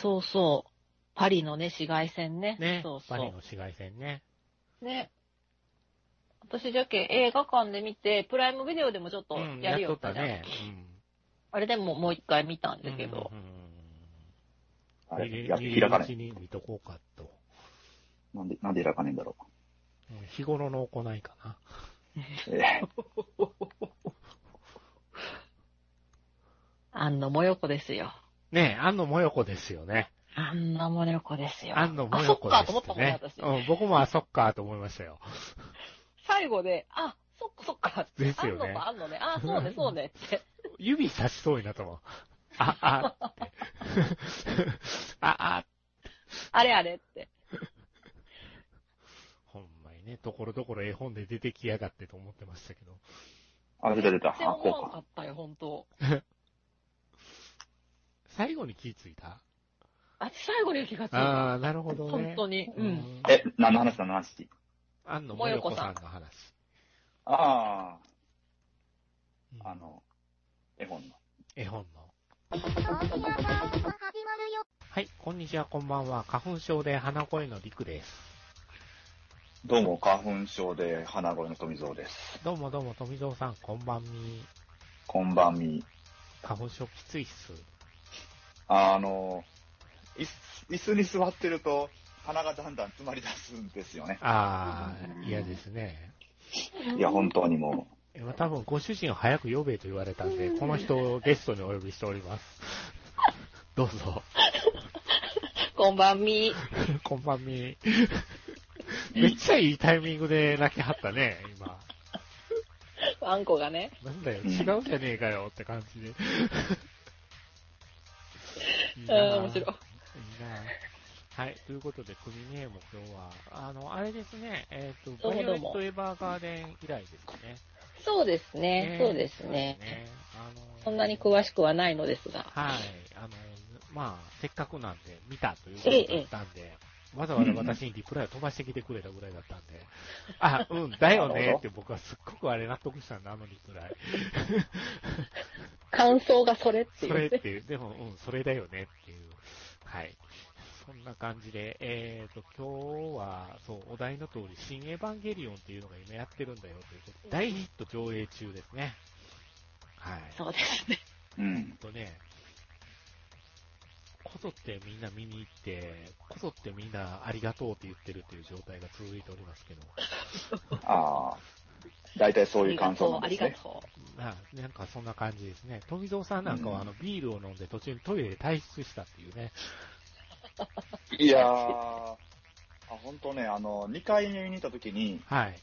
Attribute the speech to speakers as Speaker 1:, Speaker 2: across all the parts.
Speaker 1: そうそう。パリのね、紫外線ね。
Speaker 2: ね。
Speaker 1: そうそ
Speaker 2: パリの
Speaker 1: う。
Speaker 2: 紫外線ね。
Speaker 1: ね。私じゃけ映画館で見て、プライムビデオでもちょっと
Speaker 2: うん
Speaker 1: やり
Speaker 2: っと
Speaker 1: よ
Speaker 2: っ
Speaker 1: った
Speaker 2: た
Speaker 1: じゃん。
Speaker 2: ね。
Speaker 1: あれでももう一回見たん
Speaker 2: うん
Speaker 1: だけど。。
Speaker 2: うんうんうん
Speaker 3: あ
Speaker 2: 入
Speaker 3: れ、
Speaker 2: れ
Speaker 3: やっ
Speaker 2: 入り
Speaker 3: 開かな
Speaker 2: 口
Speaker 3: い。
Speaker 2: に見とこうかと。
Speaker 3: なんで、なんで開かねえんだろ
Speaker 2: うん日頃の行いかな。
Speaker 3: う。えー
Speaker 1: あんのもよこですよ。
Speaker 2: ねえ、安野もよこですよね。
Speaker 1: あんなもよこですよ。
Speaker 2: 安野もよこです、ね。
Speaker 1: あ、そっかと思ったもんね、私。
Speaker 2: うん、僕もあ、そっかと思いましたよ。
Speaker 1: 最後で、あ、そっかそっか。
Speaker 2: ですよね
Speaker 1: あんのかあんのね。あ、そうね、そうねって。
Speaker 2: 指差しそうになったもん。あ、あ、あ、あ、
Speaker 1: あれあれって。
Speaker 2: ほんまにね、ところどころ絵本で出てきやがってと思ってましたけど。
Speaker 3: あ、出た出た。
Speaker 1: めっちゃ
Speaker 3: あ、
Speaker 1: 思わ
Speaker 3: こう
Speaker 1: か
Speaker 3: んか。
Speaker 1: ったよ、本当
Speaker 2: 最後に気ぃついた
Speaker 1: あ、最後に気がついた。
Speaker 2: ああ、なるほど
Speaker 1: 本
Speaker 2: ね。
Speaker 1: 当に。う。
Speaker 2: うんん。
Speaker 3: え、何の話だ、何の話。
Speaker 2: 安野もよこさんの話。
Speaker 3: あ
Speaker 2: うん
Speaker 3: あ、あ、の、絵本の。
Speaker 2: 絵本の。
Speaker 4: ーピアが始まるよ。
Speaker 2: はい、こんにちは、こんばんは。花粉症で鼻声のりくです。
Speaker 3: どうも、花粉症で鼻声の富蔵です。
Speaker 2: どうもどうも、富蔵さん、こんばんみ。
Speaker 3: こんばんみ。
Speaker 2: 花粉症きついっす。
Speaker 3: あの、椅子椅子に座ってると、鼻がだんだん詰まり出すんですよね。
Speaker 2: ああ、嫌ですね。
Speaker 3: いや、本当にも
Speaker 2: えまあ多分ご主人を早く呼べと言われたんで、この人をゲストにお呼びしております。どうぞ。
Speaker 1: こんばんみ。
Speaker 2: こんばんみ。めっちゃいいタイミングで泣きはったね、今。
Speaker 1: あんこがね。
Speaker 2: なんだよ、
Speaker 3: うん
Speaker 2: 違うじゃねえかよって感じで。いいな
Speaker 1: う
Speaker 2: あ
Speaker 1: ん、面白い。
Speaker 2: いいなあはい、ということで、組名も今日は、あの、あれですね、えっ、と、
Speaker 1: どうも
Speaker 2: バイ
Speaker 1: ど
Speaker 2: オレ
Speaker 1: う
Speaker 2: ッ
Speaker 1: も
Speaker 2: ト・エヴァーガーデン以来ですね。
Speaker 1: そうですね
Speaker 2: ね。
Speaker 1: そうですね。。
Speaker 2: あの
Speaker 1: そんなに詳しくはないのですが。
Speaker 2: はい。あの、まあ、せっかくなんで、見たということだったんで、わざわざ私にリプライを飛ばしてきてくれたぐらいだった んで、あ、うん、だよねって僕はすっごくあれ納得したんだ、あのリプライ。
Speaker 1: 感想がそれって
Speaker 2: そ
Speaker 1: い
Speaker 2: れ
Speaker 1: う
Speaker 2: っ
Speaker 1: ね。
Speaker 2: ていう、でも、うん、それだよねっていう。はい。そんな感じで、えっ、と、今日は、そう、お題の通り、新エヴァンゲリオンっていうのが今やってるんだよということで、大ヒット上映中ですね。はい。
Speaker 1: そうですね。
Speaker 3: う。うん。
Speaker 2: ほんとね、こぞってみんな見に行って、こぞってみんなありがとうって言ってるっていう状態が続いておりますけど、
Speaker 3: ああ。大体そういう感想なん
Speaker 1: あり
Speaker 3: です
Speaker 1: が
Speaker 3: ね。
Speaker 1: とう。
Speaker 2: まあ、なんかそんな感じですね。富蔵さんなんかは
Speaker 3: う
Speaker 2: あ
Speaker 3: ん
Speaker 2: のビールを飲んで途中にトイレで退出したっていうね。
Speaker 3: いやー、あ本当ね、あの、2回目に行った時に、
Speaker 2: はい。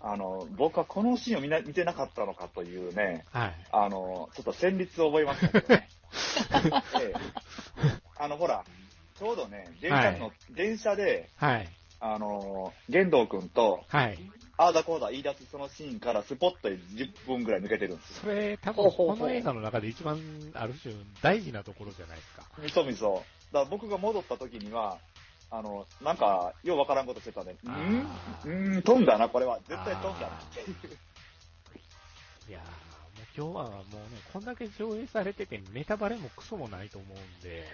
Speaker 3: あの、僕はこのシーンを見な見てなかったのかというね、
Speaker 2: はい。
Speaker 3: あの、ちょっと戦慄を覚えましたけど ね。ええあの、ほら、ちょうどね、電車の、
Speaker 2: は
Speaker 3: 電車で、
Speaker 2: はい。
Speaker 3: あの、玄道君と、
Speaker 2: はい。
Speaker 3: あーだこーだ言い出すそのシーンからスポットに10分ぐらい抜けてるんですよ。
Speaker 2: それ、多
Speaker 1: ほう
Speaker 2: 分
Speaker 1: ほうほ
Speaker 2: こ
Speaker 1: う
Speaker 2: の映画の中で一番、ある種、大事なところじゃないですか。
Speaker 3: みそみそ。だから僕が戻った時には、あの、なんか、ようわからんことしてたね。ん
Speaker 2: あー
Speaker 3: うん、飛んだな、これは。絶対飛んだな
Speaker 2: あ。ーいやーもう今日はもうね、こんだけ上映されてて、ネタバレもクソもないと思うんで、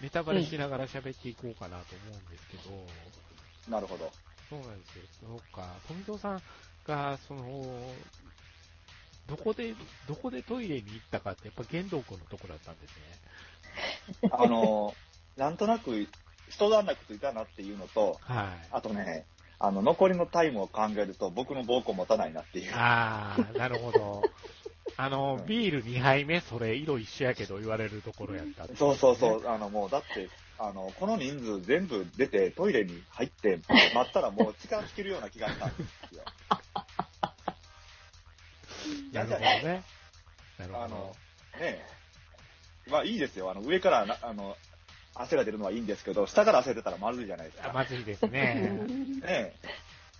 Speaker 2: ネタバレしながら喋っていこうかなと思うんですけど、
Speaker 3: なるほど。
Speaker 2: そうなんですよ。そうか、富蔵さんが、その、どこで、どこでトイレに行ったかって、やっぱ玄道君のとこだったんですね。
Speaker 3: あの、なんとなく、一段落ついたなっていうのと、
Speaker 2: はい。
Speaker 3: あとね、あの、残りのタイムを考えると、僕の膀胱持たないなっていう。
Speaker 2: あー、なるほど。あの
Speaker 3: う、ん
Speaker 2: ビール2杯目、それ、色一緒やけど言われるところやったっていね
Speaker 3: そうそうそう、あの、もう、だって、あの、この人数全部出て、トイレに入って、待ったらもう時間つけるような気がしたんです よ。
Speaker 2: なるほどね。なるほ
Speaker 3: あの
Speaker 2: ど。、
Speaker 3: ねえ。まあいいですよ。あの、上からな、あの、汗が出るのはいいんですけど、下から汗出たらまずいじゃないです
Speaker 2: あ
Speaker 3: か。
Speaker 2: まずいですね。
Speaker 3: ねえ。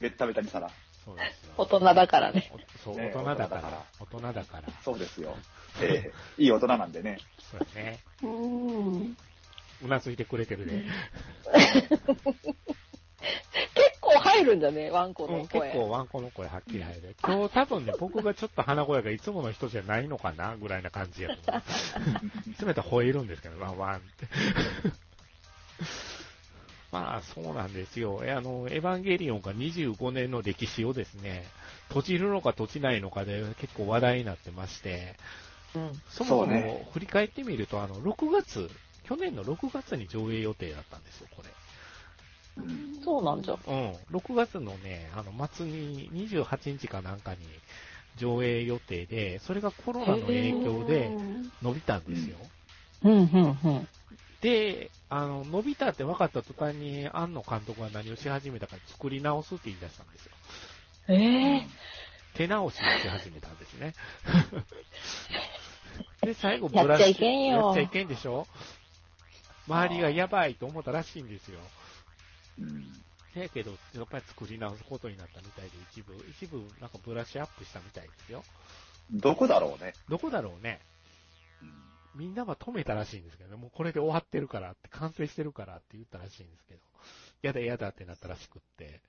Speaker 3: べったべたにしたら。
Speaker 2: そうですよ。
Speaker 1: 大人だからね。
Speaker 2: おそう、大
Speaker 3: ね
Speaker 2: 人だか
Speaker 3: 大人だからら。
Speaker 2: 大人だから。
Speaker 3: そうですよ。ええいい大人なんでね。
Speaker 2: そうだね。
Speaker 1: うん。
Speaker 2: うなずいてくれてるね。
Speaker 1: 結構入るんだね、ワンコ
Speaker 2: うん
Speaker 1: の
Speaker 2: 結
Speaker 1: 声。
Speaker 2: 構ワンコの声はっきり入る。今日多分ね、僕がちょっと鼻声がいつもの人じゃないの かなぐらいな感じやと思う。詰めた吠えるんですけど、ワンワンって。
Speaker 3: さ
Speaker 2: あそうなんですよ。えあの、エヴァンゲリオンが25年の歴史をですね、閉じるのか閉じないのかで結構話題になってまして、
Speaker 1: うん。
Speaker 2: そもそ
Speaker 3: そうね
Speaker 2: も振り返ってみると、あの、6月、去年の6月に上映予定だったんですよ、これ。
Speaker 1: そうなんじゃ。
Speaker 2: うん、6月のね、あの、末に28日かなんかに上映予定で、それがコロナの影響で伸びたんですよ。
Speaker 1: うん、うん、うん。
Speaker 2: で、あの、伸びたって分かった途端に、庵野監督が何をし始めたか作り直すって言い出したんですよ。
Speaker 1: ええ
Speaker 2: 手直しをし始めたんで すね。で、最後、
Speaker 1: やっちゃいけんよ
Speaker 2: やっちゃいけんでしょ周りがやばいと思ったらしいんですよ。だけど、やっぱり作り直すことになったみたいで、一部、一部、なんかブラッシュアップしたみたいですよ。
Speaker 3: どこだろうね。
Speaker 2: どこだろうね。みんなは止めたらしいんですけどね、もうこれで終わってるからって、完成してるからって言ったらしいんですけど、やだやだってなったらしくって。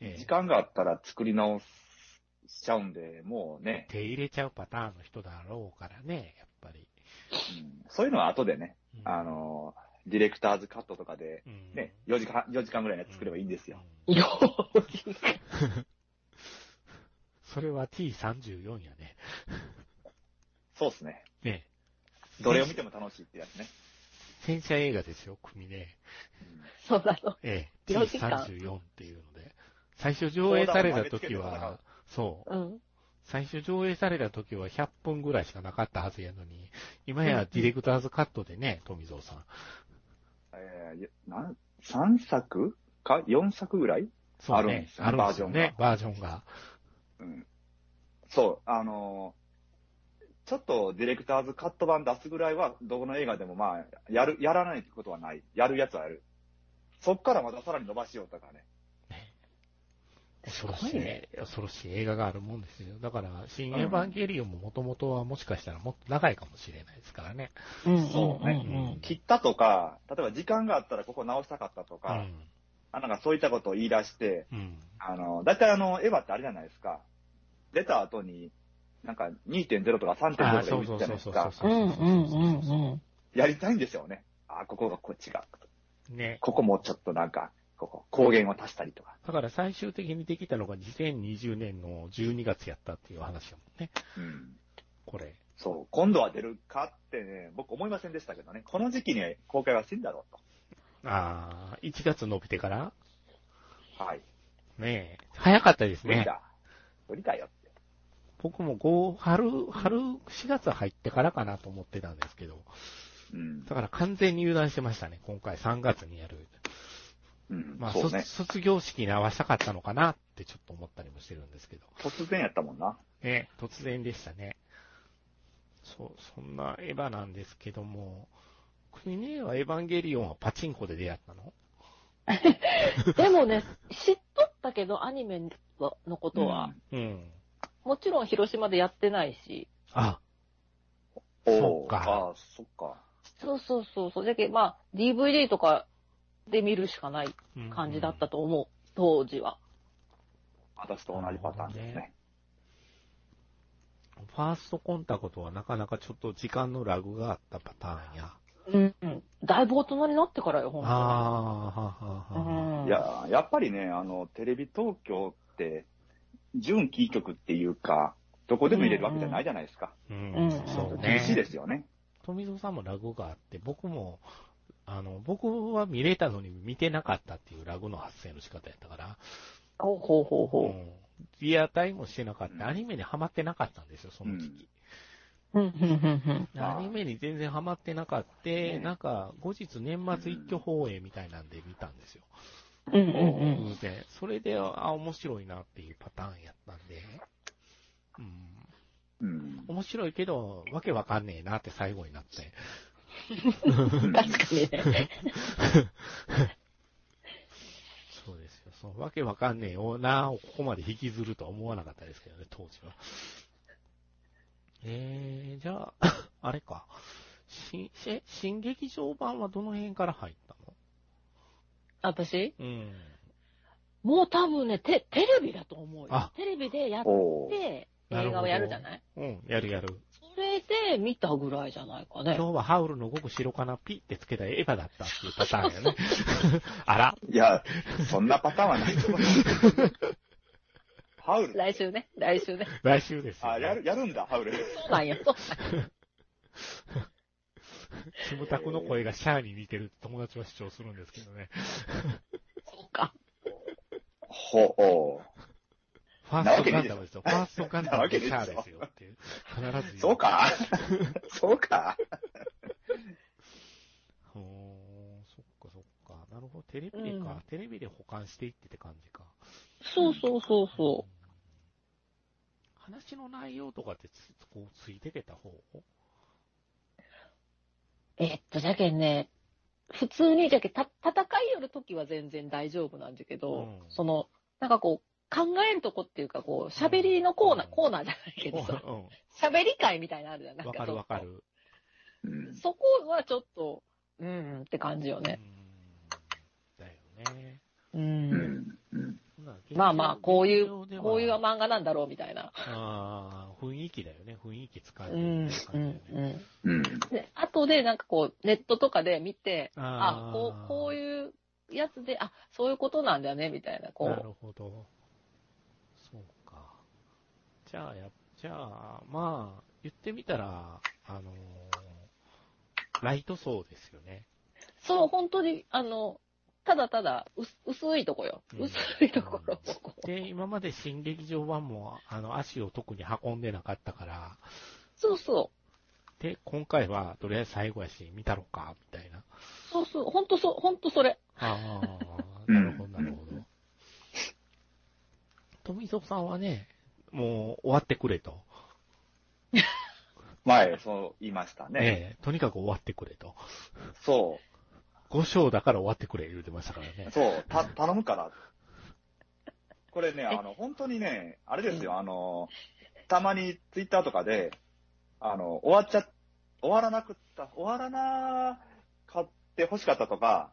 Speaker 2: ええ
Speaker 3: 時間があったら作り直しちゃうんで、もうね、
Speaker 2: 手入れちゃうパターンの人だろうからね、やっぱり。
Speaker 3: うんそういうのは後でね、
Speaker 2: うん
Speaker 3: あ、の、ディレクターズカットとかで、
Speaker 2: うん
Speaker 3: ね、4時間、4時間ぐらいのやつ作ればいいんですよ。
Speaker 2: うん
Speaker 1: よー
Speaker 2: それは T34 やね。
Speaker 3: そうですね。
Speaker 2: ね
Speaker 3: どれを見ても楽しいってやつね。
Speaker 2: 戦車映画ですよ、組ね。
Speaker 1: そうだろ。
Speaker 2: ええ、
Speaker 1: 4時間
Speaker 2: T34 っていうので。最初上映された時は、そう、
Speaker 1: うん。
Speaker 2: 最初上映された時は100分ぐらいしかなかったはずやのに、今やディレクターズカットでね、富蔵さん。
Speaker 3: えー、なん3作か ?4 作ぐらい、
Speaker 2: そうね、
Speaker 3: あるんですよね
Speaker 2: バージョンが。
Speaker 3: うん、そう、あのーちょっとディレクターズカット版出すぐらいは、どこの映画でもまあ、やる、やらないことはない。やるやつはやる。そっからまたさらに伸ばしようとかね。
Speaker 2: 恐ろしい
Speaker 3: すごいね
Speaker 2: ね、恐ろしい映画があるもんですよ。だから、新エヴァンゲリオンももともとはもしかしたらもっと長いかもしれないですからね。
Speaker 1: うん
Speaker 3: そうね
Speaker 2: うん
Speaker 3: 切ったとか、例えば時間があったらここ直したかったと
Speaker 2: う
Speaker 3: か、
Speaker 2: ん。
Speaker 3: あなんかそういったことを言い出して、
Speaker 2: うん。
Speaker 3: あの、だいたいあの、エヴァってあれじゃないですか。出た後に、なんか2.0とか3.0と
Speaker 2: あ
Speaker 3: か
Speaker 2: あ、
Speaker 3: 言
Speaker 2: そう
Speaker 3: うじ
Speaker 2: そ
Speaker 3: ゃ
Speaker 2: うそ
Speaker 3: ない
Speaker 2: う
Speaker 3: で
Speaker 2: そ
Speaker 3: す
Speaker 2: う
Speaker 3: か。
Speaker 2: そう。
Speaker 1: うん、うん、うん、
Speaker 3: やりたいんですよね。あ、ここがこっちが。
Speaker 2: うん。ね。
Speaker 3: ここもちょっとなんか、ここ、光源を足したりとか。
Speaker 2: だから最終的にできたのが2020年の12月やったっていう話だもんね。
Speaker 3: うん。
Speaker 2: これ。
Speaker 3: そう、今度は出るかってね、僕思いませんでしたけどね。この時期に公開は死んだろう
Speaker 2: ああ、1月伸びてから
Speaker 3: と。はい。
Speaker 2: ねえ。早かったです
Speaker 3: 無理
Speaker 2: ね。
Speaker 3: だ。無理だよって。
Speaker 2: 僕も5、春、春、4月入ってからかなと思ってたんですけど。
Speaker 3: うん。
Speaker 2: だから完全に油断してましたね。今回3月にやる。
Speaker 3: うん。
Speaker 2: まあ、
Speaker 3: そう
Speaker 2: そ
Speaker 3: ね。
Speaker 2: 卒業式に合わせたかったのかなってちょっと思ったりもしてるんですけど。
Speaker 3: 突然やったもんな。
Speaker 2: ね、突然でしたね。そう、そんなエヴァなんですけども、国ねはエヴァンゲリオンはパチンコで出会ったの
Speaker 1: うん。でもね、知っとったけど、アニメのことは。
Speaker 2: うん。
Speaker 1: もちろん広島でやってないし。
Speaker 2: あ、
Speaker 3: うん。
Speaker 2: そ
Speaker 3: お
Speaker 2: っ
Speaker 3: ー
Speaker 2: か
Speaker 3: ああ、そっか。
Speaker 1: そうそうそう。そうじゃけ、まあ、DVD とかで見るしかない
Speaker 2: うん
Speaker 1: 感じだった。と思う。当時は。
Speaker 3: 私と同じパターンです
Speaker 2: なる
Speaker 3: ね。
Speaker 2: ファーストコンタクトはなかなかちょっと時間のラグがあったパターンや。
Speaker 1: うん。だいぶ大人になってからよ、本
Speaker 2: あ
Speaker 1: 当に。
Speaker 2: あ、はあはあはあ。
Speaker 1: うん
Speaker 3: いや、やっぱりね、あの、テレビ東京って、準キー局っていうか、どこでも入れるわけじゃないじゃないですか。
Speaker 2: う
Speaker 1: うん
Speaker 2: ん、そうね。
Speaker 3: 厳しいですよね。
Speaker 2: 富蔵さんもラグがあって、僕も、あの、僕は見れたのに見てなかったっていうラグの発生の仕方やったから、
Speaker 1: ほうほうほう
Speaker 2: う
Speaker 1: ほ
Speaker 2: んリアタイもしてなかっ
Speaker 3: うん
Speaker 2: た。アニメにハマってなかったんですよ、その時期。
Speaker 1: う。うん、うん、うん、
Speaker 2: で
Speaker 3: あー
Speaker 2: アニメに全然ハマってなかった、
Speaker 3: ね
Speaker 2: なんか、後日年末一挙放映みたいなんで見たんですよ。
Speaker 1: うん。うん、うん、うん
Speaker 2: 偶。然。それで、あ、面白いなっていうパターンやったんで、うん。
Speaker 3: うん。
Speaker 2: 面白いけど、わけわかんねえなって最後になって。
Speaker 1: 確かにね。
Speaker 2: そうですよ。そのわけわかんねえよなをここまで引きずるとは思わなかったですけどね、当時は。えー、じゃあ、 あれか。新、え新劇場版はどの辺から入った
Speaker 1: 私
Speaker 2: のうん。
Speaker 1: もう多分ね、テテレビだと思うよ
Speaker 2: あ。
Speaker 1: テレビでやっ
Speaker 3: おー
Speaker 1: て、
Speaker 2: なる
Speaker 1: 映
Speaker 2: ほど
Speaker 1: 画をやるじゃない
Speaker 2: うん、やるやる。
Speaker 1: それで見たぐらいじゃないかね
Speaker 2: 今。日はハウルのごく白かなピってつけたエヴァだったっていうパターンやね。あら、
Speaker 3: いや、そんなパターンはないと思う。ハウル。
Speaker 1: 来週ね、来週ね。
Speaker 2: 来週ですよ、
Speaker 3: あ、やる、やるんだ、ハウル。
Speaker 1: そうなんや、そう
Speaker 2: キムタクの声がシャアに似てるって友達は主張するんですけどね。
Speaker 1: そうか。
Speaker 3: ほ、おう
Speaker 2: ファーストガンダムですよ。ファーストガンダムでシャアですよっていう。必ず言
Speaker 3: そうかそうか
Speaker 2: ほーん、そっかそっか。なるほど。テレビでか。
Speaker 1: うん
Speaker 2: テレビで保管していってって感じか。
Speaker 1: そうそうそうそ
Speaker 2: うん。話の内容とかってつ、こう、ついてけた方
Speaker 1: う。えっと、じゃけんね、普通に、じゃけんた戦いよる時は全然大丈夫なんだけど、
Speaker 2: うん
Speaker 1: その、なんかこう、考えんとこっていうか、こう、喋りのコーナー、
Speaker 2: うん
Speaker 1: コーナーじゃないけ
Speaker 2: う
Speaker 1: どさ、
Speaker 2: ん。
Speaker 1: 喋り会みたいなのあるじゃん。なん
Speaker 2: わ
Speaker 1: ち
Speaker 2: か
Speaker 1: ょっと
Speaker 2: るわか。る。
Speaker 3: うん
Speaker 1: そこはちょっと、うんうんって感じよね。
Speaker 2: うん。だよね。
Speaker 1: うん。
Speaker 3: うん
Speaker 1: まあまあこういう
Speaker 2: う
Speaker 1: こういう漫画なんだろうみたいな。
Speaker 2: ああ、雰囲気だよね。雰囲気使え
Speaker 1: う
Speaker 2: てる
Speaker 1: ん
Speaker 2: って
Speaker 1: う
Speaker 2: 感じだよ
Speaker 1: ん
Speaker 2: ね
Speaker 1: うん。
Speaker 3: うん。
Speaker 1: で、後でなんかこう、ネットとかで見て、あ
Speaker 2: あー
Speaker 1: こう、こういうやつで、あ、そういうことなんだよね、みたいな、
Speaker 2: な
Speaker 1: こ
Speaker 2: るほど。そうか。じゃあ、や、じゃあ、まあ、言ってみたら、あのーライト層ですよね。
Speaker 1: う、そう、本当に、あの、ただただ、薄薄いとこよ。
Speaker 2: うん
Speaker 1: 薄いところをこう
Speaker 2: で、今まで新劇場版も、あの、足を特に運んでなかったから、
Speaker 1: そうそ
Speaker 2: で、今回は、とりあえず最後やし、見たろか、みたいな。
Speaker 1: う、そうそう、本当そう、本当それ。
Speaker 2: ああ、
Speaker 3: うん
Speaker 2: なるほど、なるほど。富蔵さんはね、もう終わってくれと。
Speaker 3: 前、そう言いましたね。
Speaker 2: ええとにかく終わってくれと。
Speaker 3: そ
Speaker 2: 5章だから終わってくれ言うてましたからね
Speaker 3: う、。 そう、た、頼むから。これね、あの、本当にね、あれですよ、あの、たまにツイッターとかで、あの、終わっちゃ、終わらなくった、終わらなかって欲しかったとか、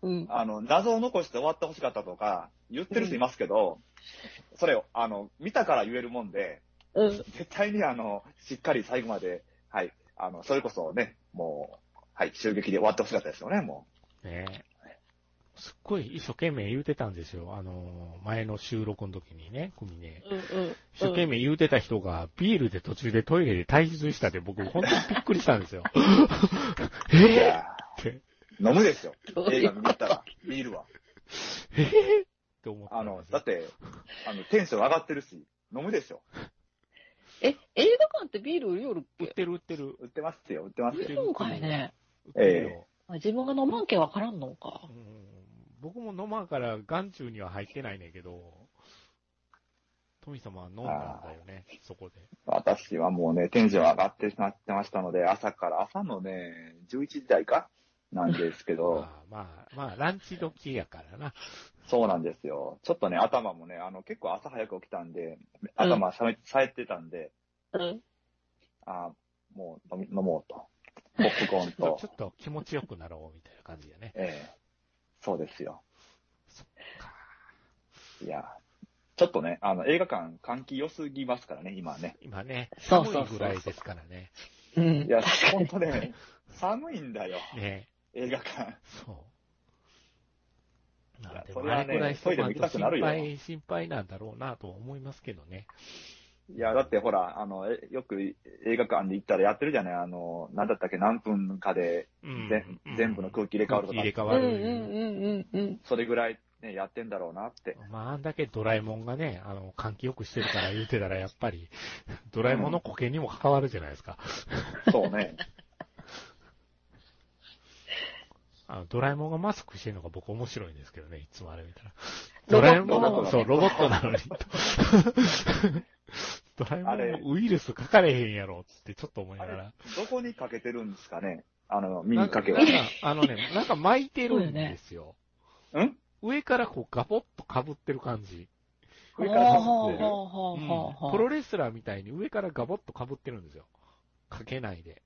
Speaker 1: うん。
Speaker 3: あの、謎を残して終わってほしかったとか、言ってる人いますけど、それを、あの、見たから言えるもんで、
Speaker 1: うん。
Speaker 3: 絶対に、あの、しっかり最後まで、はい、あの、それこそね、もう、はい、襲撃で終わってほしかったですよね、も
Speaker 2: ねえすっごい一生懸命言うてたんですよ。あの、前の収録の時にね、組ね。
Speaker 1: うんうん。
Speaker 2: 一生懸命言うてた人が、ビールで途中でトイレで退出したって 僕、本当にびっくりしたんですよ。
Speaker 3: う。
Speaker 2: ええ
Speaker 3: いや
Speaker 2: って、
Speaker 3: 飲むですよ。
Speaker 1: どう
Speaker 3: 映
Speaker 1: い
Speaker 3: 画
Speaker 1: う
Speaker 3: 見
Speaker 1: こと
Speaker 3: に行ったら、ビールは。
Speaker 2: ええって思った
Speaker 3: あ
Speaker 2: んで
Speaker 3: の
Speaker 2: す、よ。
Speaker 3: だって、あの、テンション上がってるし、飲むですよ。
Speaker 1: え、映画館ってビール売りよるっ
Speaker 2: 売っ
Speaker 1: け
Speaker 2: てる売ってる。
Speaker 3: 売ってますよ、売ってます
Speaker 1: 売
Speaker 3: よ
Speaker 1: り。よるんかいね。
Speaker 2: 売ってるよ。
Speaker 3: え
Speaker 1: あ自分が飲まんけわからんのか
Speaker 2: う。ん僕も飲まんから眼中には入ってないねんけど、富様は飲んだんだよね、そこで。
Speaker 3: 私はもうね、テンション上がってしまってましたので、朝から、朝のね、11時台かなんですけど、
Speaker 2: まあまあ、まあ、ランチ時やからな。
Speaker 3: そうなんですよ。ちょっとね、頭もね、あの、結構朝早く起きたんで、頭さえ、冴えてたんで、
Speaker 1: うん。
Speaker 3: あーもう飲み、飲もうと。ポップコーン
Speaker 2: ちょ ちょ。
Speaker 3: と
Speaker 2: っと気持ちよくなろうみたいな感じやね。
Speaker 3: ええそうですよ。
Speaker 2: か
Speaker 3: いや、ちょっとね、あの、映画館、換気良すぎますからね、今はね。
Speaker 2: 今ね、
Speaker 1: そう
Speaker 2: 寒
Speaker 1: そうそう
Speaker 2: いぐらいですからね。
Speaker 1: うん
Speaker 3: い。や、ほんとね、寒いんだよ、
Speaker 2: ね、
Speaker 3: 映画館。
Speaker 2: そう。
Speaker 3: や
Speaker 2: なんで、
Speaker 3: それ
Speaker 2: あ
Speaker 3: はね
Speaker 2: れぐらい
Speaker 3: トイレも行きたくなるよ
Speaker 2: 心配、心配なんだろうなとは思いますけどね。
Speaker 3: いや、だってほら、あの、えよく映画館で行ったらやってるじゃない、あの、なんだったっけ、何分かで、
Speaker 2: うん
Speaker 3: ぜ全部の空気入れ替わるとか
Speaker 2: 空気入れ替
Speaker 1: う
Speaker 2: わ
Speaker 1: んう
Speaker 2: る。
Speaker 1: んうんうんうん。
Speaker 3: それぐらい、ね、やってんだろうなって。
Speaker 2: まあ、あんだけドラえもんがね、あの、換気よくしてるから言うてたら、やっぱり、ドラえもんの固形にも関わるじゃないですか。
Speaker 3: そうね。
Speaker 2: あの、ドラえもんがマスクしてるのが僕面白いんですけどね、いつもあれ見たら。
Speaker 1: ロ
Speaker 2: ド
Speaker 1: ボ
Speaker 2: ラえ
Speaker 1: ット
Speaker 2: もん
Speaker 3: ロボット
Speaker 2: は、
Speaker 3: だ
Speaker 2: そう、ロボットなのに。ドラえ
Speaker 3: あれ
Speaker 2: もんウイルスかかれへんやろってちょっと思いながら。
Speaker 3: どこにかけてるんですかねあの、耳かけは
Speaker 2: なん。か、あのね、なんか巻いてるんですよ。
Speaker 3: うん
Speaker 2: 上からこうガポッと被ってる感じ。
Speaker 3: 上
Speaker 1: ほう
Speaker 3: からか
Speaker 1: ほ
Speaker 3: ぶ
Speaker 1: う
Speaker 3: ってる。
Speaker 1: ほうほう
Speaker 2: うん
Speaker 1: ほうほう。
Speaker 2: プロレスラーみたいに上からガボッと被ってるんですよ。かけないで。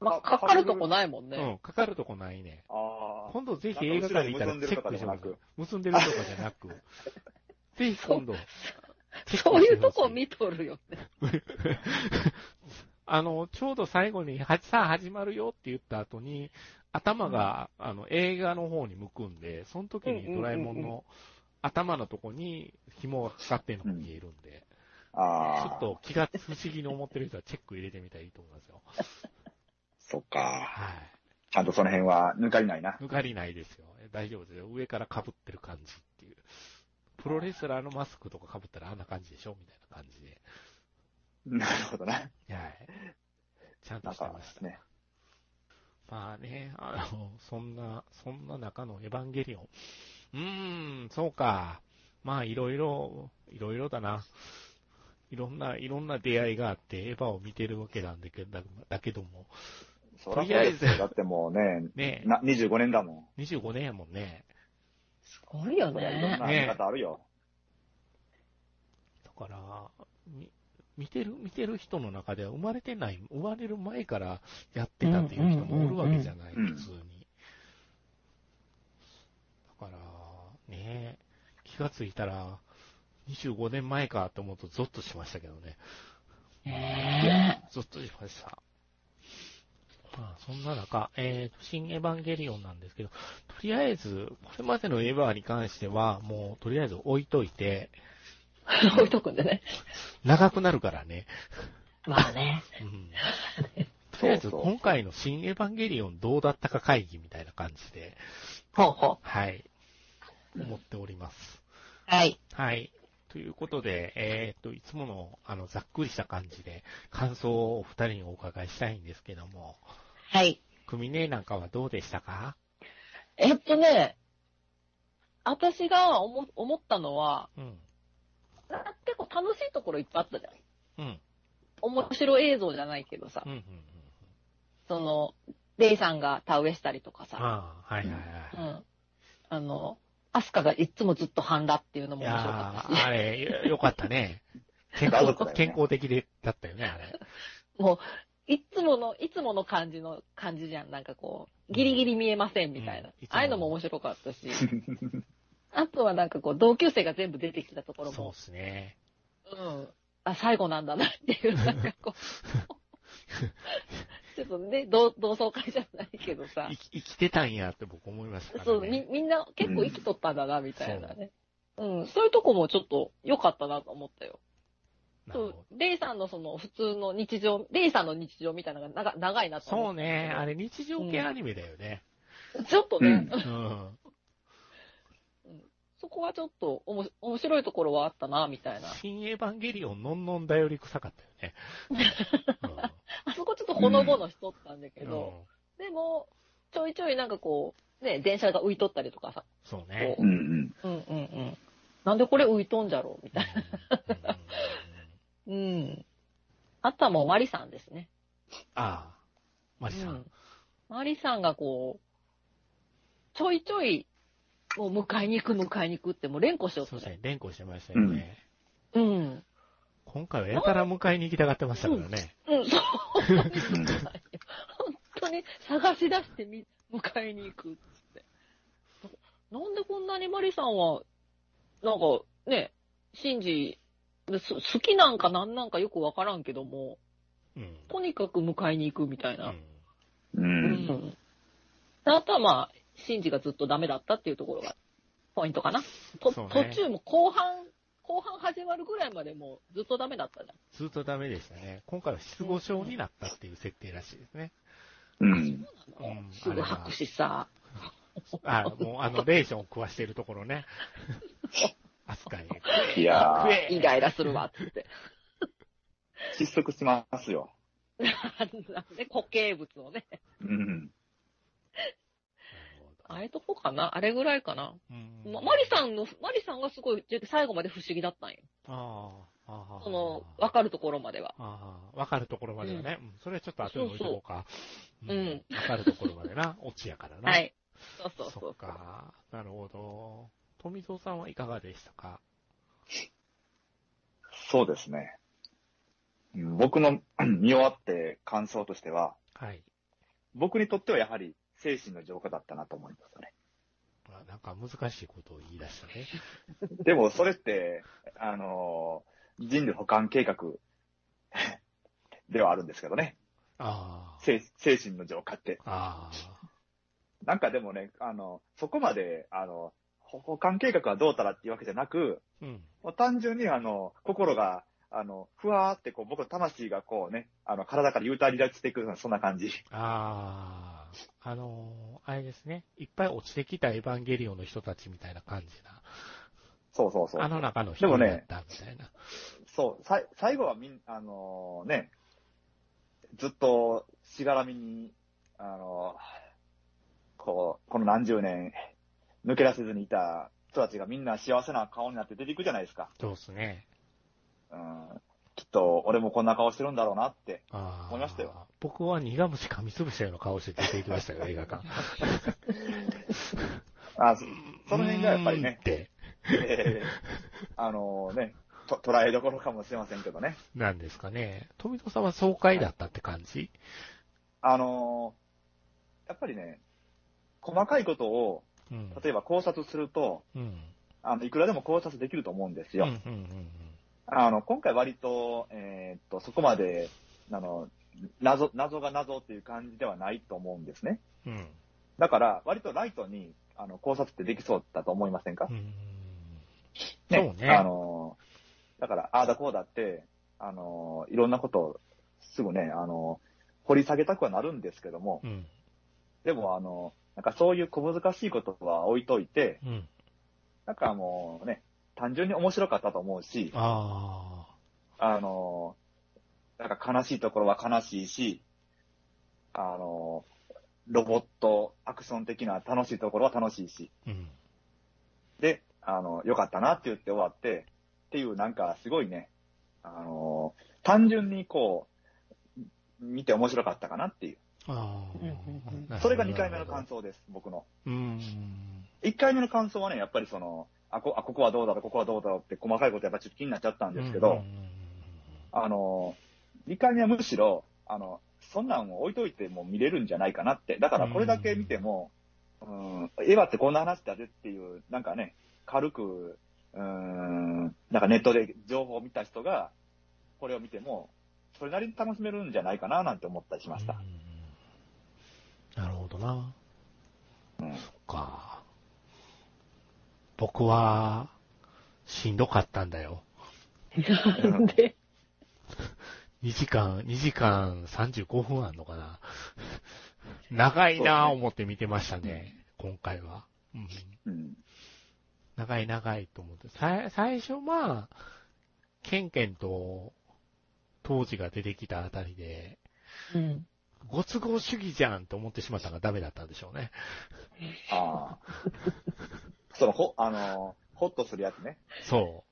Speaker 1: まあ、かかるとこないもんね。
Speaker 2: うん、かかるとこないね。
Speaker 3: ああ。
Speaker 2: 今度ぜひ映 画館に行ったらチェックしてもらって結んでるとかじゃなく、ぜひ今度、
Speaker 1: そういうとこ見とるよね。
Speaker 2: あの、ちょうど最後に、はさあ始まるよって言った後に、頭が、あの、映画の方に向くんで、その時にドラえもん
Speaker 1: うんうんうん
Speaker 2: の頭のとこに紐がかかってるのが見えるんで、ちょ
Speaker 3: あ
Speaker 2: っ
Speaker 3: あ、
Speaker 2: と気が不思議に思ってる人はチェック入れてみたらいいと思いますよ。
Speaker 3: そっか。
Speaker 2: は
Speaker 3: ちゃんとその辺は抜かりないな。
Speaker 2: い。抜かりないですよ。大丈夫ですよ。上から被ってる感じっていう。プロレスラーのマスクとか被ったらあんな感じでしょみたいな感じで。
Speaker 3: なるほどな。
Speaker 2: はい。ちゃんと
Speaker 3: なん
Speaker 2: して
Speaker 3: か
Speaker 2: ました。
Speaker 3: ね。
Speaker 2: まあね、あの、そんな、そんな中のエヴァンゲリオン。うーん、そうか。まあ、いろいろ、いろいろだな。いろんな、いろんな出会いがあって、エヴァを見てるわけなんだけど、だだけども。
Speaker 3: そらそう
Speaker 2: とりあえ
Speaker 3: です
Speaker 2: ず
Speaker 3: よ。だってもうね、
Speaker 2: ね
Speaker 3: な25年だも
Speaker 2: え、25年やもんね。
Speaker 1: すごいよ
Speaker 3: ん。そりゃいろん
Speaker 1: ね。
Speaker 3: な見方あるよ。
Speaker 2: だから、み見てる、見てる人の中では生まれてない、生まれる前からやってたっていう人もおるわけじゃない、
Speaker 3: うんうんうんうん
Speaker 2: 普通に。だから、ねえ、気がついたら、25年前かと思うとゾッとしましたけどね。
Speaker 1: ね
Speaker 2: ゾッとしました。まあ、そんな中、えー、新エヴァンゲリオンなんですけど、とりあえず、これまでのエヴァに関しては、もう、とりあえず置いといて、
Speaker 1: え。置いとくんでね。
Speaker 2: 長くなるからね。
Speaker 1: まあね。
Speaker 2: うんと
Speaker 3: そ
Speaker 2: りあえ
Speaker 3: う
Speaker 2: ず、
Speaker 3: そう。
Speaker 2: 今回の新エヴァンゲリオンどうだったか会議みたいな感じで、
Speaker 1: ほうほう。
Speaker 2: はい、思っております。
Speaker 1: はい。
Speaker 2: はい。ということで、えーっと、いつもの、あの、ざっくりした感じで、感想をお二人にお伺いしたいんですけども、
Speaker 1: はい。
Speaker 2: クミネなんかはどうでしたか
Speaker 1: えっとね、私が思思ったのは、
Speaker 2: うん。
Speaker 1: 結構楽しいところいっぱいあったじゃん。
Speaker 2: うん。
Speaker 1: 面白映像じゃないけどさ
Speaker 2: うん。う、ん。うん。
Speaker 1: その、レイさんが田植えしたりとかさ、
Speaker 2: ああ、はいはいは
Speaker 1: う
Speaker 2: い。
Speaker 1: ん。あの、アスカがいつもずっと半裸っていうの
Speaker 2: い
Speaker 1: も面白か
Speaker 2: や
Speaker 1: ったし
Speaker 2: ー、あれ、よよかったね。健
Speaker 3: 家
Speaker 2: 康
Speaker 3: 族だよね
Speaker 2: 健康的で、だったよね、あ れ。
Speaker 1: もう、いつもの、いつもの感じの感じじゃん。なんかこう、ギリギリ見えませんみたいな。
Speaker 2: うんいつもの
Speaker 1: ああいうのも面白かったし。あとはなんかこう、同級生が全部出てきたところ
Speaker 2: そう
Speaker 1: も
Speaker 2: で、すね。
Speaker 1: うん。あ、最後なんだなって いう、 なんかこう。ちょっとね、同同窓会じゃないけどさ
Speaker 2: 生。き生きてたんやって僕思いましたからね。
Speaker 1: そう、み、みんな結構生きとったんだな、みたいなね。うん、そういうとこもちょっと良かったなと思ったよ。
Speaker 2: なる
Speaker 1: そ
Speaker 2: ほど
Speaker 1: う、レイさんのその普通の日常、レイさんの日常みたいなのが長長いなと思
Speaker 2: そう
Speaker 1: った
Speaker 2: ね、あれ日常系アニメだよね。
Speaker 1: ちょっとね、
Speaker 2: うん。うん
Speaker 1: そこはちょっとおも面白いところはあったな、みたいな。
Speaker 2: 新エヴァンゲリオンのんのんだより臭かったよね。
Speaker 1: あそこちょっとほのぼのしとったんだけ
Speaker 2: うん
Speaker 1: ど、
Speaker 2: うん
Speaker 1: でも、ちょいちょいなんかこう、ね、電車が浮いとったりとかさ、
Speaker 2: そうね
Speaker 1: こ。
Speaker 3: うんうん。
Speaker 1: う、うんうんうん。なんでこれ浮いとんじゃろうみ
Speaker 2: う
Speaker 1: た
Speaker 2: ん
Speaker 1: いな。うん。あとはもうマリさんですね。
Speaker 2: ああ、マリさ
Speaker 1: うんん。マリさんがこう、ちょいちょい、もう迎えに行く、迎えに行くって、もう連呼しよう
Speaker 2: そう
Speaker 1: と
Speaker 2: で
Speaker 1: ね。
Speaker 2: すね、連呼してましたよね。
Speaker 1: うん。
Speaker 2: 今回はやたら迎えに行きたがってましたからね。
Speaker 1: うん、そう。
Speaker 3: うん
Speaker 1: 本当に探し出してみ、迎えに行くっつって。ななんでこんなにマリさんは、なんかね、シンジ、す好きなんかなんなんかよくわからんけども、
Speaker 2: うん。
Speaker 1: とにかく迎えに行くみたいうな。
Speaker 2: ん
Speaker 3: う。
Speaker 1: うんん。あとはまあ、シンジがずっとダメだったっていうところが、ポイントかな。と
Speaker 2: そうね
Speaker 1: 途中も後半、後半始まるぐらいまでもうずっとダメだったじゃん。
Speaker 2: ずっとダメでしたね。今回は失語症になったっていう設定らしいですね。
Speaker 3: うん。
Speaker 2: うん
Speaker 1: すぐ白紙さ。
Speaker 2: あ、もうあの、レーションを食わしてるところ ね。アスカに。
Speaker 3: いや
Speaker 2: 食
Speaker 3: ー、
Speaker 2: え
Speaker 1: イライラするわっつって。
Speaker 3: 失速しますよ。
Speaker 1: なんで固形物をね。
Speaker 3: うん。
Speaker 1: あれとこかなあれぐらいかな、
Speaker 2: うん
Speaker 1: まマリさんの、マリさんがすごい最後まで不思議だったんよ。
Speaker 2: ああ、ああ。
Speaker 1: その、わかるところまでは。
Speaker 2: ああ、わかるところまではね。うん、それはちょっと後に置いとこうか。
Speaker 1: うそううん
Speaker 2: わかるところまでな。オ チやからな。
Speaker 1: は。い。そうそうそ
Speaker 2: そっ
Speaker 1: う。
Speaker 2: か。なるほど。富蔵さんはいかがでしたか
Speaker 3: そうですね。うん僕の 見終わって感想としては、
Speaker 2: はい。
Speaker 3: 僕にとってはやはり精神の浄化だったなと思いますね。
Speaker 2: あなんか難しいことを言い 出したね。
Speaker 3: でも、それって、あのー人類保管計画 ではあるんですけどね。
Speaker 2: あ
Speaker 3: 精精神の浄化って。
Speaker 2: あ。あ
Speaker 3: なんかでもね、あの、そこまで、あの、ほ保管計画はどうたらっていうわけじゃなく、
Speaker 2: あ。うん。
Speaker 3: もう単純にあの、心が、あの、ふわーってこう、僕の離がこうね、あの、体から幽体離脱していくような、そんな感じ。
Speaker 2: ああ。あのーあれですね。いっぱい落ちてきたエヴァンゲリオンの人たちみたいな感じ
Speaker 3: そうそうそう。
Speaker 2: な。あの中の人
Speaker 3: でも
Speaker 2: だ
Speaker 3: ね
Speaker 2: ったみたいな。
Speaker 3: そう、さい最後はみん、あのーね、ずっとしがらみに、あのーこう、この何十年、抜け出せずにいた人たちがみんな幸せな顔になって出ていくじゃないですか。
Speaker 2: そうですね。
Speaker 3: うん。きっと、俺もこんな顔してるんだろうなって。
Speaker 2: ああ。
Speaker 3: 思いましたよ。
Speaker 2: 僕は苦虫噛みつぶしたような顔して出ていきました よ、映画館。
Speaker 3: あそその辺がやっぱりね
Speaker 2: うーんって、
Speaker 3: えー あのーね、と捉えどころかもしれませんけどね。
Speaker 2: なんですかね。富戸さんは爽快だったって感じ
Speaker 3: あのーやっぱりね、細かいことを、
Speaker 2: うん。
Speaker 3: 例えば考察すると、
Speaker 2: うん。
Speaker 3: あの、いくらでも考察できると思うんです
Speaker 2: うんう
Speaker 3: よ。
Speaker 2: んうんうん。
Speaker 3: あの、今回割と、えーっと、そこまで、あの、謎、謎が謎っていう感じではないと思うんですね。
Speaker 2: うん。
Speaker 3: だから、割とライトに、あの、考察ってできそうだと思いませんか、
Speaker 2: うんそうね。
Speaker 3: あの、だから、ああだこうだって、あの、いろんなことをすぐね、あの、掘り下げたくはなるんですけども、
Speaker 2: うん。
Speaker 3: でも、あの、なんかそういう小難しいことは置いといて、
Speaker 2: うん。
Speaker 3: なんかもうね、単純に面白かったと思うし、
Speaker 2: あ
Speaker 3: あの、なんか悲しいところは悲しいし、あの、ロボットアクション的な楽しいところは楽しいし、
Speaker 2: あ。うん。
Speaker 3: で、あの、良かったなって言って終わって、っていうなんかすごいね、あの、単純にこう、見て面白かったかなっていう。
Speaker 2: あ
Speaker 1: うんうん
Speaker 2: あ。
Speaker 3: それが2回目の感
Speaker 2: 想。
Speaker 3: 想です、僕の。
Speaker 2: うん。
Speaker 3: 1回目の感想はね、やっぱりその、あ、こあここはどうだろう、ここはどうだろうって細かいことやっぱちょっと気になっちゃったんですけど、
Speaker 2: うんうん
Speaker 3: あの、2回目はむしろ、あの、そんなんを置いといても見れるんじゃないかなって。だからこれだけ見ても、うん、エヴァってこんな話だぜっていう、なんかね、軽く、うん、なんかネットで情報を見た人が、これを見ても、それなりに楽しめるんじゃないかななんて思ったりしました。
Speaker 2: うんなるほどな。
Speaker 3: うん
Speaker 2: そっか。僕は、しんどかったんだよ。
Speaker 1: なんで、
Speaker 2: 2時間、2時間35分あんのかな。 長いなぁ思って見てましたね、今回は。うん
Speaker 3: うん。
Speaker 2: 長い長いと思って。さ最初、まあ、ケンケンと、当時が出てきたあたりで、
Speaker 1: うん、
Speaker 2: ご都合主義じゃんと思ってしまったがダメだったんでしょうね。
Speaker 3: ああ。 その、ほ、あの、ホッとするやつね。
Speaker 2: そ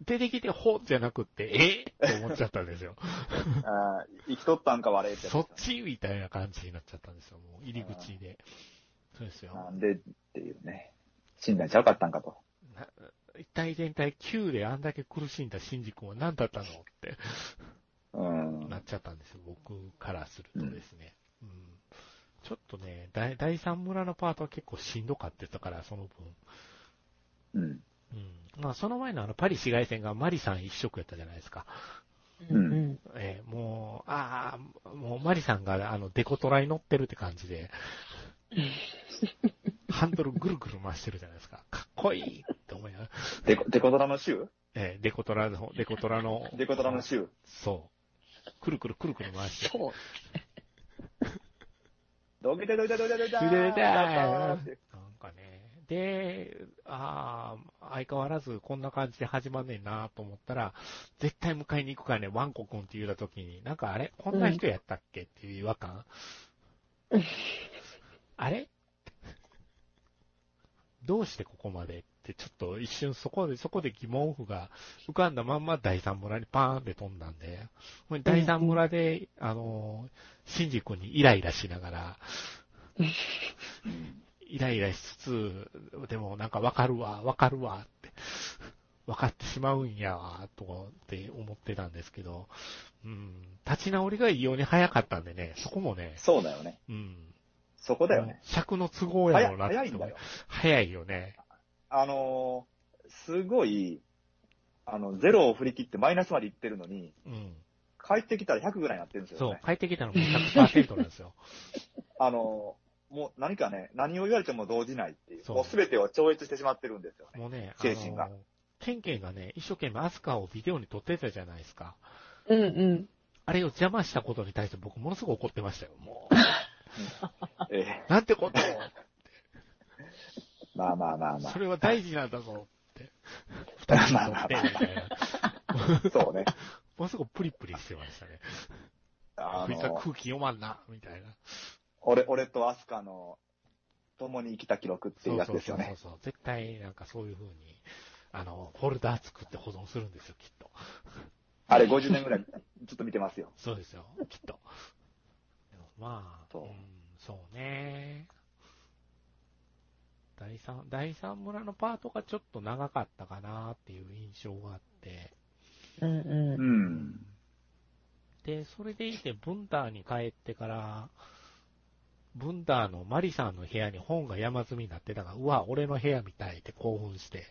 Speaker 2: う。出てきて、ほじゃなくって、えって思っちゃったんです よ。
Speaker 3: ああ、生きとったんか悪いってやつ。
Speaker 2: そっちみたいな感じになっちゃったんですよ、もう入り口で。そうですよ。
Speaker 3: なんでっていうね。信頼ちゃうかったんかと。
Speaker 2: な一体全体9であんだけ苦しんだシンジ君は何だったのって
Speaker 3: うん。
Speaker 2: なっちゃったんですよ、僕からするとですね。うんちょっとね、第第三村のパートは結構しんどかったから、その分。
Speaker 3: うん。
Speaker 2: うん、まあ、その前のあの、パリ紫外線がマリさん一色やったじゃないですか。
Speaker 1: うん、うん。
Speaker 2: えーもう、ああ、もうマリさんが、あの、デコトラに乗ってるって感じで、ハンドルぐるぐる回してるじゃないですか。かっこいいって思いながら、
Speaker 3: デコデコトラの週
Speaker 2: えーデコトラの、デコトラの、
Speaker 3: デコトラの週。
Speaker 2: そう。くるくるくるくる回して。
Speaker 1: そう。
Speaker 3: どけてどいてどいてどいてどいて
Speaker 2: どいてどいて
Speaker 3: って
Speaker 2: なんかね。で、ああ、相変わらずこんな感じで始まんねえなと思ったら、絶対迎えに行くからね、ワンコ君って言うた時に、なんかあれこんな人やったっけっていう違和感。あれどうしてここまでって、ちょっと一瞬そこで、そこで疑問符が浮かんだまんま第三村にパーンって飛んだんで、もう第三村で、あの、シンジ君にイライラしながら、イライラしつつ、でもなんかわかるわ、わかるわって、わかってしまうんやわ、とかって思ってたんですけど、うん、立ち直りが異様に早かったんでね、そこもね、
Speaker 3: そうだよね。
Speaker 2: うん、
Speaker 3: そこだよね。
Speaker 2: 尺の都合や
Speaker 3: 早
Speaker 2: ろ
Speaker 3: いう
Speaker 2: なって
Speaker 3: 早いんだよ。
Speaker 2: 早いよね。
Speaker 3: あのーすごい、あの、ゼロを振り切ってマイナスまでいってるのに、
Speaker 2: うん。
Speaker 3: 帰ってきたら100ぐらいになってるんですよ
Speaker 2: そう
Speaker 3: ね。。
Speaker 2: 帰ってきたのもう100%なん ですよ。
Speaker 3: あのーもう何かね、何を言われても動じないっていう。
Speaker 2: そう
Speaker 3: もう全てを超越してしまってるんですよね。
Speaker 2: もうね、あ
Speaker 3: 精神が
Speaker 2: の、ケンケンがね、一生懸命アスカをビデオに撮ってたじゃないですか。
Speaker 1: うんうん。
Speaker 2: あれを邪魔したことに対して僕ものすごい怒ってましたよ。も
Speaker 3: え
Speaker 2: う、なんてことを
Speaker 3: えまあまあまあま
Speaker 2: それは大事なんだぞっ て。二人にとって、みたいな。
Speaker 3: あ。そうね。
Speaker 2: ものすごくプリプリしてましたね。
Speaker 3: あ
Speaker 2: こいつは
Speaker 3: の
Speaker 2: 空気読まんな、みたいな。
Speaker 3: 俺、俺とアスカの、共に生きた記録っていうやつですよね。
Speaker 2: そうそうそうそう。絶対、なんかそういう風に、あの、フォルダ作って保存するんですよ、きっと。
Speaker 3: あれ50年ぐらい、ずっと見てますよ。
Speaker 2: そうですよ、きっと。でもまあ、、
Speaker 3: そうん
Speaker 2: そうね。第三、第三村のパートがちょっと長かったかなっていう印象があって。
Speaker 1: うん
Speaker 3: う。
Speaker 1: うん
Speaker 2: で、それでいて、ブンダーに帰ってから、ブンダーのマリさんの部屋に本が山積みになってたから、うわ、俺の部屋みたいって興奮して、
Speaker 1: ん。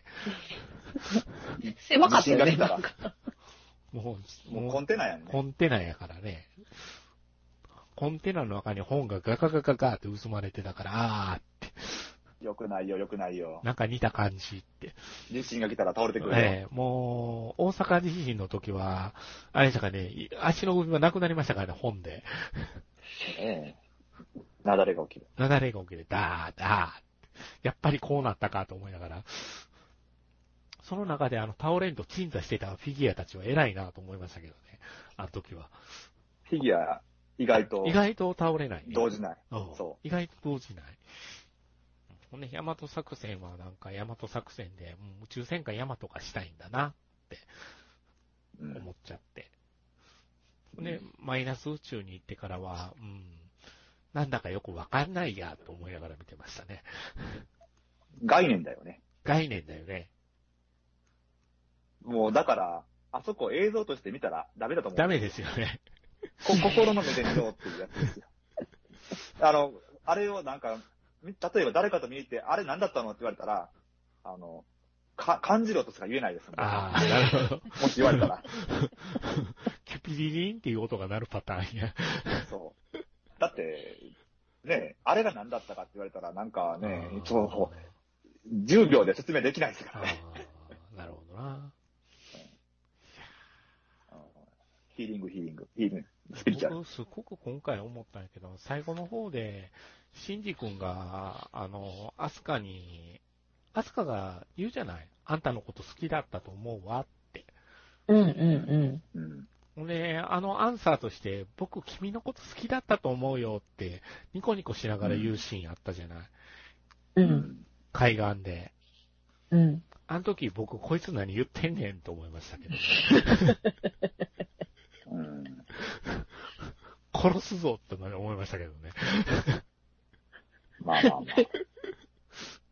Speaker 1: 狭かったよね。
Speaker 3: 地震が
Speaker 1: な
Speaker 3: 来
Speaker 1: んか
Speaker 2: もう、
Speaker 3: もうコンテナやん
Speaker 2: コ
Speaker 3: ね。
Speaker 2: ンテナやからね。コンテナの中に本がガガガガガって薄まれてたから、あーって、
Speaker 3: よくないよ、よくないよ。
Speaker 2: なんか似た感じって。
Speaker 3: 地震が来たら倒れてくるよ。
Speaker 2: ええもう、大阪地震の時は、あれでしたかね、い足の指はなくなりましたからね、本で。
Speaker 3: ええ雪崩が起きる。
Speaker 2: 雪崩が起きて、ダー、ダーって。やっぱりこうなったかと思いながら。その中であの、倒れんと鎮座してたフィギュアたちは偉いなと思いましたけどね。あの時は。
Speaker 3: フィギュア、意外と
Speaker 2: 意外と倒れない。
Speaker 3: 動じない。
Speaker 2: うん
Speaker 3: そ
Speaker 2: 意外と動じない。ほんで、ヤマト作戦はなんか、ヤマト作戦で、うん宇宙戦艦ヤマトがしたいんだな、
Speaker 3: う。うん
Speaker 2: 思っちゃって。ほんで、マイナス宇宙に行ってからは、うん、なんだかよくわかんないや、と思いながら見てましたね。
Speaker 3: 概念だよね。
Speaker 2: 概念だよね。
Speaker 3: もうだから、あそこ映像として見たらダメだと思う。
Speaker 2: ダメですよね。
Speaker 3: こ心の目で見ようっていうやつですよ。あの、あれをなんか、み例えば誰かと見に行って、あれ何だったのって言われたら、あの、か、感じろとしか言えないですもん
Speaker 2: あ あ、なるほど。
Speaker 3: もし言われたら。
Speaker 2: キュピリリンっていう音が鳴るパターンや。。
Speaker 3: そう。だって、ねあれが何だったかって言われたら、なんかね、そうそうう、10秒で説明できないですか
Speaker 2: あ
Speaker 3: らね。
Speaker 2: あ、なるほどな。
Speaker 3: うんヒーリング、ヒーリング、ヒーリング、スピリチュアル。
Speaker 2: 僕、すごく今回思ったんやけど、最後の方で、シンジ君が、あの、アスカに、アスカが言うじゃないあんたのこと好きだったと思うわって。
Speaker 1: うんうんうん。
Speaker 3: うん。
Speaker 2: ほんで、あのアンサーとして、僕、君のこと好きだったと思うよって、ニコニコしながら言うシーンあったじゃない、
Speaker 1: う。
Speaker 3: うん
Speaker 2: 海岸で。
Speaker 1: うん。
Speaker 2: あの時、僕、こいつ何言ってんねんと思いましたけど、
Speaker 3: うん。
Speaker 2: 殺すぞって思いましたけどね。
Speaker 3: まあまあまあ。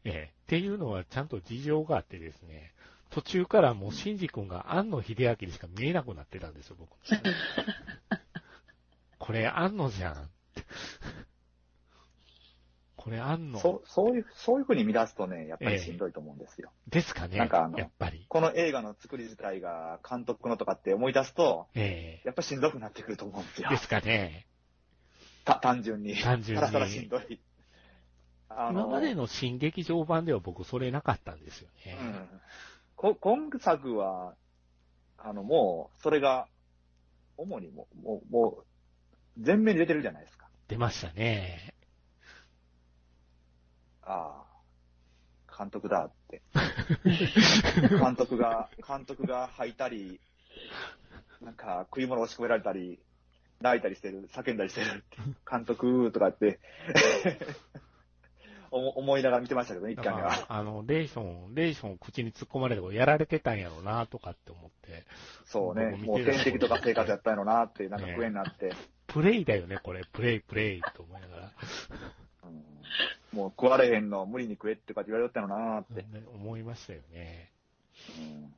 Speaker 2: ええ、っていうのはちゃんと事情があってですね、途中からもう、シンジ君が庵野秀明にしか見えなくなってたんですよ、 僕。これ、庵野じゃんって。これ、庵野
Speaker 3: そう、そういう、そういうふうに見出すとね、やっぱ
Speaker 2: ええ
Speaker 3: りしんどいと思うんですよ。
Speaker 2: ですかね、
Speaker 3: なんかあの
Speaker 2: やっぱり。
Speaker 3: この映画の作り自体が監督のとかって思い出すと、
Speaker 2: え
Speaker 3: やっぱしんどくなってくると思うんです
Speaker 2: え
Speaker 3: よ。
Speaker 2: ですかね、
Speaker 3: た単純に。
Speaker 2: 単純
Speaker 3: たらたらしん
Speaker 2: に。
Speaker 3: どい。あ
Speaker 2: 今までの新劇場版では僕、それなかったんですよね。
Speaker 3: うんこ今作は、あの、もう、それが、主にもう、もう、もう、全面に出てるじゃないですか。
Speaker 2: 出ましたね。
Speaker 3: ああ、監督 だって。監督が、監督が吐いたり、なんか、食い物押し込められたり、泣いたりしてる、叫んだりしてるって、監督とかって、 思思いながら見てましたけどね、一
Speaker 2: だ
Speaker 3: 回
Speaker 2: か
Speaker 3: 目は。
Speaker 2: ら、あの、レーション、レーションを口に突っ込まれたことやられてたんやろうな、とかって思って。
Speaker 3: そう
Speaker 2: も
Speaker 3: ね、も
Speaker 2: う
Speaker 3: う
Speaker 2: 見てる
Speaker 3: 天敵とか生活やったんやろなって、なんか不縁になって。
Speaker 2: プレイだよね、これ。プレイ、プレイ、と思いなが ら。
Speaker 3: うんもう食われへんの、無理に食えってかって言われよったのなーって。
Speaker 2: 思いましたよね。
Speaker 3: うん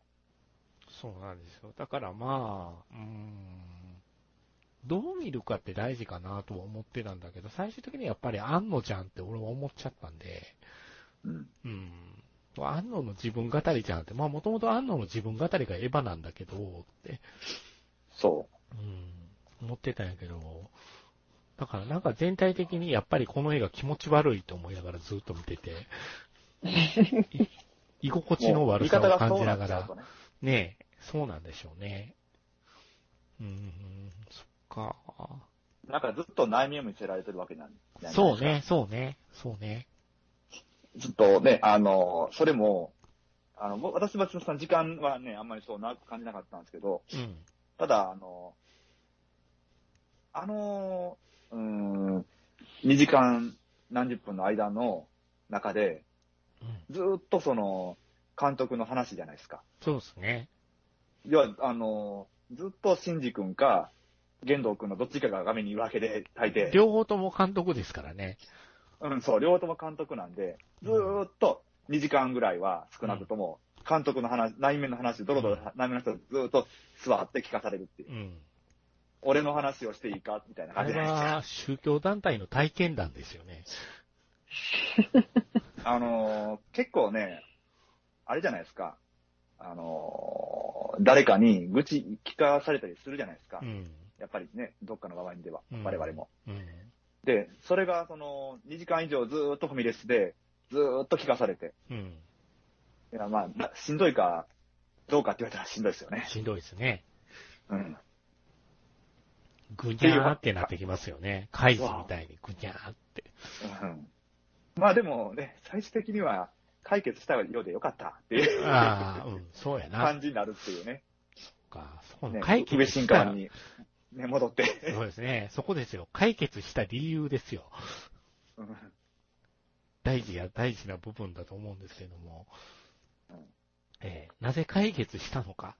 Speaker 2: そうなんですよ。だからまあ、うーん。どう見るかって大事かなとは思ってたんだけど、最終的にやっぱり安野ちゃんって俺は思っちゃったんで、
Speaker 3: うん。
Speaker 2: うん。安野の自分語りじゃんって、まあもともと安野の自分語りがエヴァなんだけど、って、
Speaker 3: そ
Speaker 2: うん、思ってたんやけど、だからなんか全体的にやっぱりこの映画気持ち悪いと思いながらずっと見て て、い居心
Speaker 3: う。
Speaker 2: 地の悪さ
Speaker 3: もう
Speaker 2: を感じなが
Speaker 3: 見方がそうっちゃう
Speaker 2: ら
Speaker 3: と、ね
Speaker 2: ねえ、そうなんでしょうね。うんうん、そっか。
Speaker 3: なんかずっと悩みを見せられてるわけなんで。
Speaker 2: そう。ね、そうね、そうね。
Speaker 3: ずっとね、あの、それも、あの、僕私はその時間はね、あんまりそう長く感じなかったんですけど、
Speaker 2: うん。
Speaker 3: ただ、あの、あの、うーん、2時間何十分の間の中で、
Speaker 2: うん、
Speaker 3: ずーっとその、監督の話じゃないですか。
Speaker 2: そうですね。
Speaker 3: 要は、あの、ずっとシンジ君か、玄道君のどっちかが画面にいるわけで、大抵。
Speaker 2: 両方とも監督ですからね。
Speaker 3: うん、そう、両方とも監督なんで、ずーっと2時間ぐらいは少なくとも、監督の話、内面の話、ドロドロ内面の人ずーっと座って聞かされるっていう。
Speaker 2: うん。
Speaker 3: 俺の話をしていいかみたいな
Speaker 2: あ
Speaker 3: 感じ
Speaker 2: れ
Speaker 3: じゃないですか。
Speaker 2: は宗教団体の体験談ですよね。
Speaker 3: あのー結構ね、あれじゃないですか。あのー誰かに愚痴聞かされたりするじゃないですか。
Speaker 2: うん。
Speaker 3: やっぱりね、どっかの場合にでは
Speaker 2: うん、
Speaker 3: 我々も。。
Speaker 2: うん。
Speaker 3: で、それが、その、2時間以上ずーっとファミレスで、ずーっと聞かされて、
Speaker 2: うん。
Speaker 3: いや、まあ、なしんどいか、どうかって言われたらしんどいですよね。
Speaker 2: しんどいですね。
Speaker 3: うん。
Speaker 2: ぐにゃーってなってきますよね。カイジみたいにぐにゃーって。
Speaker 3: うん、まあでもね、最終的には解決したようでよかったっていう
Speaker 2: ああ、うん、そうやな。
Speaker 3: 感じになるっていうね。
Speaker 2: かそう
Speaker 3: ね、
Speaker 2: 解
Speaker 3: 上
Speaker 2: 決
Speaker 3: 新
Speaker 2: した
Speaker 3: 館。に、ね、戻って。
Speaker 2: そうですね。そこですよ。解決した理由ですよ。
Speaker 3: うん
Speaker 2: 大事や大事な部分だと思うんですけども
Speaker 3: うん。
Speaker 2: えーなぜ解決したのか。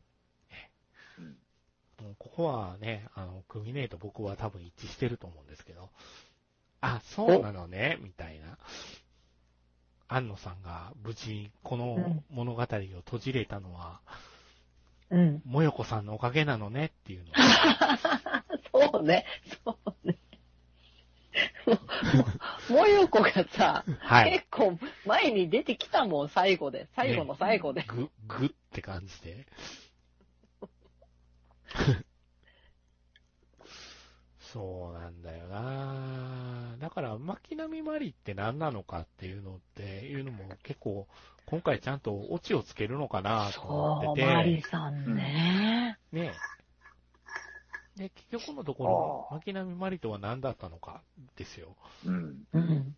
Speaker 3: うん
Speaker 2: もうここはね、あの、クミネーと僕は多分一致してると思うんですけど。あ、そうなのね、みたいな。安野さんが無事にこの物語を閉じれたのは、
Speaker 1: うん。
Speaker 2: もよこさんのおかげなのね っていうの。
Speaker 1: そうね、そうね。もうもよこがさ、
Speaker 2: はい。
Speaker 1: 結構前に出てきたもん、最後で。最後の最後で。
Speaker 2: ぐ、ぐって感じ で。そうなんだよなだから、巻波まりって何なのかっていうのっていうのも結構、今回ちゃんとオチをつけるのかなと思
Speaker 1: そ
Speaker 2: っ
Speaker 1: う、
Speaker 2: て
Speaker 1: マリ
Speaker 2: て、
Speaker 1: さんね。
Speaker 2: ねで、結局のところ、巻波まりとは何だったのかですよ。
Speaker 3: うん。
Speaker 1: うん。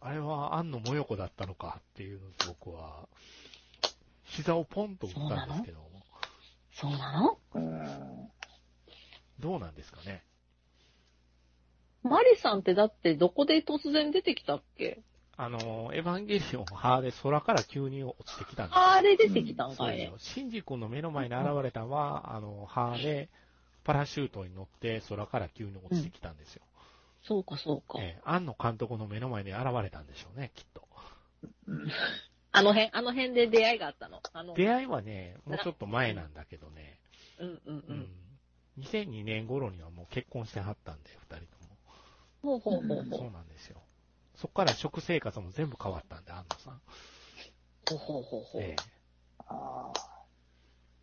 Speaker 2: あれは安野もよこだったのかっていうのと僕は、膝をポンと打ったんですけど、
Speaker 1: そうなの
Speaker 3: うん
Speaker 2: どうなんですかね。
Speaker 1: マリさんってだってどこで突然出てきたっけ
Speaker 2: あの、エヴァンゲリオン派で空から急に落ちてきたんです
Speaker 1: あれ出てきたん
Speaker 2: そ
Speaker 1: か
Speaker 2: う
Speaker 1: い
Speaker 2: です
Speaker 1: ね
Speaker 2: よ。。シンジ君の目の前に現れたのは、あの、派で、パラシュートに乗って空から急に落ちてきたんですよ。
Speaker 1: そうか、そうか。
Speaker 2: ええ、庵野監督の目の前に現れたんでしょうね、きっと。
Speaker 3: うん
Speaker 1: あの辺、あの辺で出会いがあったの。あの、
Speaker 2: 出会いはね、もうちょっと前なんだけどね、
Speaker 1: うんうん
Speaker 2: う
Speaker 1: うんん。。
Speaker 2: 2002年頃にはもう結婚してはったんで、二人とも。
Speaker 1: ほうほうほうほ
Speaker 2: そうなんですよ。そこから食生活も全部変わったんで、安野さん。
Speaker 1: う。ほうほうほう。
Speaker 2: ええ、
Speaker 3: ああ、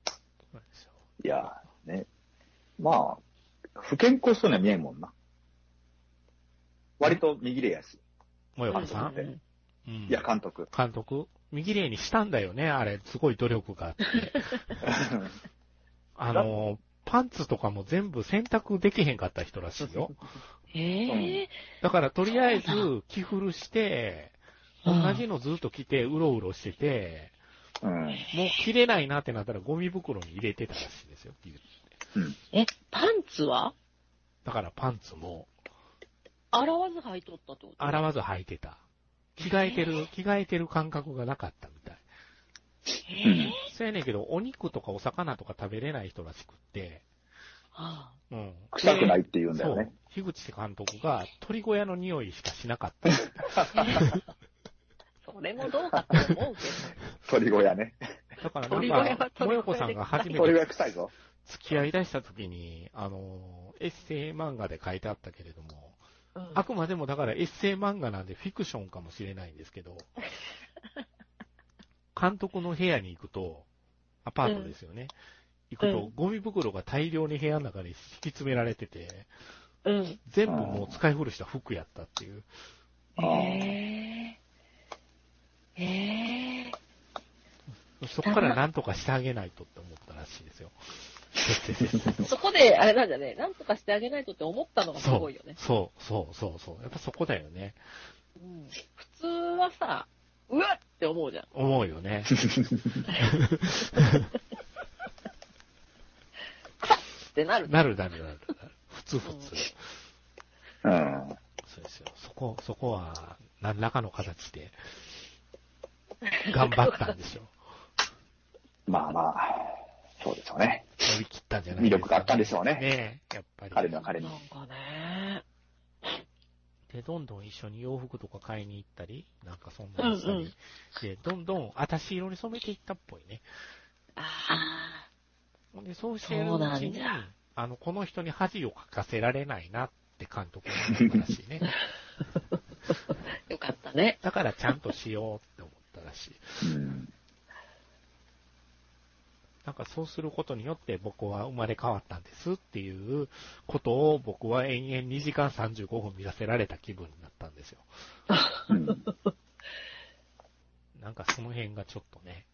Speaker 2: そうなんですよ。
Speaker 3: いや、ね。まあ、不健康そうには見えんもんな。割と右れやし。
Speaker 2: もよ
Speaker 1: う
Speaker 2: こ
Speaker 1: ん
Speaker 2: さん、
Speaker 1: うん
Speaker 2: うん、
Speaker 3: いや、監督。
Speaker 2: 監督、右例にしたんだよね、あれ、すごい努力があって。あの、パンツとかも全部洗濯できへんかった人らしいよ。
Speaker 1: へえ。
Speaker 2: だから、とりあえず、着古して、同じのずっと着て、うろうろしてて、
Speaker 3: うん。
Speaker 2: もう着れないなってなったら、ゴミ袋に入れてたらしいですよ。
Speaker 1: え、パンツは
Speaker 2: だから、パンツも、
Speaker 1: 洗わず履いとったってこと
Speaker 2: 洗わず履いてた。着替えてる、着替えてる感覚がなかったみたい。
Speaker 1: へえ。
Speaker 2: そうやねんけど、お肉とかお魚とか食べれない人らしくって、
Speaker 1: あ
Speaker 2: うん。
Speaker 3: 臭くないって言
Speaker 2: そ
Speaker 3: うん
Speaker 2: う
Speaker 3: だよね。
Speaker 2: 樋口監督が鳥小屋の匂いしかしなか った。
Speaker 1: あそれもどうかと思うけど。
Speaker 3: 鳥小屋ね。
Speaker 2: だから
Speaker 1: 鳥小
Speaker 2: な
Speaker 1: 屋
Speaker 2: んか
Speaker 1: は、鳥小屋で
Speaker 2: もよこさんが初め
Speaker 3: 鳥小
Speaker 2: て
Speaker 3: 屋臭いぞ。
Speaker 2: 付き合い出した時に、あの、エッセイ漫画で書いてあったけれども、
Speaker 1: うん
Speaker 2: あくまでもだからエッセイ漫画なんでフィクションかもしれないんです けど、監督の部屋に行くと、アパートですよね。行く
Speaker 1: う
Speaker 2: と、ゴミ袋が大量に部屋の中に引き詰められてて、
Speaker 1: うん。
Speaker 2: 全部もう使い古した服やったっていう。
Speaker 3: あー
Speaker 1: ええええ
Speaker 2: そこから何とかしてあげないとって思ったらしいです よ。せっせせっせと
Speaker 1: そこで、あれなんだね、なんとかしてあげないとって思ったのがすごいよね。
Speaker 2: そう、そう、そう、そう。やっぱそこだよね。
Speaker 1: うん普通はさ、うわっって思うじゃん。
Speaker 2: 思うよね。
Speaker 1: ってなる。
Speaker 2: なるなるなるなる。普通普通。
Speaker 3: うん。
Speaker 2: そうですよ。そこ、そこは、何らかの形で、頑張ったんでしょう。
Speaker 3: まあまあ、そうでしょうね。
Speaker 2: 乗り切ったんじゃない
Speaker 3: 魅力があったんでしょうね
Speaker 2: ねえやっぱり。
Speaker 3: 彼の彼
Speaker 1: な
Speaker 3: に。
Speaker 1: んかね。
Speaker 2: で、どんどん一緒に洋服とか買いに行ったり、なんかそんなにしたり、
Speaker 1: うんうん
Speaker 2: で、どんどん私色に染めていったっぽいね。
Speaker 1: ああ。
Speaker 2: ほんで、そうしてる
Speaker 1: そう
Speaker 2: う
Speaker 1: な
Speaker 2: ち
Speaker 1: ん
Speaker 2: に
Speaker 1: だ、
Speaker 2: あの、この人に恥をかかせられないなって監督になったら しいね。
Speaker 1: よかったね。
Speaker 2: だからちゃんとしようって思ったらしい。
Speaker 3: うん。
Speaker 2: なんかそうすることによって僕は生まれ変わったんですっていうことを僕は延々2時間35分見させられた気分になったんですよ。
Speaker 3: うん
Speaker 2: なんかその辺がちょっとね、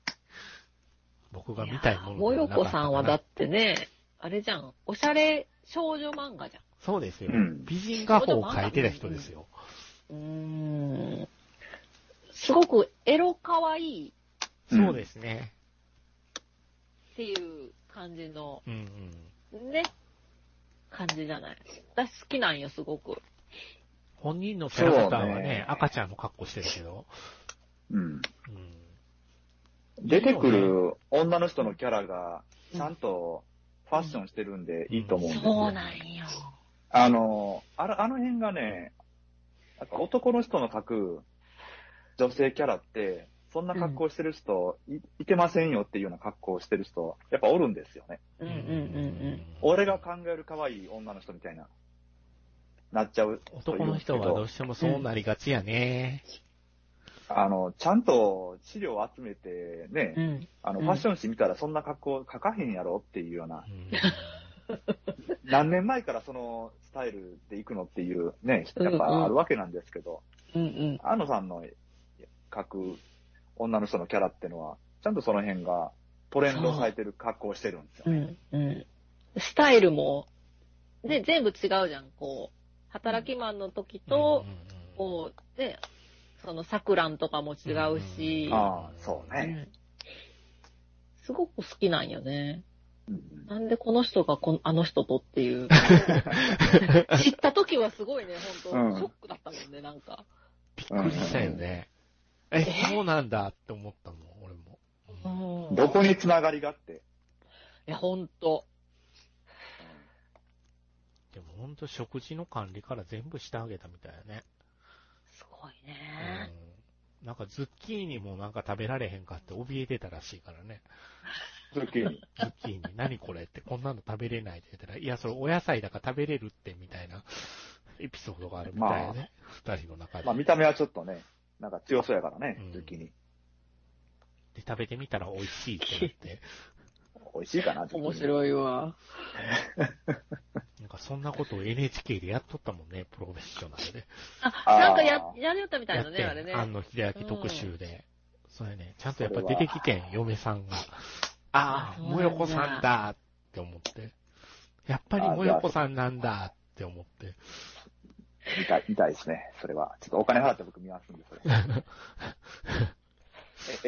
Speaker 2: 僕が見たいもの
Speaker 1: も
Speaker 2: では
Speaker 1: よ
Speaker 2: なかった
Speaker 1: こ
Speaker 2: かな
Speaker 1: さんはだってね、あれじゃん、おしゃれ少女漫画じ
Speaker 2: そうですよ
Speaker 3: うん。
Speaker 2: 美人画法を書いてた人ですよ。
Speaker 1: ゃん。うーん。すごくエロかわいい
Speaker 3: うん
Speaker 2: そうですね。
Speaker 1: っていう感じの、
Speaker 2: うんうん。
Speaker 1: ね、感じじゃない。私好きなんよ、すごく。
Speaker 2: 本人のキャラクターは
Speaker 3: そう
Speaker 2: ね
Speaker 3: ね、
Speaker 2: 赤ちゃんの格好してるけど。
Speaker 3: うん。
Speaker 2: うん。
Speaker 3: 出てくる女の人のキャラが、ちゃんとファッションしてるんで、いいと思うんですよ。
Speaker 1: そうなんよ。
Speaker 3: あの、あのあの辺がね、なんか男の人の描く女性キャラって、そんな格好してる人、いいてませんよっていうような格好してる人、やっぱおるんですよね。
Speaker 1: うんうんうん
Speaker 3: 俺が考える可愛い女の人みたいな、なっちゃう。
Speaker 2: 男の人はどうしてもそうなりがちやね。
Speaker 3: あの、ちゃんと資料を集めてね、
Speaker 1: うん。うん。
Speaker 3: あの、
Speaker 1: うん
Speaker 3: ファッション誌見たらそんな格好書かへんやろっていうような
Speaker 2: う、ん
Speaker 3: 何年前からそのスタイルで行くのっていうね、やっぱあるわけなんですけど、
Speaker 1: うんうん。
Speaker 3: 安野さんの書く女の人のキャラってのは、ちゃんとその辺がトレンドを変えてる格好をしてるんですよ
Speaker 1: う
Speaker 3: ね。
Speaker 1: んうん。スタイルも、ね、全部違うじゃん、こう。働きマンの時と、
Speaker 2: うんうんうん
Speaker 1: こう、ね、その、サクランとかも違うし、
Speaker 3: んああそうね
Speaker 1: うんすごく好きなんよね。
Speaker 3: うん
Speaker 1: なんでこの人がこのあの人とって いう。知った時はすごいね、本
Speaker 3: う
Speaker 1: 当
Speaker 3: ん
Speaker 1: ショックだったもんね、なんか。
Speaker 2: びっくりしたよね。え、そうなんだって思ったもん、俺も。うん
Speaker 1: うん
Speaker 3: どこに繋がりがあって、
Speaker 1: いや、ほんと。
Speaker 2: でもほんと食事の管理から全部してあげたみたいやね。
Speaker 1: すごいね。
Speaker 2: うんなんかズッキーニもなんか食べられへんかって怯えてたらしいからね。
Speaker 3: ズッキーニ。
Speaker 2: ズッキーニ、何これって、こんなの食べれないって言ったら、いや、それお野菜だから食べれるって、みたいなエピソードがあるみたいね。二、人の中で、
Speaker 3: まあ見た目はちょっとね、なんか強そうやからね
Speaker 2: うん、
Speaker 3: ズッキーニ。
Speaker 2: で、食べてみたら美味しいって言って、
Speaker 3: 美味しいかな、ズッキーニ
Speaker 1: 面白いわ。
Speaker 2: なんかそんなことを NHK でやっとったもんね、プロフェッショナルで。
Speaker 1: あ、なんかや
Speaker 3: あ、ー
Speaker 1: やりよったみた
Speaker 2: や
Speaker 1: いだ
Speaker 2: って
Speaker 1: ね、あれね。
Speaker 2: 庵野秀明特集で。それね、ちゃんとやっぱ出てきてん、嫁さんが。ああ、
Speaker 1: そうなんだ
Speaker 2: もよこさんだって思って。やっぱりもよこさんなんだって思って。
Speaker 3: 見たい、見たいですね、それは。ちょっとお金払って僕見ますんで、それ。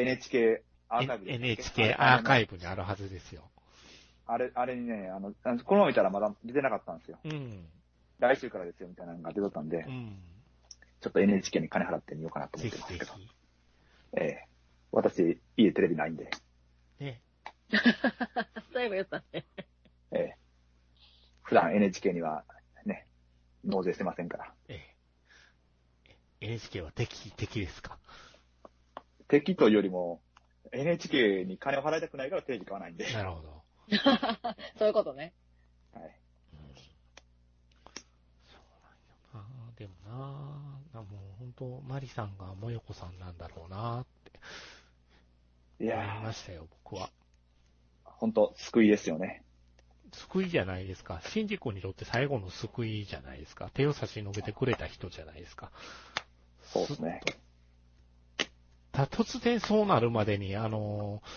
Speaker 3: え NHK アーカイブでしたっけ
Speaker 2: NHK アーカイブにあるはずですよ。
Speaker 3: あれ、あれにね、あの、あのこのまま見たらまだ出てなかったんですよ。
Speaker 2: うん。
Speaker 3: 来週からですよ、みたいなのが出とったんで、
Speaker 2: うん。
Speaker 3: ちょっと NHK に金払ってみようかなと思
Speaker 2: ぜ
Speaker 3: って
Speaker 2: ひぜ
Speaker 3: ますけど。
Speaker 2: ひ。
Speaker 3: ええ私、家テレビないんで。
Speaker 2: ね。
Speaker 1: そういえばよかったね。
Speaker 3: ええ普段 NHK には、ね、納税してませんから。
Speaker 2: ええ。NHK は敵、敵ですか。
Speaker 3: 敵というよりも、NHK に金を払いたくないからテレビ買わないんで。
Speaker 2: なるほど。
Speaker 1: そういうことね。
Speaker 3: はい。
Speaker 2: そうなんよなでもなもう本当、マリさんがもよこさんなんだろうなって
Speaker 3: い
Speaker 2: 思
Speaker 3: や
Speaker 2: いま
Speaker 3: ー、
Speaker 2: したよ、僕は。
Speaker 3: 本当救いですよね。
Speaker 2: 救いじゃないですか。シンジ君にとって最後の救いじゃないですか。手を差し伸べてくれた人じゃないですか。
Speaker 3: そうですね。
Speaker 2: た突然そうなるまでに、あのー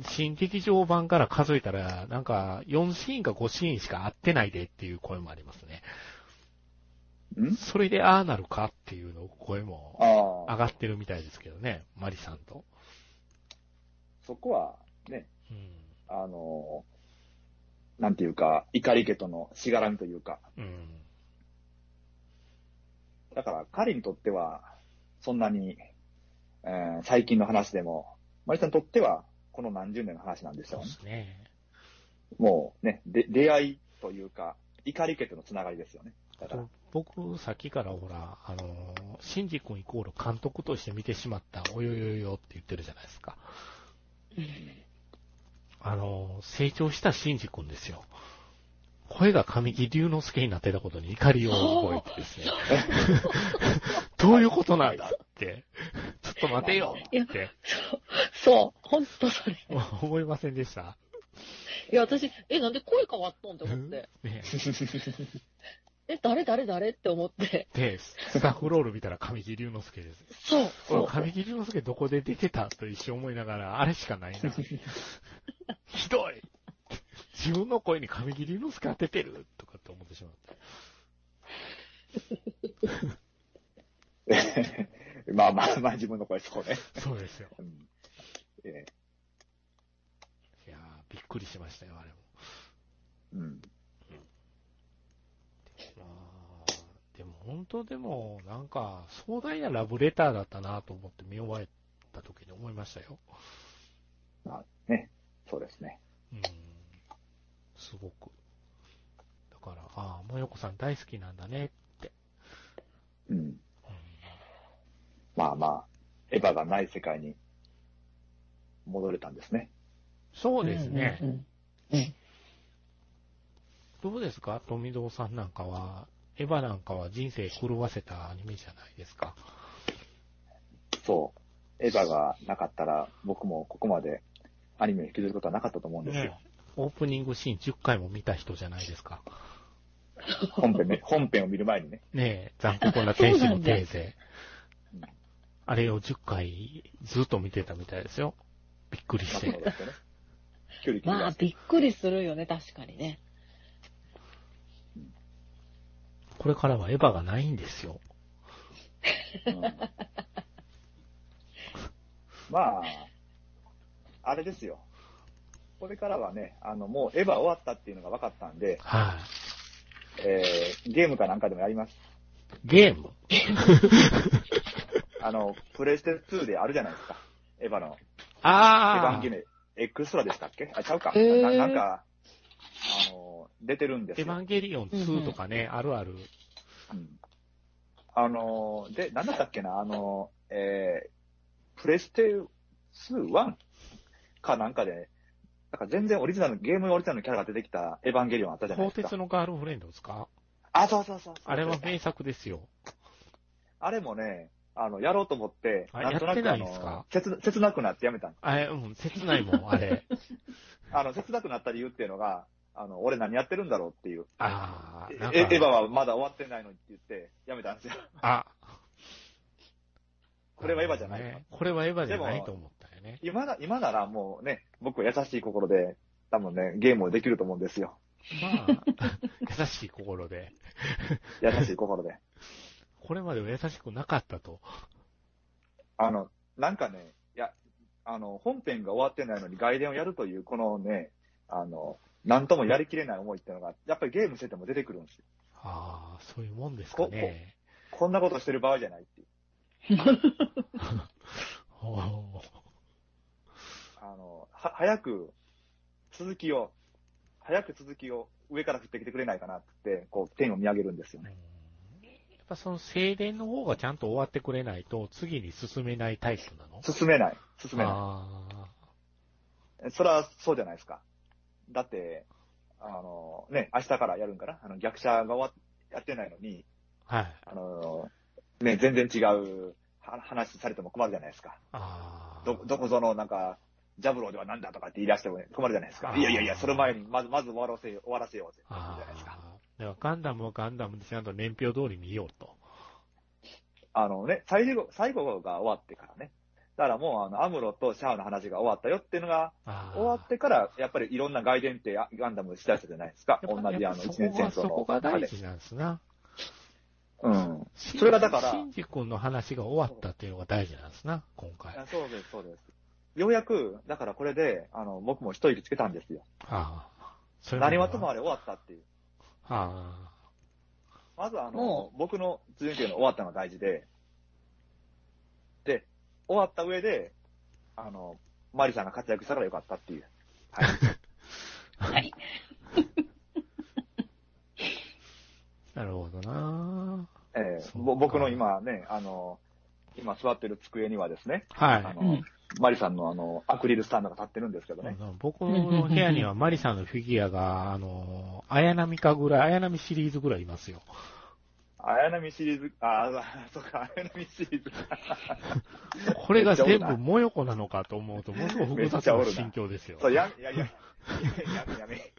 Speaker 2: 新劇場版から数えたら、なんか、4シーンか5シーンしか合ってないでっていう声もありますね。
Speaker 3: ん
Speaker 2: それでああなるかっていうの声も
Speaker 3: あ
Speaker 2: 上
Speaker 3: あ、
Speaker 2: がってるみたいですけどね、マリさんと。
Speaker 3: そこは、ね、
Speaker 2: う
Speaker 3: あのー、なんていうか、怒り家とのしがらみというか、
Speaker 2: ん。うん。
Speaker 3: だから彼にとっては、そんなに、えー最近の話でも、マリさんにとっては、この何十年の話なんです
Speaker 2: そう
Speaker 3: よ
Speaker 2: で。すね。
Speaker 3: もうね、で出会いというか、怒り家とのつながりですよね。だから、
Speaker 2: 僕、さっきからほら、あのー、シンジ君イコール監督として見てしまった、およよよって言ってるじゃないですか。あのー、成長したシンジ君ですよ。声が神木隆之介になってたことに怒りを覚えて ですね。どういうことなんだって。ちょっと待てよって
Speaker 1: そう、ほんとそれ。
Speaker 2: 思いませんでした。
Speaker 1: いや、私、え、なんで声変わっとんって思って。
Speaker 2: ね
Speaker 1: え、誰誰誰って思って。
Speaker 2: で、スタッフロール見たら神木隆之介です。
Speaker 1: そう、
Speaker 2: こ
Speaker 1: そ
Speaker 2: れ
Speaker 1: う。
Speaker 2: 神木隆之介どこで出てたと一瞬思いながら、あれしかない な。ひどい自分の声に神木隆之介当ててるとかって思ってしまった。
Speaker 3: まあまあまあ自分の声そこね。
Speaker 2: そうですよ。
Speaker 3: うんえ
Speaker 2: いやー、びっくりしましたよ、あれも。
Speaker 3: ーうん、
Speaker 2: まあ、でも本当でも、なんか、壮大なラブレターだったなと思って見終えた時に思いましたよ。
Speaker 3: そうですね。
Speaker 2: うん。すごく。だから、ああ、もよこさん大好きなんだね。
Speaker 3: うん、
Speaker 2: うん
Speaker 3: まあまあ、エヴァがない世界に戻れたんですね。
Speaker 2: そうですね。
Speaker 1: うんうん
Speaker 2: どうですか富堂さんなんかは、エヴァなんかは人生狂わせたアニメじゃないですか。
Speaker 3: そう。エヴァがなかったら、僕もここまでアニメを引きずることはなかったと思うんですよ。
Speaker 2: オープニングシーン10回も見た人じゃないですか。
Speaker 3: 本編ね、本編を見る前にね。
Speaker 2: ねえ、残酷な天使のテーゼ
Speaker 3: そうなんだ。
Speaker 2: あれを10回ずっと見てたみたいですよ。びっくり
Speaker 3: まあ
Speaker 2: し
Speaker 3: そう
Speaker 2: て。
Speaker 3: ですよね。距離切り
Speaker 1: ま
Speaker 3: 出
Speaker 1: あ、
Speaker 3: して
Speaker 1: びっくりするよね、確かにね。
Speaker 2: これからはエヴァがないんですよ。
Speaker 3: うんまあ、あれですよ。これからはね、あの、もうエヴァ終わったっていうのが分かったんで、
Speaker 2: はい、
Speaker 3: えーゲームかなんかでもやります。
Speaker 2: ゲーム
Speaker 3: あの、プレイステ2であるじゃないですか。エヴァの、エヴァ
Speaker 2: あ
Speaker 3: ン
Speaker 2: あ
Speaker 3: ゲリオン、エクストラでしたっけあ、ちゃうか。
Speaker 1: へー
Speaker 3: ななんか、あの、出てるんです
Speaker 2: エヴ
Speaker 3: よ。
Speaker 2: ァンゲリオン2とかね、あるある。
Speaker 3: うんあの、で、なんだったっけな、あの、えー、プレステ 2?1? かなんかで、なんか全然オリジナル、ゲームオリジナルのキャラが出てきたエヴァンゲリオンあったじゃない
Speaker 2: 鋼
Speaker 3: ですか
Speaker 2: 鉄。のガールフレンドですか
Speaker 3: あ、そうそうそうそう
Speaker 2: あれは名作ですよ。
Speaker 3: あれもね、あの、やろうと思って、
Speaker 2: あ
Speaker 3: なんと
Speaker 2: や
Speaker 3: な
Speaker 2: って
Speaker 3: く
Speaker 2: な
Speaker 3: あ
Speaker 2: いんですか
Speaker 3: の、切切なくなってやめたん
Speaker 2: あれ、うん、切ないもん、あれ。
Speaker 3: あの、切なくなった理由っていうのが、あの、俺何やってるんだろうっていう。
Speaker 2: ああ、
Speaker 3: え
Speaker 2: なんか
Speaker 3: エヴァはまだ終わってないのにって言って、やめたんですよ。
Speaker 2: あ、
Speaker 3: これはエヴァじゃない
Speaker 2: ね。これはエヴァじゃないと思ったよね。
Speaker 3: 今な、今ならもうね、僕は優しい心で、多分ね、ゲームをできると思うんですよ。
Speaker 2: まあ、 優しい心で。
Speaker 3: 優しい心で。
Speaker 2: これまでは優しくなかったと。
Speaker 3: あの、なんかね、いや、あの、本編が終わってないのに外伝をやるという、このね、あの、なんともやりきれない思いっていうのが、やっぱりゲームしてても出てくるんですよ。
Speaker 2: ああ、そういうもんですかね。
Speaker 3: こんなことしてる場合じゃないっていう。
Speaker 2: おー
Speaker 3: あの、は、早く、続きを、早く続きを上から降ってきてくれないかなって、こう、天を見上げるんですよ
Speaker 2: うん
Speaker 3: ね。
Speaker 2: やっぱその静電の方がちゃんと終わってくれないと、次に進めないタイプなの
Speaker 3: 進めない。進めな
Speaker 2: ああ、
Speaker 3: い。それはそうじゃないですか。だって、あの、ね、明日からやるんかなあの、逆者が終わやってないのに、
Speaker 2: はい。
Speaker 3: あの、ね、全然違うは話されても困るじゃないですか。
Speaker 2: ああ。
Speaker 3: ど、どこぞのなんか、ジャブローではなんだとかって言い出しても困るじゃないです
Speaker 2: あ
Speaker 3: か。
Speaker 2: ー
Speaker 3: いやいやいや、その前に、まず、まず終わらせよう、終わらせようぜ。じゃ
Speaker 2: あ
Speaker 3: ないですか。
Speaker 2: あ。だからガンダムはガンダムでちゃんと年表通り見ようと。
Speaker 3: あのね、最後、最後が終わってからね。だからもう、あの、アムロとシャアの話が終わったよっていうのが、
Speaker 2: ああ。
Speaker 3: 終わってから、やっぱりいろんな外伝ってあガンダムしだしたじゃないですか。
Speaker 2: や
Speaker 3: 同
Speaker 2: っぱ、
Speaker 3: じ
Speaker 2: や
Speaker 3: あ
Speaker 2: っ
Speaker 3: の、
Speaker 2: ぱ
Speaker 3: 一
Speaker 2: そ
Speaker 3: 年
Speaker 2: こ
Speaker 3: 戦
Speaker 2: は、
Speaker 3: 争
Speaker 2: そこ
Speaker 3: の。
Speaker 2: が
Speaker 3: あ
Speaker 2: 大
Speaker 3: れ
Speaker 2: 事なんですな。
Speaker 3: うん。それがだから
Speaker 2: シンジ君の話が終わったっていうのが大事なんですな、今回。あ
Speaker 3: あそうです、そうです。ようやく、だからこれで、あの、僕も一息つけたんですよ。
Speaker 2: あ。それまで
Speaker 3: 何はともあれ終わったっていう。
Speaker 2: あ
Speaker 3: まずあの
Speaker 1: も、
Speaker 3: 僕の準っていうの終わったのが大事で、で、終わった上で、あの、マリさんが活躍したからよかったっていう。はい。
Speaker 1: はい。
Speaker 2: あ。なるほどな。
Speaker 3: え
Speaker 2: そうか
Speaker 3: ー、ぼ僕の今ね、あの、今座ってる机にはですね、
Speaker 2: はい。
Speaker 3: あの、
Speaker 1: うん
Speaker 3: マリさんのあの、アクリルスタンドが立ってるんですけどね。
Speaker 2: 僕の部屋にはマリさんのフィギュアが、あの、綾波かぐらい、綾波シリーズぐらいいますよ。
Speaker 3: 綾波シリーズ、あ あ、そうか、綾波シリーズ。
Speaker 2: これが全部モヨコなのかと思うと、ものすごく複雑な心境ですよ。
Speaker 3: そう、や、いやいや、やめやめ。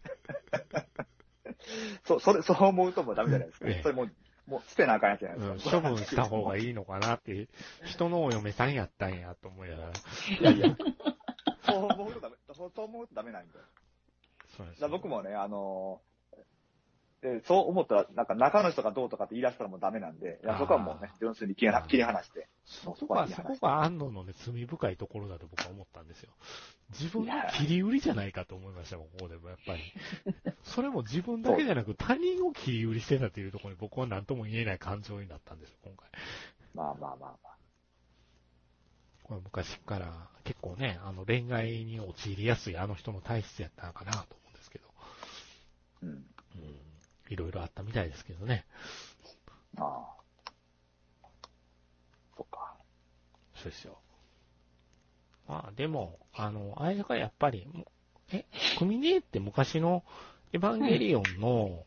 Speaker 3: そう、それ、そう思うともうダメじゃないですか
Speaker 2: ええ。
Speaker 3: それもう、もう捨てなあかんやつじゃな
Speaker 2: う
Speaker 3: い
Speaker 2: ん、
Speaker 3: ですか。
Speaker 2: 処分した方がいいのかなって、人のお嫁さんやったんやと思いながら。
Speaker 3: い やいや。 そう思うとダメ、そうそう思うとダメなんで。だか
Speaker 2: そうです
Speaker 3: ら僕もね、あのでそう思ったら、なんか中の人がどうとかって言い出したらもうダメなんで、いやそこはもうね
Speaker 2: あ、
Speaker 3: 純粋に切り離切り離して。
Speaker 2: そこが、そこが安野のね、罪深いところだと僕は思ったんですよ。自分の切り売りじゃないかと思いましたもん、ここでもやっぱり。それも自分だけじゃなく、他人を切り売りしてたというところに僕は何とも言えない感情になったんですよ、今回。
Speaker 3: まあまあまあまあ。
Speaker 2: これ昔から結構ね、あの恋愛に陥りやすいあの人の体質やったのかなと思うんですけど、
Speaker 3: うん。
Speaker 2: いろいろあったみたいですけどね。
Speaker 3: ああ。そっか。
Speaker 2: そうですよ。まあでも、あの、あれがやっぱり、え、クミネって昔のエヴァンゲリオンの、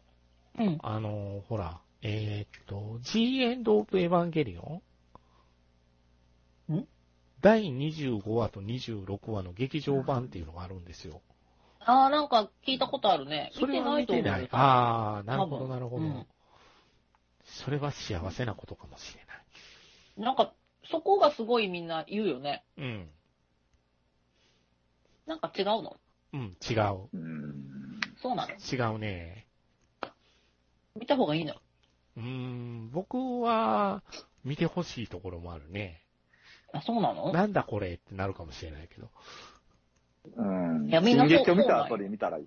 Speaker 1: うん。
Speaker 2: あの、ほら、えーっと、G エンド・オブ・エヴァンゲリオン
Speaker 1: ん
Speaker 2: 第25話と26話の劇場版っていうのがあるんですよ。
Speaker 1: ああ、なんか聞いたことあるね。
Speaker 2: それは見
Speaker 1: 見て
Speaker 2: て
Speaker 1: な
Speaker 2: ないい。
Speaker 1: と思う。
Speaker 2: ああ、なるほ
Speaker 1: 多
Speaker 2: ど、
Speaker 1: 分
Speaker 2: なるほど、
Speaker 1: うん
Speaker 2: それは幸せなことかもし
Speaker 1: なんか、そこがすごいみんな言うよね。
Speaker 2: れない。
Speaker 1: なんか違うの
Speaker 2: うん。うん、違う。
Speaker 3: うん。
Speaker 1: そうなの
Speaker 2: 違うね。
Speaker 1: 見た方がいいの
Speaker 2: うーん、僕は、見てほしいところもあるね。
Speaker 1: あ、そうなの
Speaker 2: なんだこれってなるかもしれないけど。
Speaker 3: うん。
Speaker 1: いやみんな
Speaker 3: 進
Speaker 1: そう
Speaker 3: 撃を見
Speaker 1: そう
Speaker 3: た
Speaker 1: なんよ
Speaker 3: 後で見たらいい。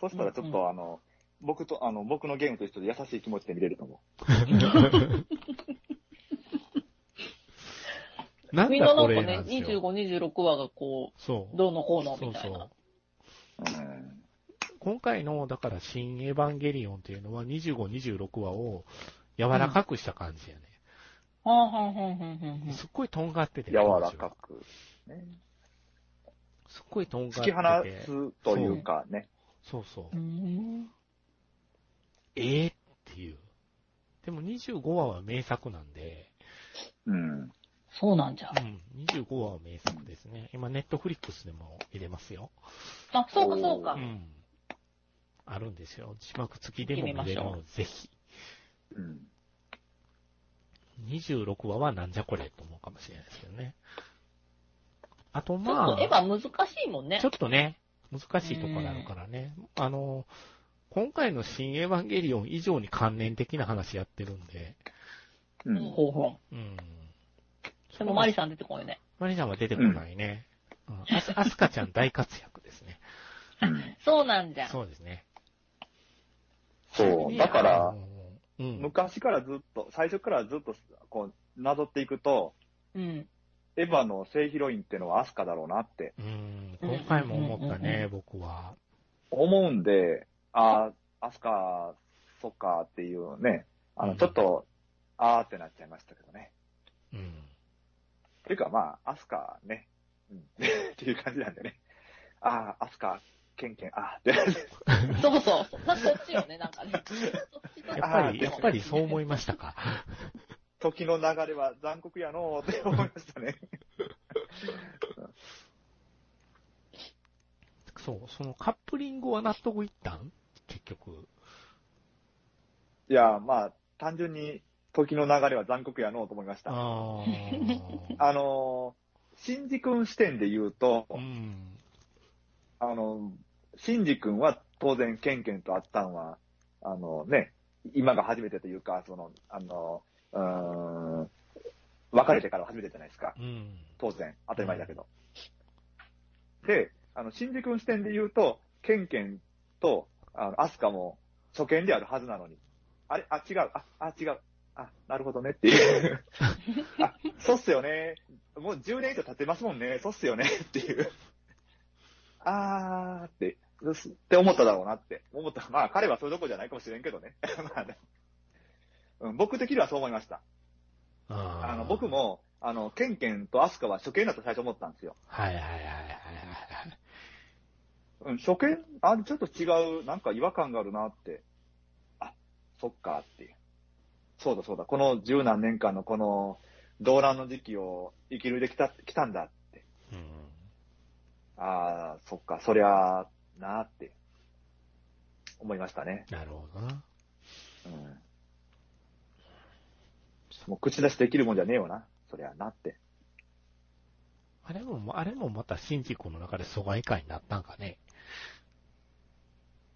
Speaker 3: そしたらちょっと、あの、僕と、あの、僕のゲームと一緒で優しい気持ちで見れると思
Speaker 2: なん
Speaker 1: みんな
Speaker 2: だ
Speaker 1: な
Speaker 2: こ
Speaker 1: んか
Speaker 2: れな
Speaker 1: ね
Speaker 2: ん、で
Speaker 1: 25
Speaker 2: すよ。、
Speaker 1: 26話がこ
Speaker 2: そう
Speaker 1: う、。どうのこうの
Speaker 2: そ
Speaker 1: み
Speaker 2: う
Speaker 1: た
Speaker 2: そ
Speaker 1: いうな。。
Speaker 3: う。うん。
Speaker 2: 今回の、だから、新エヴァンゲリオンっていうのは、25、26話を柔らかくした感じやね。
Speaker 1: はあ、はあ、はあ、はあ、はあ。
Speaker 2: すっごいとんがってて。
Speaker 3: 柔らかく。ね
Speaker 2: すっごいとんがっ
Speaker 3: 突
Speaker 2: てて。
Speaker 3: き放すというかね。
Speaker 2: そうそう。
Speaker 1: うーん。
Speaker 2: ええっていう。でも25話は名作なんで、
Speaker 3: うん。
Speaker 1: そうなんじゃ。
Speaker 2: うん、25話は名作ですね。今、ネットフリックスでも見れますよ。
Speaker 1: あ、そうか、そう
Speaker 2: う
Speaker 1: か。
Speaker 2: ん。あるんですよ。字幕付きでも見れる
Speaker 1: 見てみましょ
Speaker 2: のぜひ。
Speaker 3: うん。
Speaker 2: 26話はなんじゃこれと思うかもしれないですけどね。あと、
Speaker 1: ちょ
Speaker 2: まあ。
Speaker 1: っとエヴァ難しいもんね
Speaker 2: ちょ。っとね、難しいところあるからね。あの、今回の新エヴァンゲリオン以上に関連的な話やってるんで、
Speaker 3: うん。
Speaker 1: ほうほう。
Speaker 2: うん。
Speaker 1: でもマリさん出てこいね。
Speaker 2: マリさんは出てこないね。うん。アスアスカちゃん大活躍で すね。
Speaker 3: うん
Speaker 1: そうなんじゃ。
Speaker 2: そうですね。
Speaker 3: そう。だから
Speaker 2: あ、の、うん。
Speaker 3: 昔からずっと、最初からずっと、こう、なぞっていくと、
Speaker 1: うん。
Speaker 3: エヴァの正ヒロインってのはアスカだろうなって
Speaker 2: うん、今回も思ったね、僕は。
Speaker 3: 思うんで、ああ、アスカ、そっかっていうね、あ
Speaker 2: う
Speaker 3: の、
Speaker 2: ん
Speaker 3: ちょっと、あーってなっちゃいましたけどね。
Speaker 2: うん。
Speaker 3: ていうかまあ、アスカね、うん、っていう感じなんでね。ああ、アスカ、ケンケン、あーって。
Speaker 1: そうそう。まあ、そっちよね、なんかね。そっちと
Speaker 2: やっぱ
Speaker 3: あー
Speaker 2: り、
Speaker 3: で
Speaker 2: や
Speaker 3: も
Speaker 2: っぱりそう思いましたか。
Speaker 3: 時の流れは残酷やのーって思いまし たね。
Speaker 2: そう、そのカップリングは納得いったん結局。
Speaker 3: いや、まあ、単純に時の流れは残酷やのーと思いました。あ、
Speaker 2: ああ。
Speaker 3: のー、シンジ君視点で言うと、
Speaker 2: うん。
Speaker 3: あの、シンジ君は当然、ケンケンと会ったんは、あのね、今が初めてというか、その、あの、うーん、別れてから初めてじゃないですか。
Speaker 2: うん。
Speaker 3: 当然、当たり前だけど。で、あの、シンジ君視点で言うと、ケンケンと、あの、アスカも初見であるはずなのに、あれ、あ、違う、あ、あ、違う、あ、なるほどねっていう。あ、そうっすよね。もう10年以上経ってますもんね。そうっすよねっていう。あーって、ですって思っただろうなって。思った。まあ、彼はそういうとこじゃないかもしれんけどね。 まあねうん、僕的にはそう思いました。
Speaker 2: あー
Speaker 3: あの、僕。も、あの、ケンケンとアスカは初見だと最初思ったんですよ。
Speaker 2: はいはいはいはい
Speaker 3: うん、初見あ、ちょっと違う、なんか違和感があるなって。あ、そっかっていう。そうだそうだ、この十何年間のこの動乱の時期を生きるできた、来たんだって。
Speaker 2: はい。うん。
Speaker 3: ああ、そっか、そりゃあ、なーって、思いましたね。
Speaker 2: なるほどな。
Speaker 3: うん。もう口出しできるもんじゃねえよな。そりゃあなって。
Speaker 2: あれも、あれもまた新事項の中で疎外感になったんかね。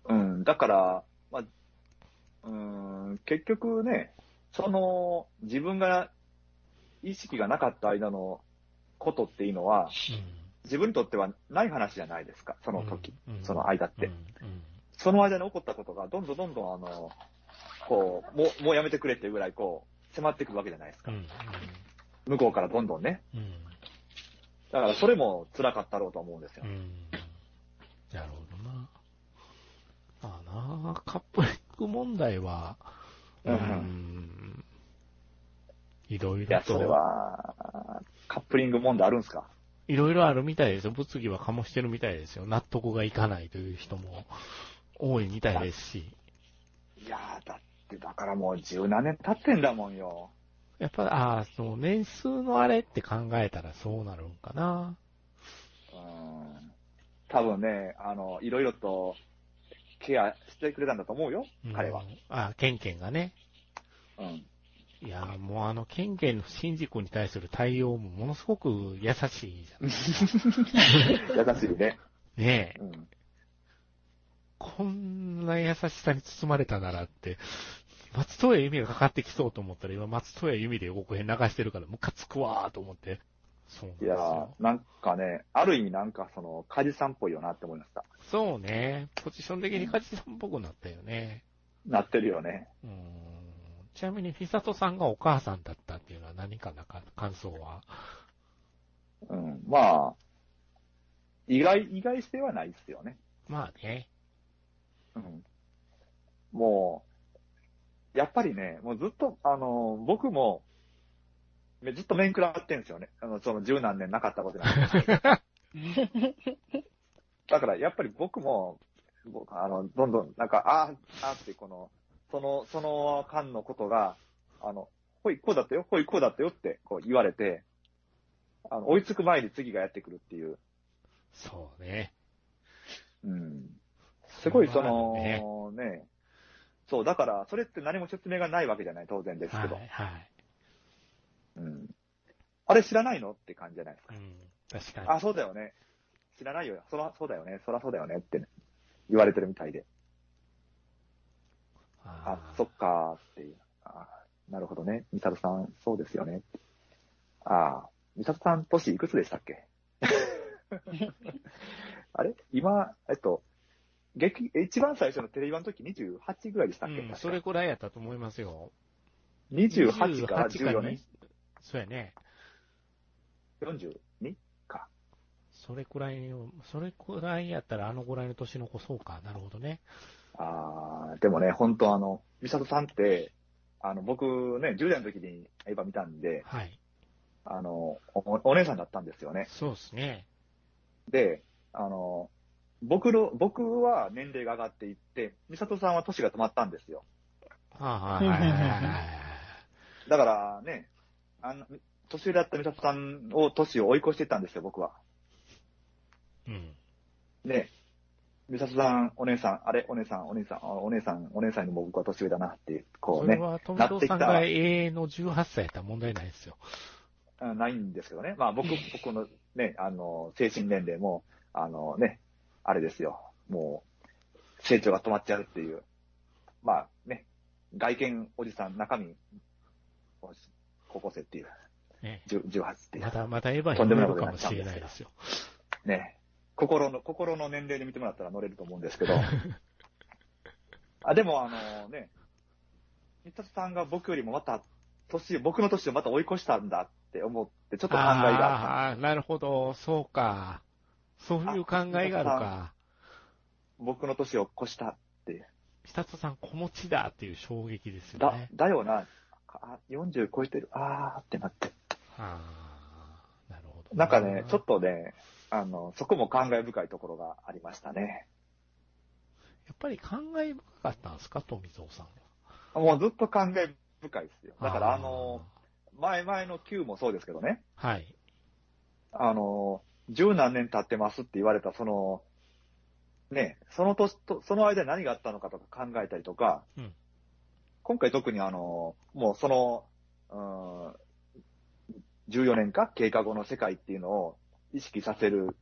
Speaker 3: うん、だから、まあ、うん、結局ね、その、自分が意識がなかった間のことっていうのは、
Speaker 2: うん。
Speaker 3: 自分にとってはない話じゃないですか、その時、
Speaker 2: うん、
Speaker 3: その間っ
Speaker 2: うん。
Speaker 3: て。
Speaker 2: うん。
Speaker 3: その間に起こったことが、どんどんどんどん、あの、こう、もう、もうやめてくれっていうぐらい、こう、迫ってくるわけじゃないです
Speaker 2: う
Speaker 3: か。
Speaker 2: ん。
Speaker 3: 向こうからどんどんね。
Speaker 2: うん。うん。
Speaker 3: だから、それも辛かったろうと思うんですよ
Speaker 2: う。ん。なるほどな。まあなカップリング問題は、う
Speaker 3: うん
Speaker 2: ん。いろい
Speaker 3: い
Speaker 2: ろ
Speaker 3: や、そ
Speaker 2: と
Speaker 3: れ、は、カップリング問題あるんすか
Speaker 2: いろいろあるみたいですよ。物議は醸してるみたいですよ。納得がいかないという人も多いみたいですし。
Speaker 3: いやー、だって、だからもう十何年経ってんだもんよ。
Speaker 2: やっぱ、ああ、その年数のあれって考えたらそうなるんかな。
Speaker 3: うん。多分ね、あの、いろいろとケアしてくれたんだと思うよ
Speaker 2: うん、
Speaker 3: 彼は。。
Speaker 2: ああ、ケンケンがね。
Speaker 3: うん。
Speaker 2: いやー、もうあの、ケンケンの新事故に対する対応もものすごく優しいじゃん。
Speaker 3: 優しいね。
Speaker 2: ねえ、
Speaker 3: うん。
Speaker 2: こんな優しさに包まれたならって、松任谷由実がかかってきそうと思ったら今松任谷由実で予告編流してるからムカつくわーと思って。そうなん
Speaker 3: い
Speaker 2: です
Speaker 3: や
Speaker 2: よ。
Speaker 3: ー、なんかね、ある意味なんかその、カジさんっぽいよなって思いました。
Speaker 2: そうね。ポジション的にカジさんっぽくなったよね。
Speaker 3: なってるよね。
Speaker 2: うーん。ちなみに、ヒサトさんがお母さんだったっていうのは何かなか、感想は。
Speaker 3: うん。まあ、意外、意外性はないっすよね。
Speaker 2: まあね。
Speaker 3: うん。もう、やっぱりね、もうずっと、あの、僕も、めずっと面食らってんですよね。あの、その十何年なかったことなんでだから、やっぱり僕も、僕あの、どんどん、なんか、あーあーって、この、その、その間のことが、あの、ほい、こうだったよ、ほい、こうだったよって、こう言われて、あの、追いつく前に次がやってくるっていう、
Speaker 2: そうね。
Speaker 3: うん。すごいそ
Speaker 2: はあるね
Speaker 3: の、ね、そう、だから、それって何も説明がないわけじゃない、当然です
Speaker 2: は
Speaker 3: け
Speaker 2: い
Speaker 3: ど。、
Speaker 2: はい。
Speaker 3: うん。あれ知らないのって感じじゃないですか。
Speaker 2: うん。確かに。
Speaker 3: あ、そうだよね。知らないよ。そら、そうだよね。そらそうだよねって、ね、言われてるみたいで。あ、
Speaker 2: ー
Speaker 3: そっかーっていう。あーなるほどね。ミサトさん、そうですよね。ああ、ミサトさん、年いくつでしたっ けあれ今、えっと、劇、え一番最初のテレビ版の時28ぐらいでしたっけ、
Speaker 2: う
Speaker 3: 確
Speaker 2: ん、
Speaker 3: か
Speaker 2: それくらいやったと思いますよ。
Speaker 3: 28か
Speaker 2: 28
Speaker 3: ら14年
Speaker 2: に。そうやね。
Speaker 3: 42?
Speaker 2: それくらいの、それくらいやったらあのぐらいの年の子そうか。なるほどね。
Speaker 3: ああ、でもね、本当あの、ミサトさんって、あの、僕ね、10代の時にエヴァ見たんで、
Speaker 2: はい。
Speaker 3: あの、おお姉さんだったんですよね。
Speaker 2: そうですね。
Speaker 3: で、あの、僕の、僕は年齢が上がっていって、美里さんは年が止まったんですよ。
Speaker 2: あーはいはいはいはいはい。
Speaker 3: だからね、あの、年上だった美里さんを年を追い越してたんですよ、僕は。
Speaker 2: うん。
Speaker 3: ね、美里さん、お姉さん、あれ、お姉さん、お姉さん、あお姉さん、お姉さんにも僕は年上だなっていう、こ
Speaker 2: そうれ
Speaker 3: ね、
Speaker 2: は、富藤さん
Speaker 3: なっ
Speaker 2: が
Speaker 3: て
Speaker 2: 永遠の18歳やったら問題ないですよ。
Speaker 3: うんないんですけどね。ま あ僕、僕のね、あの、精神年齢も、あのね、あれですよ。もう、成長が止まっちゃうっていう。まあね、外見おじさん、中身、高校生っていう、
Speaker 2: ね。
Speaker 3: 10 18ってい
Speaker 2: ま
Speaker 3: う。
Speaker 2: だまだエヴァに乗れるかもしれないですよ。
Speaker 3: ね、心の、心の年齢で見てもらったら乗れると思うんで すけど。あ、でもあのね、三田さんが僕よりもまた、年、僕の年をまた追い越したんだって思って、ちょっと考えがあった。
Speaker 2: ああー、なるほど。そうか。そういう考えがあるか。
Speaker 3: 僕の年を越した
Speaker 2: 久里さん、子持ちだっていう衝撃ですよ
Speaker 3: だ
Speaker 2: ね。、
Speaker 3: だよな。あ40超えてる。あーってなって。
Speaker 2: ああ、なるほど。
Speaker 3: なんかね、ちょっとね、あの、そこも感慨深いところがありましたね。
Speaker 2: やっぱり感慨深かったんですか、富蔵さんは。
Speaker 3: もうずっと感慨深いですよ。だから
Speaker 2: ー
Speaker 3: あの、、前々の Q もそうですけどね、
Speaker 2: はい。
Speaker 3: あの、十何年経ってますって言われた、その、ね、その年と、その間に何があったのかとか考えたりとか、
Speaker 2: うん
Speaker 3: 今回特にあの、もうその、うん、14年か経過後の世界っていうのを意識させる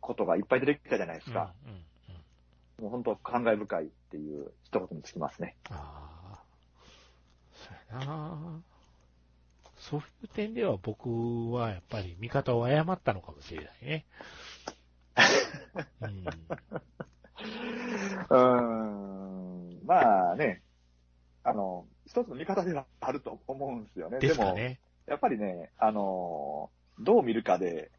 Speaker 3: ことがいっぱい出てきたじゃないですか。
Speaker 2: うんうんうん、
Speaker 3: もう本当感慨深いっていう一言につきますね。
Speaker 2: ああ、そうやな。そういう点では僕はやっぱり見方を誤ったのかもしれないね。うん、
Speaker 3: うーん、まあね、あの、一つの見方ではあると思うんですよね。
Speaker 2: です
Speaker 3: も
Speaker 2: かね。
Speaker 3: やっぱりね、あのーどう見るかで、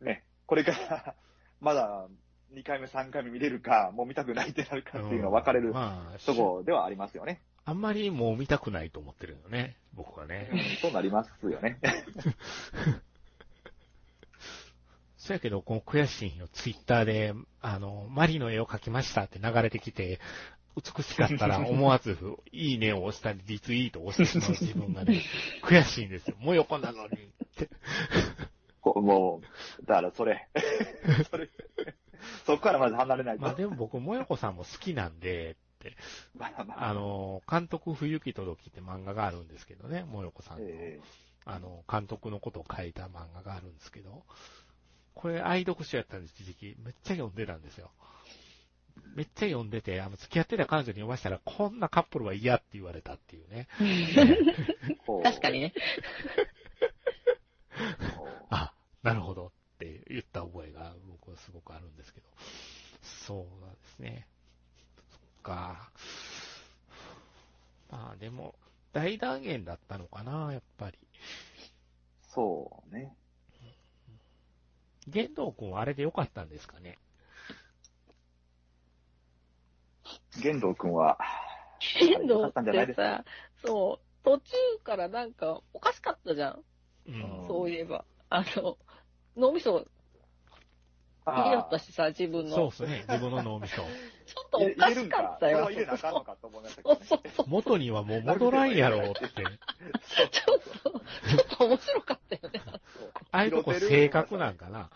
Speaker 3: ね、これから、 まだ2回目、3回目見れるか、もう見たくないってなるかっていうのは分かれ
Speaker 2: うん
Speaker 3: る
Speaker 2: まあ、
Speaker 3: とこではありますよね。
Speaker 2: あんまりもう見たくないと思ってるよね、僕はね。
Speaker 3: そうなりますよね。
Speaker 2: そやけど、この悔しい日のツイッターで、あの、マリの絵を描きましたって流れてきて、美しかったら思わず、いいねを押したり、リツイートを押してしまう自分がね、悔しいんですよ。もう横なのに。
Speaker 3: こうもう、だからそれ、 それ、そこからまず離れないと。
Speaker 2: まあでも僕、もよこさんも好きなんで、
Speaker 3: まあまあ
Speaker 2: あの、監督冬木とどきって漫画があるんですけどね、もよこさんの。
Speaker 3: え
Speaker 2: あの、監督のことを書いた漫画があるんですけど、これ愛読書やったんです、一時期。めっちゃ読んでたんですよ。めっちゃ読んでて、あの、付き合ってた彼女に読ましたら、こんなカップルは嫌って言われたっていうね。
Speaker 3: ーこう
Speaker 1: 確かにね。
Speaker 3: こう
Speaker 2: あ、なるほどって言った覚えが僕はすごくあるんですけど。そうなんですね。そっか。まあでも、大断言だったのかな、やっぱり。
Speaker 3: そうね。
Speaker 2: 玄道君はあれで良かったんですかね。
Speaker 3: 玄道君は、
Speaker 1: 剣道
Speaker 3: よか
Speaker 1: っ
Speaker 3: ったんじゃない
Speaker 1: て
Speaker 3: ですか
Speaker 1: さ、そう、途中からなんかおかしかったじゃん。
Speaker 2: うん。
Speaker 3: うん
Speaker 1: そういえば。あの、脳みそ気になったしさ、自分の。
Speaker 2: そうですね、自分の脳みそ。
Speaker 1: ちょっとおかしかったよ。
Speaker 3: 入れなあかんのかと思いましたけ
Speaker 1: そ
Speaker 3: ど
Speaker 1: うそうそう。
Speaker 2: 元にはもう戻らんやろうって。
Speaker 1: ちょっと、ちょっと面白かったよね。
Speaker 2: ああいうとこ性格なんかな。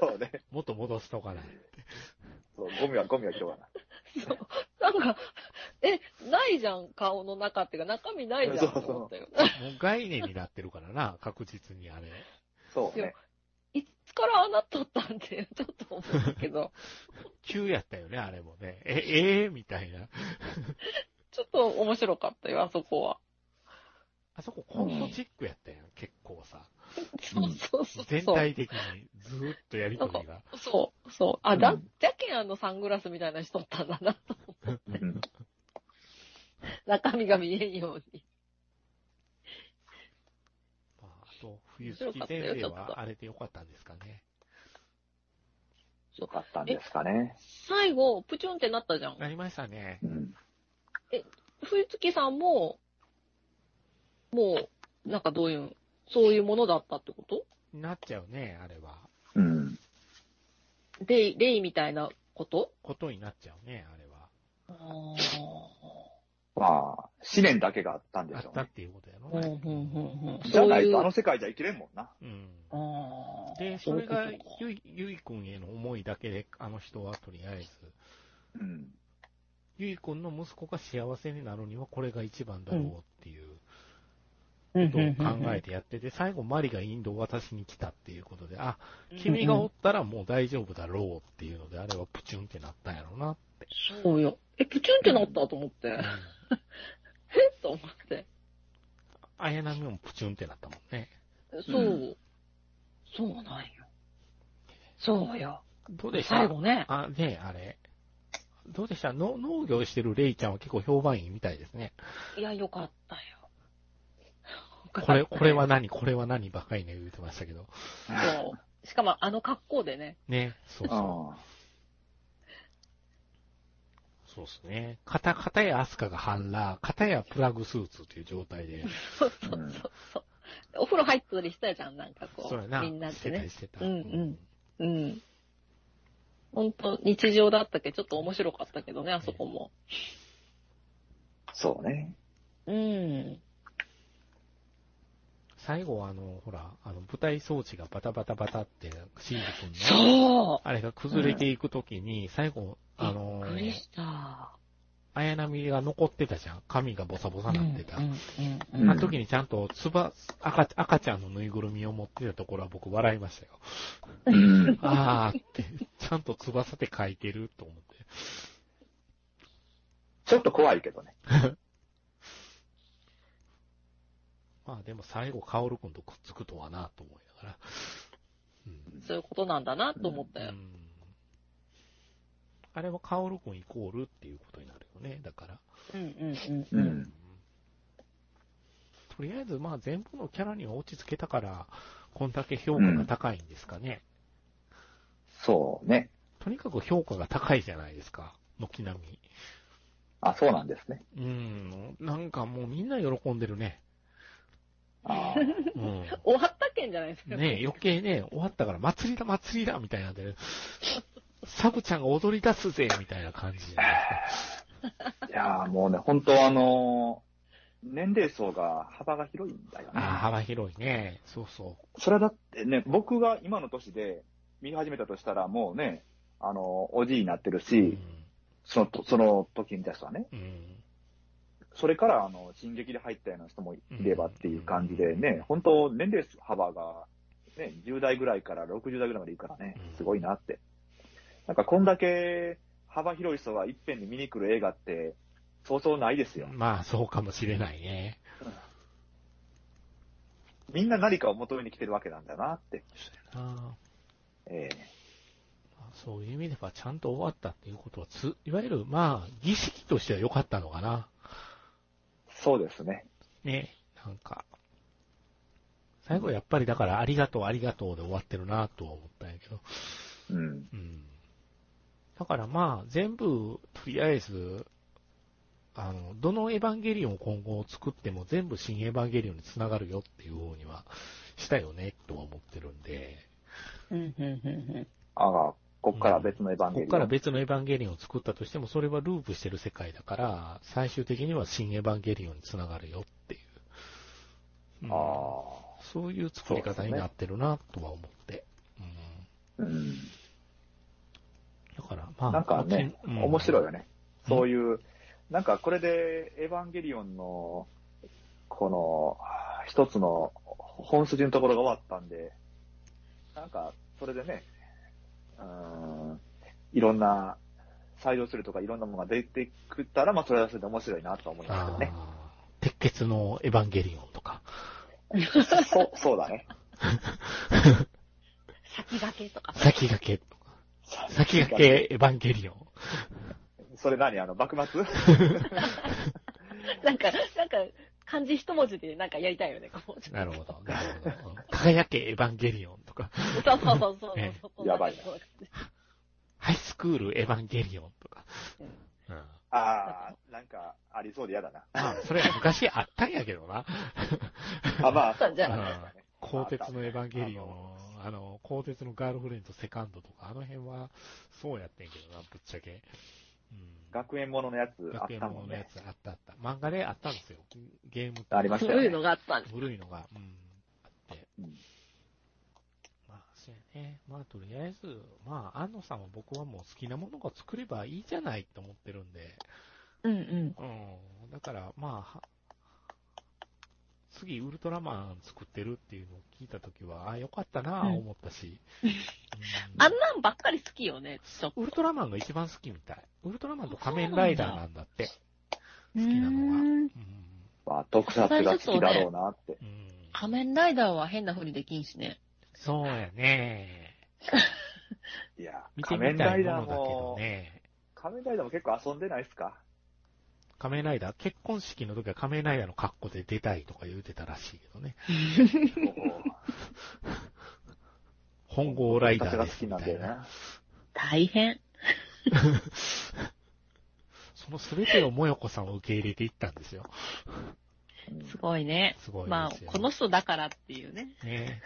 Speaker 3: そうね。
Speaker 2: もっと戻すとかない。
Speaker 3: そう、ゴミは、ゴミは拾わない。
Speaker 1: そうなんか、え、ないじゃん、顔の中っていうか、中身ないじゃんと思ったよ。
Speaker 2: もう概念になってるからな、確実にあれ。
Speaker 3: そう
Speaker 1: いや
Speaker 3: ね。
Speaker 1: いつからああなっとったんって、ちょっと思ったけど、
Speaker 2: 急やったよね、あれもね。え、ええみたいな。
Speaker 1: ちょっと面白かったよ、あそこは。
Speaker 2: あそこコントチックやったやん、結構さ。
Speaker 1: そうそうそう。
Speaker 2: 全体的にずーっとやりとりが。
Speaker 1: そう、そう。あ、だ、
Speaker 3: うん
Speaker 1: じゃけんあのサングラスみたいな人だったんだな。
Speaker 3: うん
Speaker 1: 中身が見えんように。
Speaker 2: まあ、あと、冬月先生はあれでよかったんですかね。
Speaker 3: よかったんですかね。
Speaker 1: 最後、プチュンってなったじゃん。
Speaker 2: なりましたね。
Speaker 3: うん。
Speaker 1: 冬月さんも、もう、なんかどういうん、そういうものだったってこと
Speaker 2: なっちゃうね、あれは。
Speaker 3: うん。
Speaker 1: レイ、レイみたいなこと
Speaker 2: ことになっちゃうね、あれは。
Speaker 1: あ
Speaker 3: まあ、試練だけがあったんで
Speaker 2: あ
Speaker 3: し
Speaker 2: っ
Speaker 3: ょう
Speaker 2: たっ
Speaker 3: ね。
Speaker 2: ていうことやろ
Speaker 1: ー。うん、
Speaker 2: ね。
Speaker 1: うん、うん、うん。
Speaker 3: じゃ
Speaker 1: そう
Speaker 3: ない
Speaker 1: い
Speaker 3: と、あ
Speaker 1: う。
Speaker 3: の世界じゃ生きれんもんな。
Speaker 2: うん。
Speaker 1: あー
Speaker 2: で、そ
Speaker 1: そうい
Speaker 2: れ
Speaker 1: うこと
Speaker 2: が
Speaker 1: か
Speaker 2: ゆい、ゆいくんへの思いだけで、あの人はとりあえず、
Speaker 3: うん。
Speaker 2: ゆいくんの息子が幸せになるにはこれが一番だろうっていう
Speaker 1: うん
Speaker 2: ことを
Speaker 1: うんうん
Speaker 2: 考
Speaker 1: うん
Speaker 2: えてやってて、最後マリがインドを渡しに来たっていうことで、あ、君がおったらもう大丈夫だろうっていうので、あれはプチュンってなったんやろな。
Speaker 1: そうよ。え、プチュンってなったと思って。 えと思って。
Speaker 2: 綾波もプチュンってなったもんね。
Speaker 1: そう。
Speaker 3: う
Speaker 1: そうなんよ。そうよ。
Speaker 2: どうでした
Speaker 1: 最後ね。
Speaker 2: あ、ねえ、あれ。どうでしたの農業してるレイちゃんは結構評判いいみたいですね。
Speaker 1: いや、よかったよ。
Speaker 2: これ、これは何これは何ばかりね、言ってましたけど。
Speaker 1: そう。しかも、あの格好でね。
Speaker 2: ね、そうそ
Speaker 3: あ
Speaker 2: う。そうですね。かた、かたやアスカがハンラー、かたやプラグスーツという状態で、
Speaker 1: そうそうそうそう。お風呂入ったりしたじゃん、なんかこ
Speaker 2: そうや
Speaker 1: う。
Speaker 2: な、
Speaker 1: みんな
Speaker 2: し
Speaker 1: で
Speaker 2: てた
Speaker 1: ね。
Speaker 2: してた。
Speaker 1: うんうんうん。本当日常だったけど、ちょっと面白かったけどね、あそこも。
Speaker 3: そうね。
Speaker 1: うん。
Speaker 2: 最後はあの、ほら、あの、舞台装置がバタバタバタって、シンジ君の、
Speaker 1: そ
Speaker 2: あれが崩れていくときに、最後、
Speaker 1: う
Speaker 2: あの
Speaker 1: びっくりした。
Speaker 2: 綾波が残ってたじゃん。髪がボサボサなってた。
Speaker 1: うんうんうん
Speaker 3: うん
Speaker 2: あの時にちゃんと、つば、赤、赤ちゃんのぬいぐるみを持ってたところは僕笑い ましたよ。
Speaker 3: うん。
Speaker 2: あーって、ちゃんと翼で書いてると思って。
Speaker 3: ちょっと怖いけどね。
Speaker 2: まあでも最後、カオル君とくっつくとはな、と思いなが
Speaker 1: そういうことなんだなと思った
Speaker 2: ら。う
Speaker 1: よ。
Speaker 2: ん。あれはカオル君イコールっていうことになるよね、だから。
Speaker 1: うんうん
Speaker 3: う
Speaker 1: うんん。
Speaker 2: とりあえず、まあ全部のキャラには落ち着けたから、こんだけ評価が高いんですかね。
Speaker 3: そうね。
Speaker 2: とにかく評価が高いじゃないですか、軒並み。
Speaker 3: あ、そうなんですね。
Speaker 2: うん、なんかもうみんな喜んでるね。
Speaker 3: あ
Speaker 2: うん。
Speaker 1: 終わったけんじゃないですか。
Speaker 2: ねえ余計ね、終わったから祭りだ祭りだみたいなんで、サブちゃんが踊り出すぜみたいな感じじゃないです
Speaker 3: ーいやーもうね、本当あのー年齢層が幅が広いんだよ
Speaker 2: か。ああ、
Speaker 3: ね。
Speaker 2: 幅広いね。そうそ
Speaker 3: それはだってね、僕が今の年で見始めたとしたら、もうね、あのーおじいになってる
Speaker 2: う。う
Speaker 3: し
Speaker 2: ん、。
Speaker 3: そのと、その時に出したね。
Speaker 2: うん。
Speaker 3: それから、あの、進撃で入ったような人もいればっていう感じでね、本当年齢幅が、ね、10代ぐらいから60代ぐらいまでいいからね
Speaker 2: うん、
Speaker 3: すごいなって。なんか、こんだけ幅広い人が一遍に見に来る映画って、そうそうないですよ。
Speaker 2: まあ、そうかもしれないね。
Speaker 3: みんな何かを求めに来てるわけなんだなって。
Speaker 2: そうやな
Speaker 3: え
Speaker 2: まあそういう意味では、ちゃんと終わったっていうことはつ、いわゆる、まあ、儀式としては良かったのかな。
Speaker 3: えそうですね。
Speaker 2: ね、なんか。最後やっぱりだから、ありがとう、ありがとうで終わってるなとは思ったんやけど。
Speaker 3: うん。
Speaker 2: うん。だからまあ、全部、とりあえず、あの、どのエヴァンゲリオンを今後作っても全部新エヴァンゲリオンにつながるよっていう方にはしたよね、とは思ってるんで、
Speaker 1: うんうんうんうん。
Speaker 3: ああ、こっから別のエヴァンゲ
Speaker 2: こ
Speaker 3: リオン。
Speaker 2: っから別のエヴァンゲリオンを作ったとしても、それはループしてる世界だから、最終的には新エヴァンゲリオンにつながるよっていう。うん
Speaker 3: あ
Speaker 2: そういう作り方になってるな、とは思って。
Speaker 3: あ、うん。
Speaker 2: うん。だから、まあ、
Speaker 3: なんかね、
Speaker 2: うん
Speaker 3: 面白いよね。そういう、なんかこれで、エヴァンゲリオンの、この、一つの本筋のところが終わったんで、なんか、それでね、うーん、いろんな、採用するとかいろんなものが出てくたら、まあ、それはそれで面白いなと思いますけ
Speaker 2: あ
Speaker 3: ど
Speaker 2: あ
Speaker 3: ね。
Speaker 2: 鉄血のエヴァンゲリオンとか。
Speaker 3: そう、そうだね。
Speaker 1: 先駆けとか。
Speaker 2: 先駆けと か。先駆けエヴァンゲリオン。
Speaker 3: それ何あの、幕 末
Speaker 1: なんか、なんか、漢字一文字でなんかやりたいよね、こう。ちょっ
Speaker 2: なるほど。なるほど。輝けエヴァンゲリオンとか。
Speaker 1: とそうそうそうそう
Speaker 2: ええ
Speaker 1: そこまで。
Speaker 3: やばいな
Speaker 1: そう
Speaker 2: ハイスクールエヴァンゲリオンとか。
Speaker 1: う
Speaker 2: うんん。
Speaker 3: ああ、なんか、ありそうで嫌だな。
Speaker 2: まあ、それは昔あったんやけどな。
Speaker 3: あ、まあ、
Speaker 1: そうじゃ
Speaker 2: あ鋼鉄のエヴァンゲリオン、あの、鋼鉄のガールフレンドセカンドとか、あの辺は、そうやってんけどな、ぶっちゃけ。うん。
Speaker 3: 学園もののやつあ
Speaker 2: 学
Speaker 3: っ
Speaker 2: 園
Speaker 3: た
Speaker 2: も
Speaker 3: も
Speaker 2: の
Speaker 3: ん
Speaker 2: のや
Speaker 3: ね。
Speaker 2: つあったあった。漫画であったんですよ。ゲーム
Speaker 3: ありましたよ
Speaker 1: 古い
Speaker 3: ね。
Speaker 1: のがあったん
Speaker 2: 古いのが、うん、あって。
Speaker 3: うん
Speaker 2: まあ、そうやね。まあ、とりあえず、まあ、安野さんは僕はもう好きなものが作ればいいじゃないと思ってるんで、
Speaker 1: うんうん。
Speaker 2: うん。だから、まあ、は次、ウルトラマン作ってるっていうのを聞いたときは、あ、よかったなあ、
Speaker 1: うん
Speaker 2: 思っ たし。うん
Speaker 1: あんなんばっかり好きよね、ちょっと。
Speaker 2: ウルトラマンが一番好きみたい。ウルトラマンと仮面ライダーなんだって。
Speaker 1: 好
Speaker 2: きなのはうん
Speaker 3: まあ、特撮が好きだろうなって。
Speaker 2: うん
Speaker 1: 仮面ライダーは変なふりできんしね。
Speaker 2: そうやね。
Speaker 3: いや
Speaker 2: 見、て
Speaker 3: 仮
Speaker 2: み
Speaker 3: 面
Speaker 2: た
Speaker 3: ラ
Speaker 2: い
Speaker 3: イ
Speaker 2: も
Speaker 3: ダ
Speaker 2: の
Speaker 3: ー
Speaker 2: だけど
Speaker 3: も、
Speaker 2: ね。
Speaker 3: 仮面ライダーも結構遊んでないっすか
Speaker 2: 仮面ライダー、結婚式の時は仮面ライダーの格好で出たいとか言うてたらしいけどね。本郷ライダ
Speaker 3: 特
Speaker 2: ー
Speaker 3: 撮が
Speaker 2: で
Speaker 3: 好
Speaker 2: す
Speaker 3: き
Speaker 2: み
Speaker 3: なん
Speaker 2: た
Speaker 3: だ
Speaker 2: い
Speaker 3: よね
Speaker 2: な。。
Speaker 1: 大変。
Speaker 2: その全てをもよこさんを受け入れていったんですよ。
Speaker 3: うん
Speaker 1: すごいね。
Speaker 2: すごい
Speaker 1: ま
Speaker 2: で
Speaker 1: あ
Speaker 2: すよ、、
Speaker 1: この人だからっていうね。
Speaker 2: ね。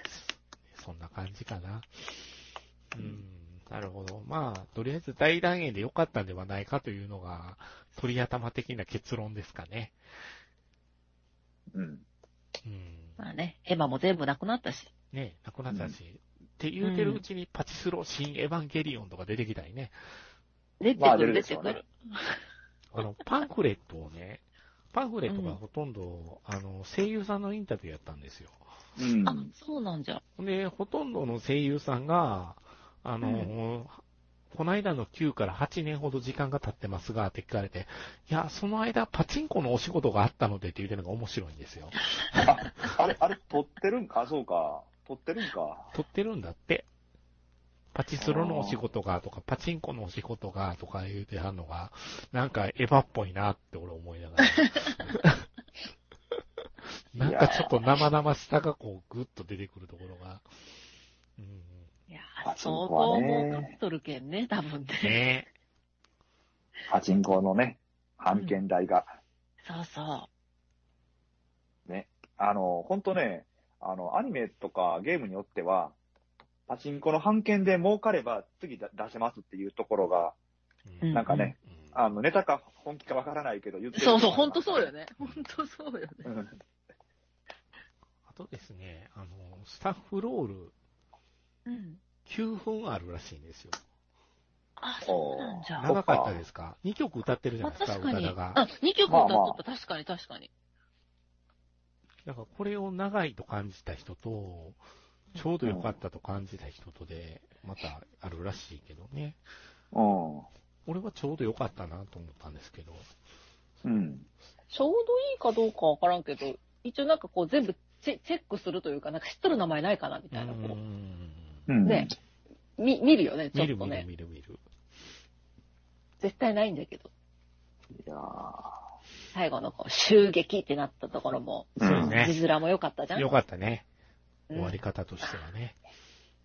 Speaker 2: そんな感じかな。うん、なるほど。まあ、とりあえず大団円で良かったんではないかというのが、鳥頭的な結論ですかね。
Speaker 3: うん。
Speaker 2: うん。
Speaker 1: まあね、エヴァも全部なくなったし。
Speaker 2: ね、なくなったし、って言うてるうちにパチスロ新エヴァンゲリオンとか出てきたりね。
Speaker 1: 出て
Speaker 3: まあ
Speaker 1: く
Speaker 3: 出る
Speaker 1: る、出
Speaker 3: でしてょう
Speaker 1: くる
Speaker 3: ね。
Speaker 2: あの、パンフレットをね、パンフレットがほとんど、あの、声優さんのインタビューやったんですよ。
Speaker 3: うん
Speaker 1: あ、そうなんじゃ。
Speaker 2: で、ほとんどの声優さんが、あの、この間の9から8年ほど時間が経ってますが、って聞かれて、いや、その間、パチンコのお仕事があったのでって言うてるのが面白いんですよ。
Speaker 3: ああれ、あれ、撮ってるんかあ、そうか。撮ってるんか。
Speaker 2: 撮ってるんだって。パチスロのお仕事がとか、パチンコのお仕事がとか言うてはんのが、なんかエヴァっぽいなって俺思いながら。なんかちょっと生々しさがこうグッと出てくるところが。うん。
Speaker 1: いやー、
Speaker 3: あ
Speaker 1: 相
Speaker 3: そ
Speaker 1: 当
Speaker 3: うかね
Speaker 1: 儲かっとるけんね、多分ね。
Speaker 2: ねえ。
Speaker 3: パチンコのね、判券代が。
Speaker 1: そうそ
Speaker 3: あの、ほんとね、あの、アニメとかゲームによっては、パチンコの判券で儲かれば次だ出せますっていうところが、
Speaker 1: う。
Speaker 3: なんかね、
Speaker 2: うん
Speaker 3: あの、ネタか本気かわからないけど言って
Speaker 1: うん。
Speaker 3: る。
Speaker 1: そうそう、ほんとそうよ。ね。ほんとそうよね。
Speaker 3: うん。
Speaker 2: あとですね、あの、スタッフロール
Speaker 1: うん。
Speaker 2: 9分あるらしいんですよ。
Speaker 1: あ、そうなんじゃ。
Speaker 3: おー
Speaker 2: 長かったですか ?2 曲歌ってるじゃ
Speaker 1: ま
Speaker 2: な
Speaker 1: あ
Speaker 2: いですか、
Speaker 1: 確か
Speaker 2: 歌
Speaker 1: に。
Speaker 2: 田
Speaker 1: うん、
Speaker 2: が。
Speaker 1: 2曲歌っとった。確かに確かに。
Speaker 2: だからこれを長いと感じた人と、ちょうど良かったと感じた人とで、またあるらしいけどね。俺はちょうど良かったなと思ったんですけど。
Speaker 3: うん。
Speaker 1: ちょうどいいかどうかわからんけど、一応なんかこう全部チェチェックするというか、なんか知っとる名前ないかなみ
Speaker 2: う
Speaker 1: たいな、こ
Speaker 2: ん。
Speaker 3: うん。
Speaker 1: ねう、み見るよね、ちょ
Speaker 2: 見
Speaker 1: っ
Speaker 2: る
Speaker 1: と
Speaker 2: 見る
Speaker 1: ね。
Speaker 2: 見る見る。
Speaker 1: 絶対ないんだけど、
Speaker 3: いや
Speaker 1: 最後のこう、襲撃ってなったところも、
Speaker 3: ー
Speaker 2: そうね
Speaker 1: 字面も良かったじゃん。
Speaker 2: 良かったね。
Speaker 1: うん
Speaker 2: 終わ り方としてはね。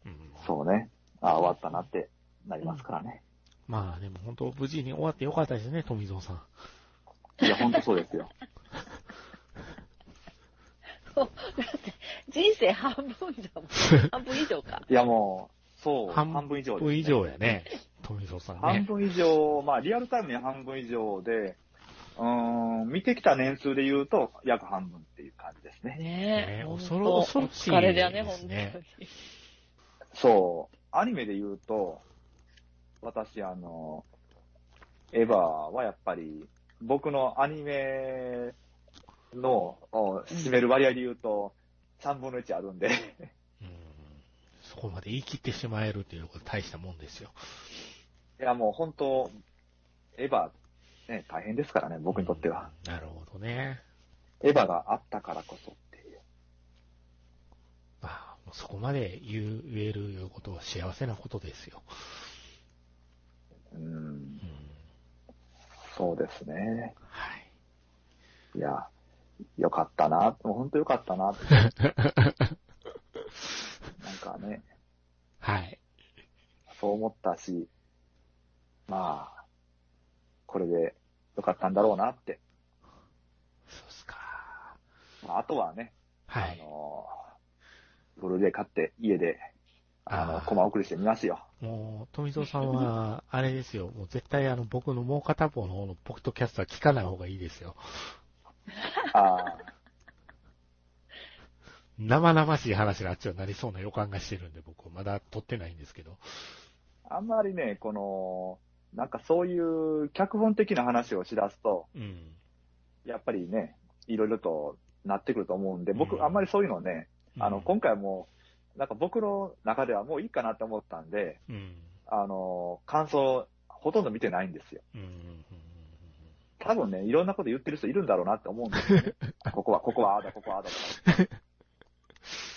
Speaker 2: うん。
Speaker 3: そうね。あ、終わったなってなりますからね。
Speaker 2: まあでも本当無事に終わって良かったですね、富蔵さん。
Speaker 3: いや、ほんとそうですよ。
Speaker 1: だって、人生半分じゃ もん。半分以上か。
Speaker 3: いや、もう、そう、
Speaker 2: 半
Speaker 3: 半分以上です、
Speaker 2: 分以上やね。富蔵さん
Speaker 3: 半
Speaker 2: ね。
Speaker 3: 分以上、まあ、リアルタイムに半分以上で、うーん、見てきた年数で言うと、約半分っていう感じですね。
Speaker 1: ね
Speaker 2: ね
Speaker 1: え。
Speaker 2: 恐
Speaker 1: ほんと
Speaker 2: ろ恐ろしい
Speaker 1: お疲れだよね、
Speaker 2: で
Speaker 1: 本
Speaker 2: す
Speaker 1: 当
Speaker 2: ね
Speaker 1: に。
Speaker 3: そう、アニメで言うと、私、あの、エヴァはやっぱり、僕のアニメのお占める割合で言うと、3分の1あるんで、
Speaker 2: うん。そこまで言い切ってしまえるっていうのが大したもんですよ。
Speaker 3: いや、もう本当、エヴァ、ね、大変ですからね、僕にとっては。
Speaker 2: うん。なるほどね。
Speaker 3: エヴァがあったからこそっていう。
Speaker 2: まあ、もうそこまで言う言えるいうことは幸せなことですよ。
Speaker 3: うん
Speaker 2: うん、
Speaker 3: そうですね。
Speaker 2: はい。
Speaker 3: いや、よかったな、もう本当よかった な、なんかね、
Speaker 2: はい。
Speaker 3: そう思ったし、まあ、これでよかったんだろうなって。
Speaker 2: そうっすか。
Speaker 3: まあ、あとはね、
Speaker 2: は
Speaker 3: あ
Speaker 2: い。
Speaker 3: のブルーレイ買って、家で、あ
Speaker 2: あ
Speaker 3: の、
Speaker 2: ー
Speaker 3: コマ送りしてみま すよ。
Speaker 2: もう、富蔵さん は、あれですよ。もう絶対あの、僕のもう片方の方のポケットキャストは聞かない方がいいですよ。
Speaker 3: あ
Speaker 2: 生々しい話になっちゃうなりそうな予感がしてるんで、僕、まだ撮ってないんですけど。
Speaker 3: あ、あんまりね、この、なんかそういう脚本的な話をしだすと、
Speaker 2: うん。
Speaker 3: やっぱりね、いろいろとなってくると思うんで、
Speaker 2: う
Speaker 3: 僕、
Speaker 2: ん
Speaker 3: あんまりそういうのね、あ
Speaker 2: う
Speaker 3: の、
Speaker 2: ん
Speaker 3: 今回もう、なんか僕の中ではもういいかなと思ったんで、
Speaker 2: うん。
Speaker 3: あの、感想、ほとんど見てないんですよ。
Speaker 2: うんうんうんうん
Speaker 3: 多分ね、いろんなこと言ってる人いるんだろうなって思うんですよ ね。ここは、ここはああだ、ここはああだとか。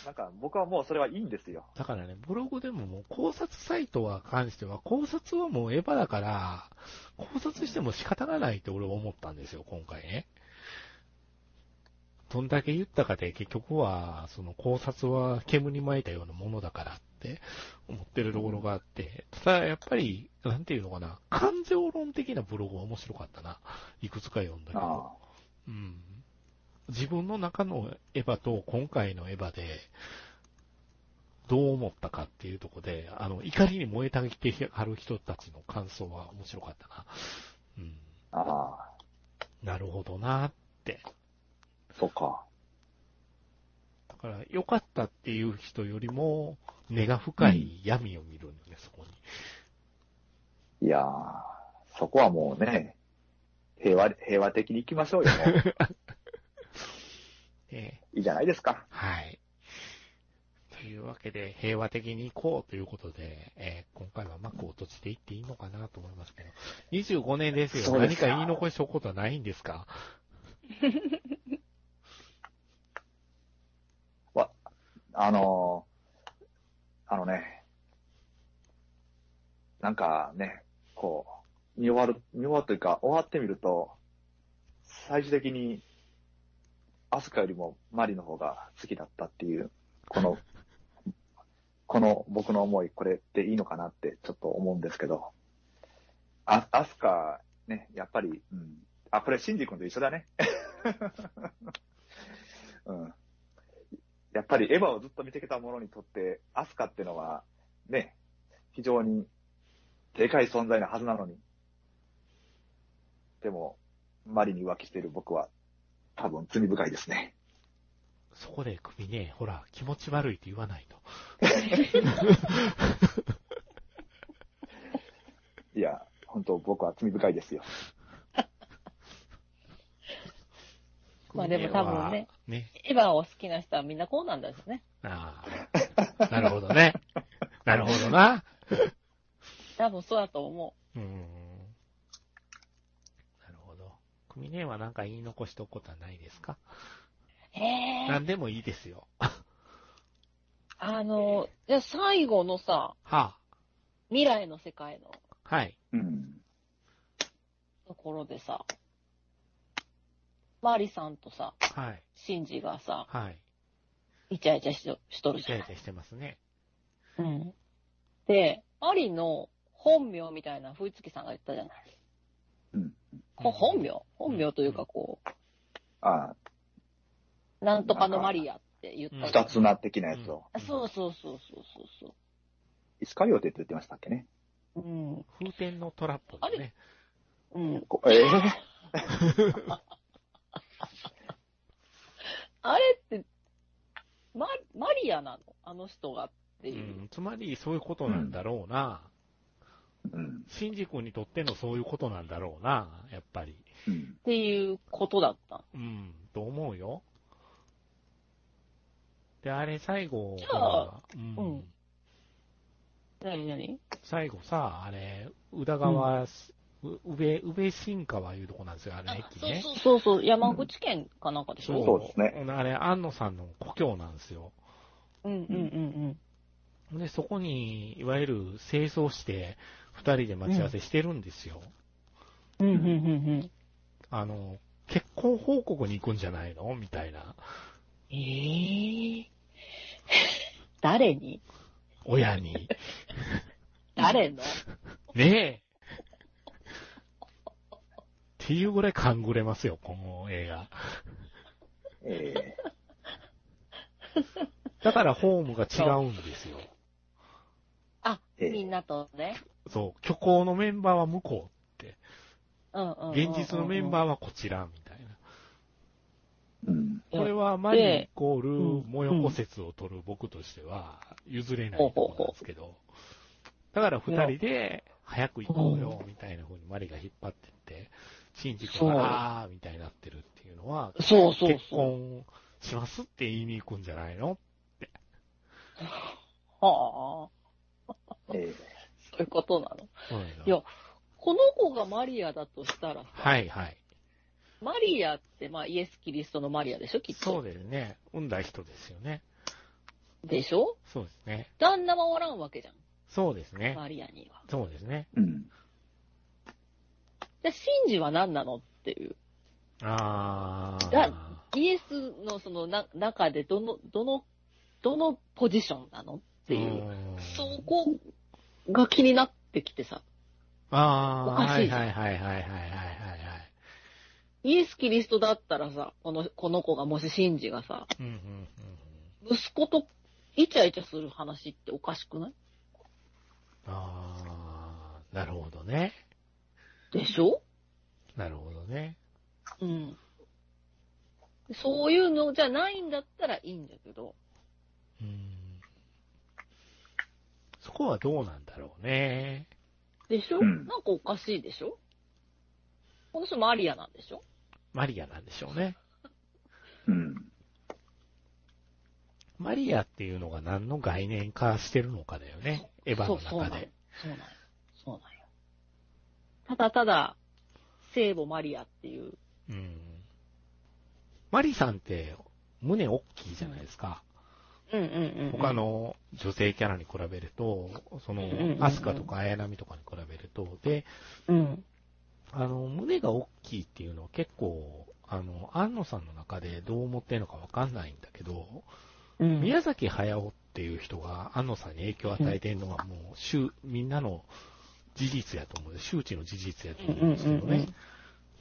Speaker 3: なんか僕はもうそれはいいんですよ。
Speaker 2: だからね、ブログでももう考察サイトは関しては、考察はもうエヴァだから、考察しても仕方がないって俺は思ったんですよ、今回ね。どんだけ言ったかで結局は、その考察は煙に巻いたようなものだからって思ってるところがあって、ただやっぱり、なんていうのかな、感情論的なブログは面白かったな。いくつか読んだけど
Speaker 3: あ。
Speaker 2: うん自分の中のエヴァと今回のエヴァで、どう思ったかっていうところで、あの、怒りに燃えたぎてはる人たちの感想は面白かったな。うん。
Speaker 3: あ、あ
Speaker 2: なるほどな。
Speaker 3: あ、そうか。
Speaker 2: だから、良かったっていう人よりも、根が深い闇を見るんだね、そこに。
Speaker 3: いやー、そこはもうね、平和、平和的に行きましょうよ。もう
Speaker 2: ええ
Speaker 3: いいじゃないですか。
Speaker 2: はい。というわけで、平和的に行こうということで、えー今回は幕を閉じていっていいのかなと思いますけど、25年ですよ。
Speaker 3: そうで
Speaker 2: 何
Speaker 3: すか
Speaker 2: か言い残しておくことはないんですか
Speaker 3: あのー、あのね、なんかね、こう、見終わる、見終わるというか、終わってみると、最終的に、アスカよりもマリの方が好きだったっていう、この、この僕の思い、これでいいのかなってちょっと思うんですけど、あ、アスカ、ね、やっぱり、うん。あ、これ、シンジ君と一緒だね。 うん。やっぱりエヴァをずっと見てきた者にとって、アスカってのは、ね、非常にでかい存在なはずなのに。でも、マリに浮気している僕は、多分罪深いですね。
Speaker 2: そこで首ね、ほら、気持ち悪いって言わないと。
Speaker 3: いや、本当僕は罪深いですよ。
Speaker 1: まあでも多分ね
Speaker 2: 首は。ね。
Speaker 1: エヴァを好きな人はみんなこうなんですね。
Speaker 2: ああ。なるほどね。なるほどな。
Speaker 1: 多分そうだと思
Speaker 2: うーん。なるほど。組ねは何か言い残しておくことはないですか
Speaker 1: う。へえ。
Speaker 2: 何でもいいですよ。
Speaker 1: あの、じゃあ最後のさ、
Speaker 2: は
Speaker 1: 未来の世界の
Speaker 2: あ。はい。
Speaker 3: うん。
Speaker 1: ところでさ、マリさんとさ、
Speaker 2: はい。
Speaker 1: シンジがさ、
Speaker 2: はい。
Speaker 1: イチャイチャしとしとる
Speaker 2: イ
Speaker 1: じ
Speaker 2: チ
Speaker 1: ゃ
Speaker 2: ャイ
Speaker 1: な
Speaker 2: チ
Speaker 1: い。
Speaker 2: ャしてますね。
Speaker 1: うん。で、マリの本名みたいな、冬月さんが言ったじゃない。こう本名本名というかこ
Speaker 3: あ
Speaker 1: う、なんとかのマリアって言
Speaker 2: うん
Speaker 3: あ、
Speaker 1: ったじゃ
Speaker 3: 二
Speaker 1: ん
Speaker 3: つな的なやつを。
Speaker 1: あそうそうそうそうそう
Speaker 3: イスカリオテって言ってましたっけね。
Speaker 1: そう。うん。
Speaker 2: 風天のトラップですね。
Speaker 1: うん。
Speaker 3: こええ
Speaker 1: あれって、ママリアなのあの人がって
Speaker 2: う
Speaker 1: いう。
Speaker 2: ん。つまり、そういうことなんだろうな。
Speaker 3: うん。
Speaker 2: シンジ君にとってのそういうことなんだろうな。やっぱり。
Speaker 3: うん。
Speaker 1: っていうことだった。
Speaker 2: うん。と思うよ。で、あれ、最後、
Speaker 1: じゃあ
Speaker 2: ほらうん
Speaker 1: うんなになに
Speaker 2: 最後さ、あれ、宇田川、う宇部、宇部新川いうとこなんですよ、あれ
Speaker 1: あ
Speaker 2: ね、駅
Speaker 1: そう
Speaker 2: ね。
Speaker 1: そうそうそう、山口県かなんかでしょ、
Speaker 3: そうですね
Speaker 2: ほんであれ、安野さんの故郷なんですよ。
Speaker 1: うん、うんうん
Speaker 2: で、そこに、いわゆる清掃して、二人で待ち合わせしてるんですよ。
Speaker 1: うん。うんうんうんうん。
Speaker 2: あの、結婚報告に行くんじゃないのみたいな。
Speaker 1: ええ 誰に
Speaker 2: 親に。
Speaker 1: 誰の
Speaker 2: ねえ。っていうぐらい勘ぐれますよ、この映画。
Speaker 3: ええ
Speaker 2: だからホームが違うんですよ。
Speaker 1: あ、
Speaker 3: ええ
Speaker 1: みんなとね。
Speaker 2: そう、虚構のメンバーは向こ
Speaker 1: うんうん
Speaker 2: う、
Speaker 1: うんうん。
Speaker 2: 現実のメンバーはこちら、みたいな。
Speaker 3: うん。
Speaker 2: これはマリーイコール、
Speaker 1: うん
Speaker 2: 模様骨折を取る僕としては、譲れないところなんですけど、だから二人で、早く行こうよ、みたいな風にマリが引っ張ってって、シンジ君
Speaker 1: そう
Speaker 2: が、あー、みたいになってるっていうのは、
Speaker 1: そうそうそう
Speaker 2: 結婚しますって言いに行くんじゃないの
Speaker 1: はあ、
Speaker 3: え
Speaker 1: そういうことなの。いやこの子がマリアだとしたらさ、
Speaker 2: はいはい。
Speaker 1: マリアって、まあ、イエス・キリストのマリアでしょきっと。
Speaker 2: そうですね。産んだ人ですよね。
Speaker 1: でしょ
Speaker 2: そうですね。
Speaker 1: 旦那はおらんわけじゃ
Speaker 2: そうです
Speaker 1: ん。
Speaker 2: ね。
Speaker 1: マリアには。
Speaker 2: そうですね。
Speaker 3: えうん。
Speaker 1: じゃあ、シンジは何なのっていう。
Speaker 2: あー。
Speaker 1: だイエスのそのな中でどの、どの、どのポジションなのっていう。
Speaker 2: ん
Speaker 1: そこが気になってきてさ、
Speaker 2: ああ、
Speaker 1: おか
Speaker 2: は
Speaker 1: し
Speaker 2: い
Speaker 1: いじゃん
Speaker 2: はいはいはいはいはいはいはい。
Speaker 1: イエス・キリストだったらさ、この、この子がもしシンジがさ、
Speaker 2: うんうんうんうん。
Speaker 1: 息子とイチャイチャする話っておかしくない
Speaker 2: ああ、なるほどね。
Speaker 1: でしょ
Speaker 2: なるほどね。
Speaker 1: うん。そういうのじゃないんだったらいいんだけど、
Speaker 2: うん。そこはどうなんだろうね。
Speaker 1: でしょ、
Speaker 3: うん
Speaker 1: なんかおかしいでしょこの人マリアなんでしょ
Speaker 2: マリアなんでしょうね。
Speaker 3: うん。
Speaker 2: マリアっていうのが何の概念化してるのかだよね。エヴァの
Speaker 1: そうそう
Speaker 2: 中
Speaker 1: なんよ
Speaker 2: で。
Speaker 1: そうなんよ。そうなんよ。ただただ、聖母マリアっていう。
Speaker 2: うん。マリさんって胸大きいじゃないですか。
Speaker 1: うんうんうん。
Speaker 2: 他。の女性キャラに比べると、その
Speaker 1: うんうんう、ん
Speaker 2: アスカとか綾波とかに比べると、で、
Speaker 1: うん。
Speaker 2: あの、胸が大きいっていうのは結構、あの、安野さんの中でどう思ってるのかわかんないんだけど、
Speaker 1: うん。
Speaker 2: 宮崎駿っていう人が安野さんに影響を与えてるのはもう、周みんなの事実やと思う。周知の事実やと
Speaker 1: うん
Speaker 2: 思
Speaker 1: う
Speaker 2: うん
Speaker 1: ん
Speaker 2: ですけど
Speaker 1: うんうん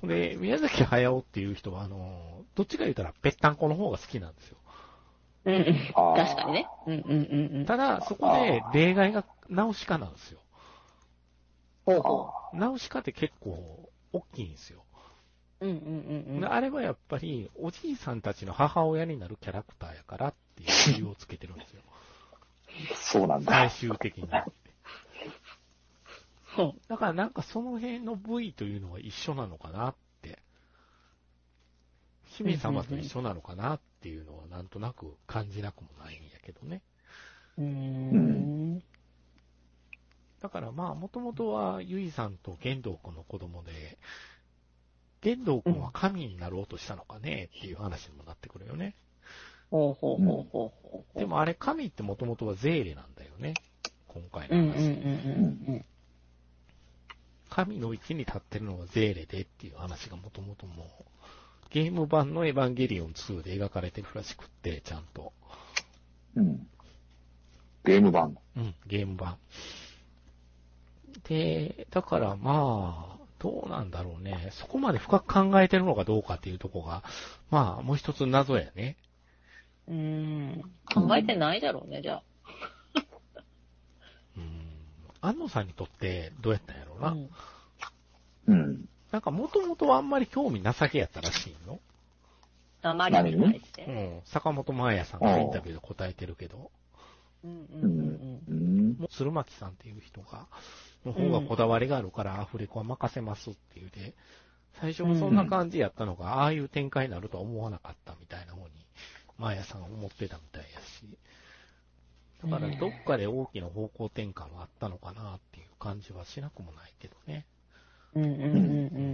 Speaker 2: ね。。で、宮崎駿っていう人は、あの、どっちか言うたら、ぺったんこの方が好きなんですよ。
Speaker 1: うんうん。
Speaker 3: あー
Speaker 1: 確かにね。うんうんうんうん。
Speaker 2: ただ、そこで例外がナウシカなんですよ。
Speaker 1: ほう
Speaker 3: あ
Speaker 1: ほ
Speaker 2: ナウシカって結構、大きいんですよ。
Speaker 1: う。うんうんうんうん。
Speaker 2: であれはやっぱり、おじいさんたちの母親になるキャラクターやからっていう理由をつけてるんです よ。
Speaker 3: ーそうなん
Speaker 2: 最
Speaker 3: だ。
Speaker 2: 終的に。
Speaker 1: そう
Speaker 2: だからなんかその辺の部位というのは一緒なのかなって。姫様と一緒なのかなっていうのはなんとなく感じなくもないんやけどね。
Speaker 1: うーん。
Speaker 2: だからまあ、もともとは、ゆいさんと玄道君の子供で、玄道君は神になろうとしたのかねっていう話にもなってくるよね。
Speaker 1: ほうほうほうほうほう。
Speaker 2: でもあれ、神ってもともとはゼーレなんだよね。今回
Speaker 1: うんうんう
Speaker 2: の
Speaker 1: んう
Speaker 2: 話。
Speaker 1: んうん。
Speaker 2: 神の位置に立ってるのはゼーレでっていう話がもともともう、ゲーム版のエヴァンゲリオン2で描かれてるらしくって、ちゃんと。
Speaker 3: うん。ゲーム版。
Speaker 2: うん、ゲーム版。で、だからまあ、どうなんだろうね。そこまで深く考えてるのかどうかっていうとこが、まあ、もう一つ謎やね。
Speaker 1: うーん。考えてないだろうね、じゃ
Speaker 2: うん。安野さんにとってどうやったんやろう
Speaker 1: あ。
Speaker 2: な。
Speaker 1: うん
Speaker 3: うん。
Speaker 2: なんかもともとはあんまり興味なさげやったらしいの。
Speaker 1: あマリアに対し
Speaker 2: う
Speaker 1: て。
Speaker 2: ん。坂本真綾さんがインタビューで答えてるけど。
Speaker 1: うんうんうん
Speaker 3: うん。
Speaker 2: もう鶴巻さんっていう人が、の方がこだわりがあるからアフレコは任せますっていうで、最初もそんな感じやったのが、ああいう展開になるとは思わなかったみたいな方に、マーヤさんは思ってたみたいやし、だからどっかで大きな方向転換はあったのかなっていう感じはしなくもないけどね。
Speaker 1: うん。うんうんうんうん。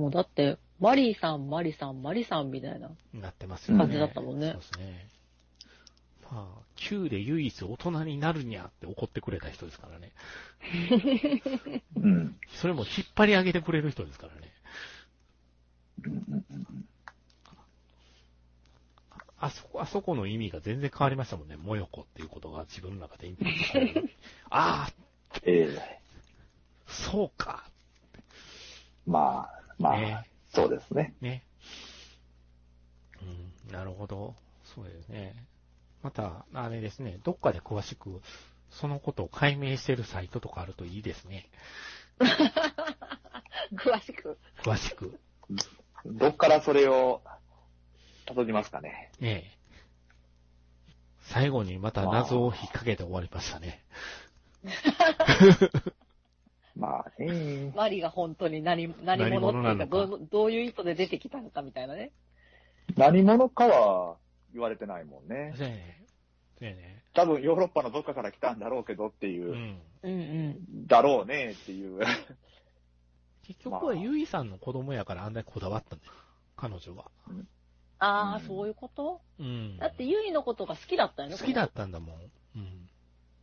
Speaker 1: もうだって、マリーさん、マリさん、マリさんみたいな。
Speaker 2: なってますよね。
Speaker 1: 感じだったもんね
Speaker 2: そうですね。まあ、Q で唯一大人になるにゃって怒ってくれた人ですからね。
Speaker 3: うん。
Speaker 2: それも引っ張り上げてくれる人ですからね。ああそこ、あそこの意味が全然変わりましたもんね。もよこっていうことが自分の中でインプットされる。ああ、
Speaker 3: ええ
Speaker 2: そうか。
Speaker 3: まあ、まあ、
Speaker 2: ね。
Speaker 3: そうですね。
Speaker 2: ね。うん、なるほど。そうですね。また、あれですね、どっかで詳しく、そのことを解明してるサイトとかあるといいですね。
Speaker 1: 詳しく。
Speaker 2: 詳し く。
Speaker 3: どっからそれを、辿りますかね。
Speaker 2: ねえ。最後にまた謎を引っ掛けて終わりましたね。
Speaker 3: まあ、え
Speaker 1: マリが本当に何、何者っていう
Speaker 2: 何者な
Speaker 1: か
Speaker 2: の
Speaker 1: ど
Speaker 2: か
Speaker 1: の、どういう意図で出てきたのかみたいなね。
Speaker 3: 何者かは言われてないもんね。
Speaker 2: そうやね。そうやね。
Speaker 3: 多分ヨーロッパのどっかから来たんだろうけどっていうう、
Speaker 2: ん。
Speaker 1: うんうん。
Speaker 3: だろうねっていう。
Speaker 2: 結局はゆいさんの子供やからあんなにこだわったんだよ。彼女は。
Speaker 1: ああ、
Speaker 3: うん
Speaker 1: そういうこと
Speaker 2: うん。
Speaker 1: だってユイのことが好きだったよね。
Speaker 2: 好きだったんだもん。うん。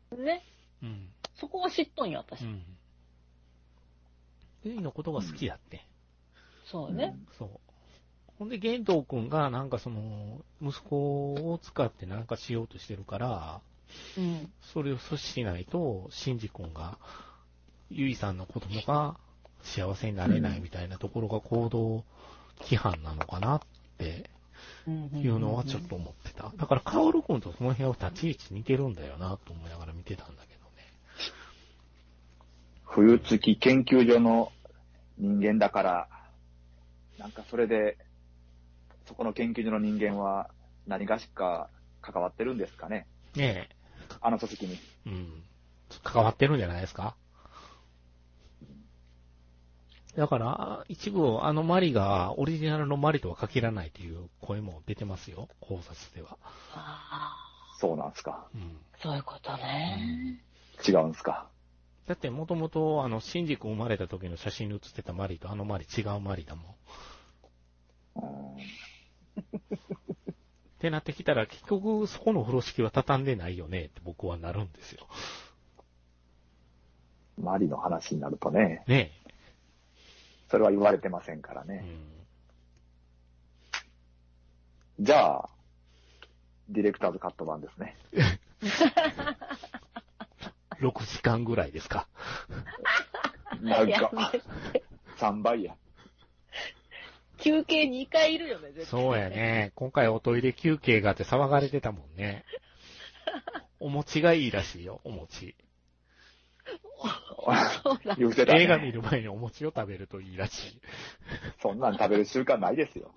Speaker 1: このね。
Speaker 2: うん。
Speaker 1: そこは知っとんや、
Speaker 2: う
Speaker 1: 私。
Speaker 2: ん。ゆいのことが好きだって。
Speaker 1: そうね。
Speaker 2: そう。ほんで、玄道くんが、なんかその、息子を使ってなんかしようとしてるから、
Speaker 1: うん。
Speaker 2: それを阻止しないと、シンジ君が、ゆいさんの子供が幸せになれないみたいなところが行動規範なのかなっていうのはちょっと思ってた。だから、カオル君とその辺は立ち位置似てるんだよなと思いながら見てたんだけどね。
Speaker 3: 冬月研究所の人間だから、なんかそれで、そこの研究所の人間は何がしか関わってるんですかね。
Speaker 2: ね
Speaker 3: あの組織に。
Speaker 2: え、うん。関わってるんじゃないですかだから、一部、あのマリがオリジナルのマリとは限らないという声も出てますよ、考察では。
Speaker 1: あ
Speaker 3: そうなんすか。
Speaker 2: うん。
Speaker 1: あ、そういうことね。
Speaker 3: 違うんすか。
Speaker 2: だって、もともと、あの、新宿生まれた時の写真に写ってたマリと、あのマリ違うマリだもん。っ
Speaker 3: うん
Speaker 2: てなってきたら、結局、そこの風呂敷は畳んでないよね、って僕はなるんですよ。
Speaker 3: マリの話になるとね、
Speaker 2: ね
Speaker 3: それは言われてませんから
Speaker 2: え。う
Speaker 3: ね。
Speaker 2: ん。
Speaker 3: じゃあ、ディレクターズカット版ですね。
Speaker 2: 6時間ぐらいですか。
Speaker 3: なん
Speaker 1: や
Speaker 3: か、3倍や。
Speaker 1: 休憩2回いるよね、絶対。
Speaker 2: そうや。ね。今回おトイレ休憩があって騒がれてたもん ね。お餅がいいらしいよ、お餅。
Speaker 1: そうだ。
Speaker 3: 言うてた、ね。
Speaker 2: 映画見る前にお餅を食べるといいらしい。
Speaker 3: そんなん食べる習慣ないですよ。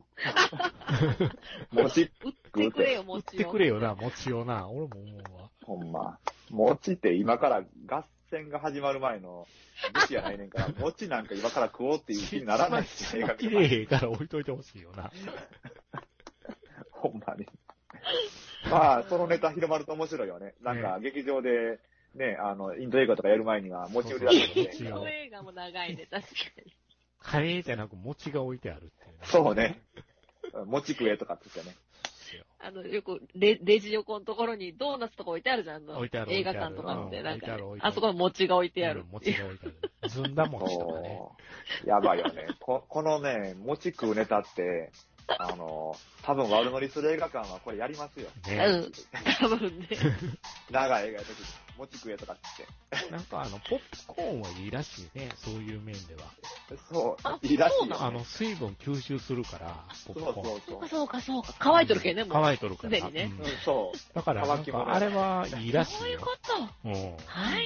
Speaker 3: 餅、
Speaker 1: 売ってくれよ、も
Speaker 2: 売っ
Speaker 1: ち
Speaker 2: て
Speaker 1: ろん。
Speaker 2: くれよな、餅をな。俺も思うわ。
Speaker 3: ほんま。餅って今から合戦が始まる前の武士やないねんから、餅なんか今から食おうっていう気にならない し、
Speaker 2: し
Speaker 3: 映画
Speaker 2: 綺
Speaker 3: 見る前
Speaker 2: 麗やから置いといてほしいよな。
Speaker 3: ほんまに。まあ、そのネタ広まると面白いよね。なんか劇場で、ね、あの、インド映画とかやる前には餅売りだったり
Speaker 2: そう
Speaker 3: ね。
Speaker 2: よ
Speaker 1: そう映画も長いね、確かに。
Speaker 2: カレーじゃなく餅が置いてあるっていうね。
Speaker 3: そうね。餅食えとかって言ってね。
Speaker 1: あの、よくレ、レジ横のところにドーナツとか置いてあるじゃん、あの
Speaker 2: 置いてある
Speaker 1: 映画館とかって、
Speaker 2: うん
Speaker 1: なんかね、
Speaker 2: 置いてある置いてあ
Speaker 1: あ
Speaker 2: る
Speaker 1: そこに餅が置いてあ
Speaker 2: う
Speaker 1: る
Speaker 2: ん。餅が置いてある。ずんだ餅とかね。
Speaker 3: そうやばいよね。ここのね、餅食うネタって、あの、多分悪乗りする映画館はこれやりますよ。
Speaker 1: う
Speaker 2: ね
Speaker 1: ん。多分ね。
Speaker 3: 長い映画やるとき、餅食えとかって言って。
Speaker 2: なんかあの、ポップコーンはいいらしいね、そういう面では。
Speaker 3: そう
Speaker 1: あ、
Speaker 3: いいらし
Speaker 1: そう
Speaker 3: い
Speaker 1: な
Speaker 3: よ、
Speaker 2: あ
Speaker 3: ね。
Speaker 2: の、水分吸収するから、ポップ
Speaker 3: そうそ
Speaker 2: コ
Speaker 3: う
Speaker 2: ーン。
Speaker 3: そ
Speaker 1: そううか、。そうか、そうか。乾いとるけんね、もう。
Speaker 2: 乾いとるから。
Speaker 1: すでにね
Speaker 2: うん
Speaker 3: うんそう。
Speaker 2: だから、なんかあれはいいらし
Speaker 1: そう
Speaker 2: い
Speaker 1: いう
Speaker 2: よ。
Speaker 1: こと。
Speaker 2: うん。
Speaker 1: はいはいはい。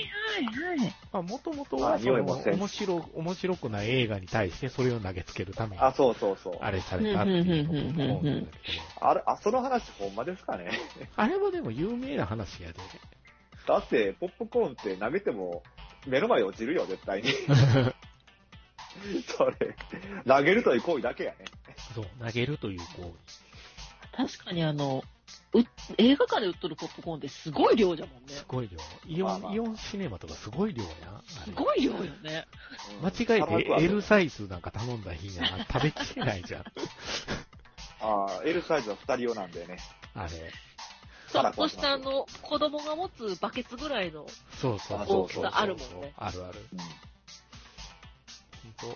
Speaker 2: まあ、もともと
Speaker 3: まあ
Speaker 2: は、そ
Speaker 3: 匂い
Speaker 2: の、
Speaker 3: もせん
Speaker 2: 面白、面白くない映画に対してそれを投げつけるために、
Speaker 3: あ、
Speaker 2: あ
Speaker 3: そうそうそう。あれ、
Speaker 2: れされたっていうの
Speaker 1: うんうんうんうんうん
Speaker 2: も思うんだけど。
Speaker 3: あその話ほんまですかね
Speaker 2: あれはでも有名な話やで。
Speaker 3: だって、ポップコーンって投げても、目の前に落ちるよ、絶対 に。それ、投げるという行為だけやね。
Speaker 2: そう、投げるという行為。
Speaker 1: 確かにあの、う映画館で売っとるポップコーンってすごい量じゃもんね。
Speaker 2: すごい量。イオン、
Speaker 3: まあまあ
Speaker 2: イオンシネマとかすごい量やな。あ
Speaker 1: す
Speaker 2: れ
Speaker 1: ごい量よね。
Speaker 3: うん
Speaker 2: 間違え
Speaker 3: 軽くは
Speaker 2: て L サイズなんか頼んだ日には食べきれないじゃん。
Speaker 3: あー L サイズは2人用なんでね。
Speaker 2: あれ。
Speaker 1: ちょっとしたあの、子供が持つバケツぐらいの。
Speaker 2: そうそう
Speaker 3: あ
Speaker 2: そそ
Speaker 3: そううそうう
Speaker 1: 大きさあるもんね
Speaker 2: あるある。
Speaker 3: うん
Speaker 2: 本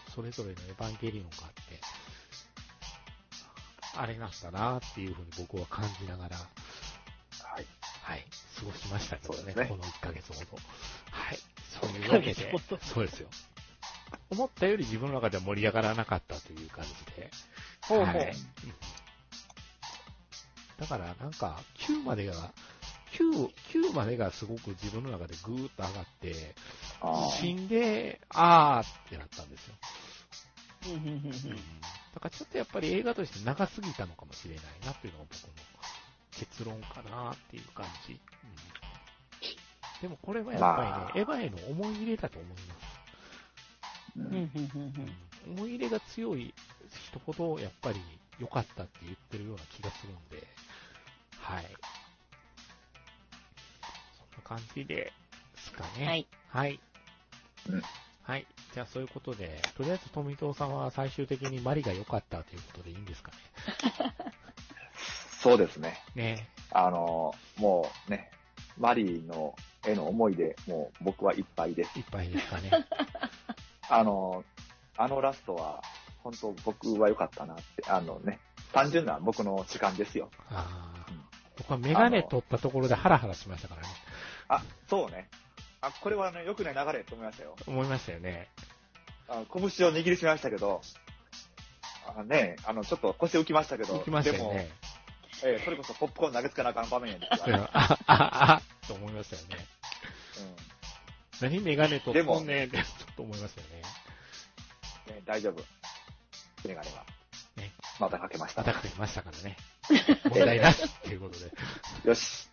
Speaker 2: 当それぞれのエヴァンゲリオンがあって、あれなんだなっていうふうに僕は感じながら、
Speaker 3: はい。
Speaker 2: はい、過ごしましたけど
Speaker 3: そう
Speaker 2: ね、
Speaker 3: ですね
Speaker 2: この1ヶ月ほど。はい、そういうわけ
Speaker 1: 1
Speaker 2: で
Speaker 1: ヶ月ほ、
Speaker 2: そうですよ。思ったより自分の中では盛り上がらなかったという感じで、
Speaker 3: ほうほう
Speaker 2: はい。だからなんか、9までが、9、9までがすごく自分の中でぐーっと上がって、
Speaker 3: あ
Speaker 2: 死んで、あーってなったんですよ。
Speaker 1: うんうんうんうん
Speaker 2: だからちょっとやっぱり映画として長すぎたのかもしれないなっていうのが僕の結論かなっていう感じ。うんでもこれはやっぱりね、エヴァへの思い入れだと思います。
Speaker 1: うんうんうんうん
Speaker 2: 思い入れが強い人ほど、やっぱり良かったって言ってるような気がするんで、はい。そんな感じですかね。
Speaker 1: は。い。
Speaker 2: はい
Speaker 3: うん。
Speaker 2: はい。じゃあ、そういうことで、とりあえず富藤さんは最終的にマリが良かったということでいいんですか
Speaker 3: そうですね。
Speaker 2: ね。ね
Speaker 3: あのもうね、マリーの絵の思いで、もう僕はいっぱいです。
Speaker 2: いっぱいですかね。
Speaker 3: あのあのラストは、本当僕は良かったなって、あのね、単純な僕の時間ですよ。
Speaker 2: あー僕はメガネ取ったところでハラハラしましたからね。
Speaker 3: あ、そうね。あ、これはね、良くない流れと思いましたよ。
Speaker 2: 思いましたよね。
Speaker 3: あ拳を握りしめましたけど、あね、あの、ちょっと腰浮きましたけど、
Speaker 2: 行きましたよ
Speaker 3: でも、
Speaker 2: ね。
Speaker 3: えーそれこそポップコーン投げつかなあかん場面やですか
Speaker 2: うん
Speaker 3: ら、
Speaker 2: あ、あ、あ、と思いましたよね。
Speaker 3: う
Speaker 2: 何メガネ取ったんねんってちょっと思いましたよね。
Speaker 3: んね、大丈夫。メガネは。
Speaker 2: ね
Speaker 3: またかけました。
Speaker 2: 叩かれましたからね。問題なしっていうことで。
Speaker 3: よし。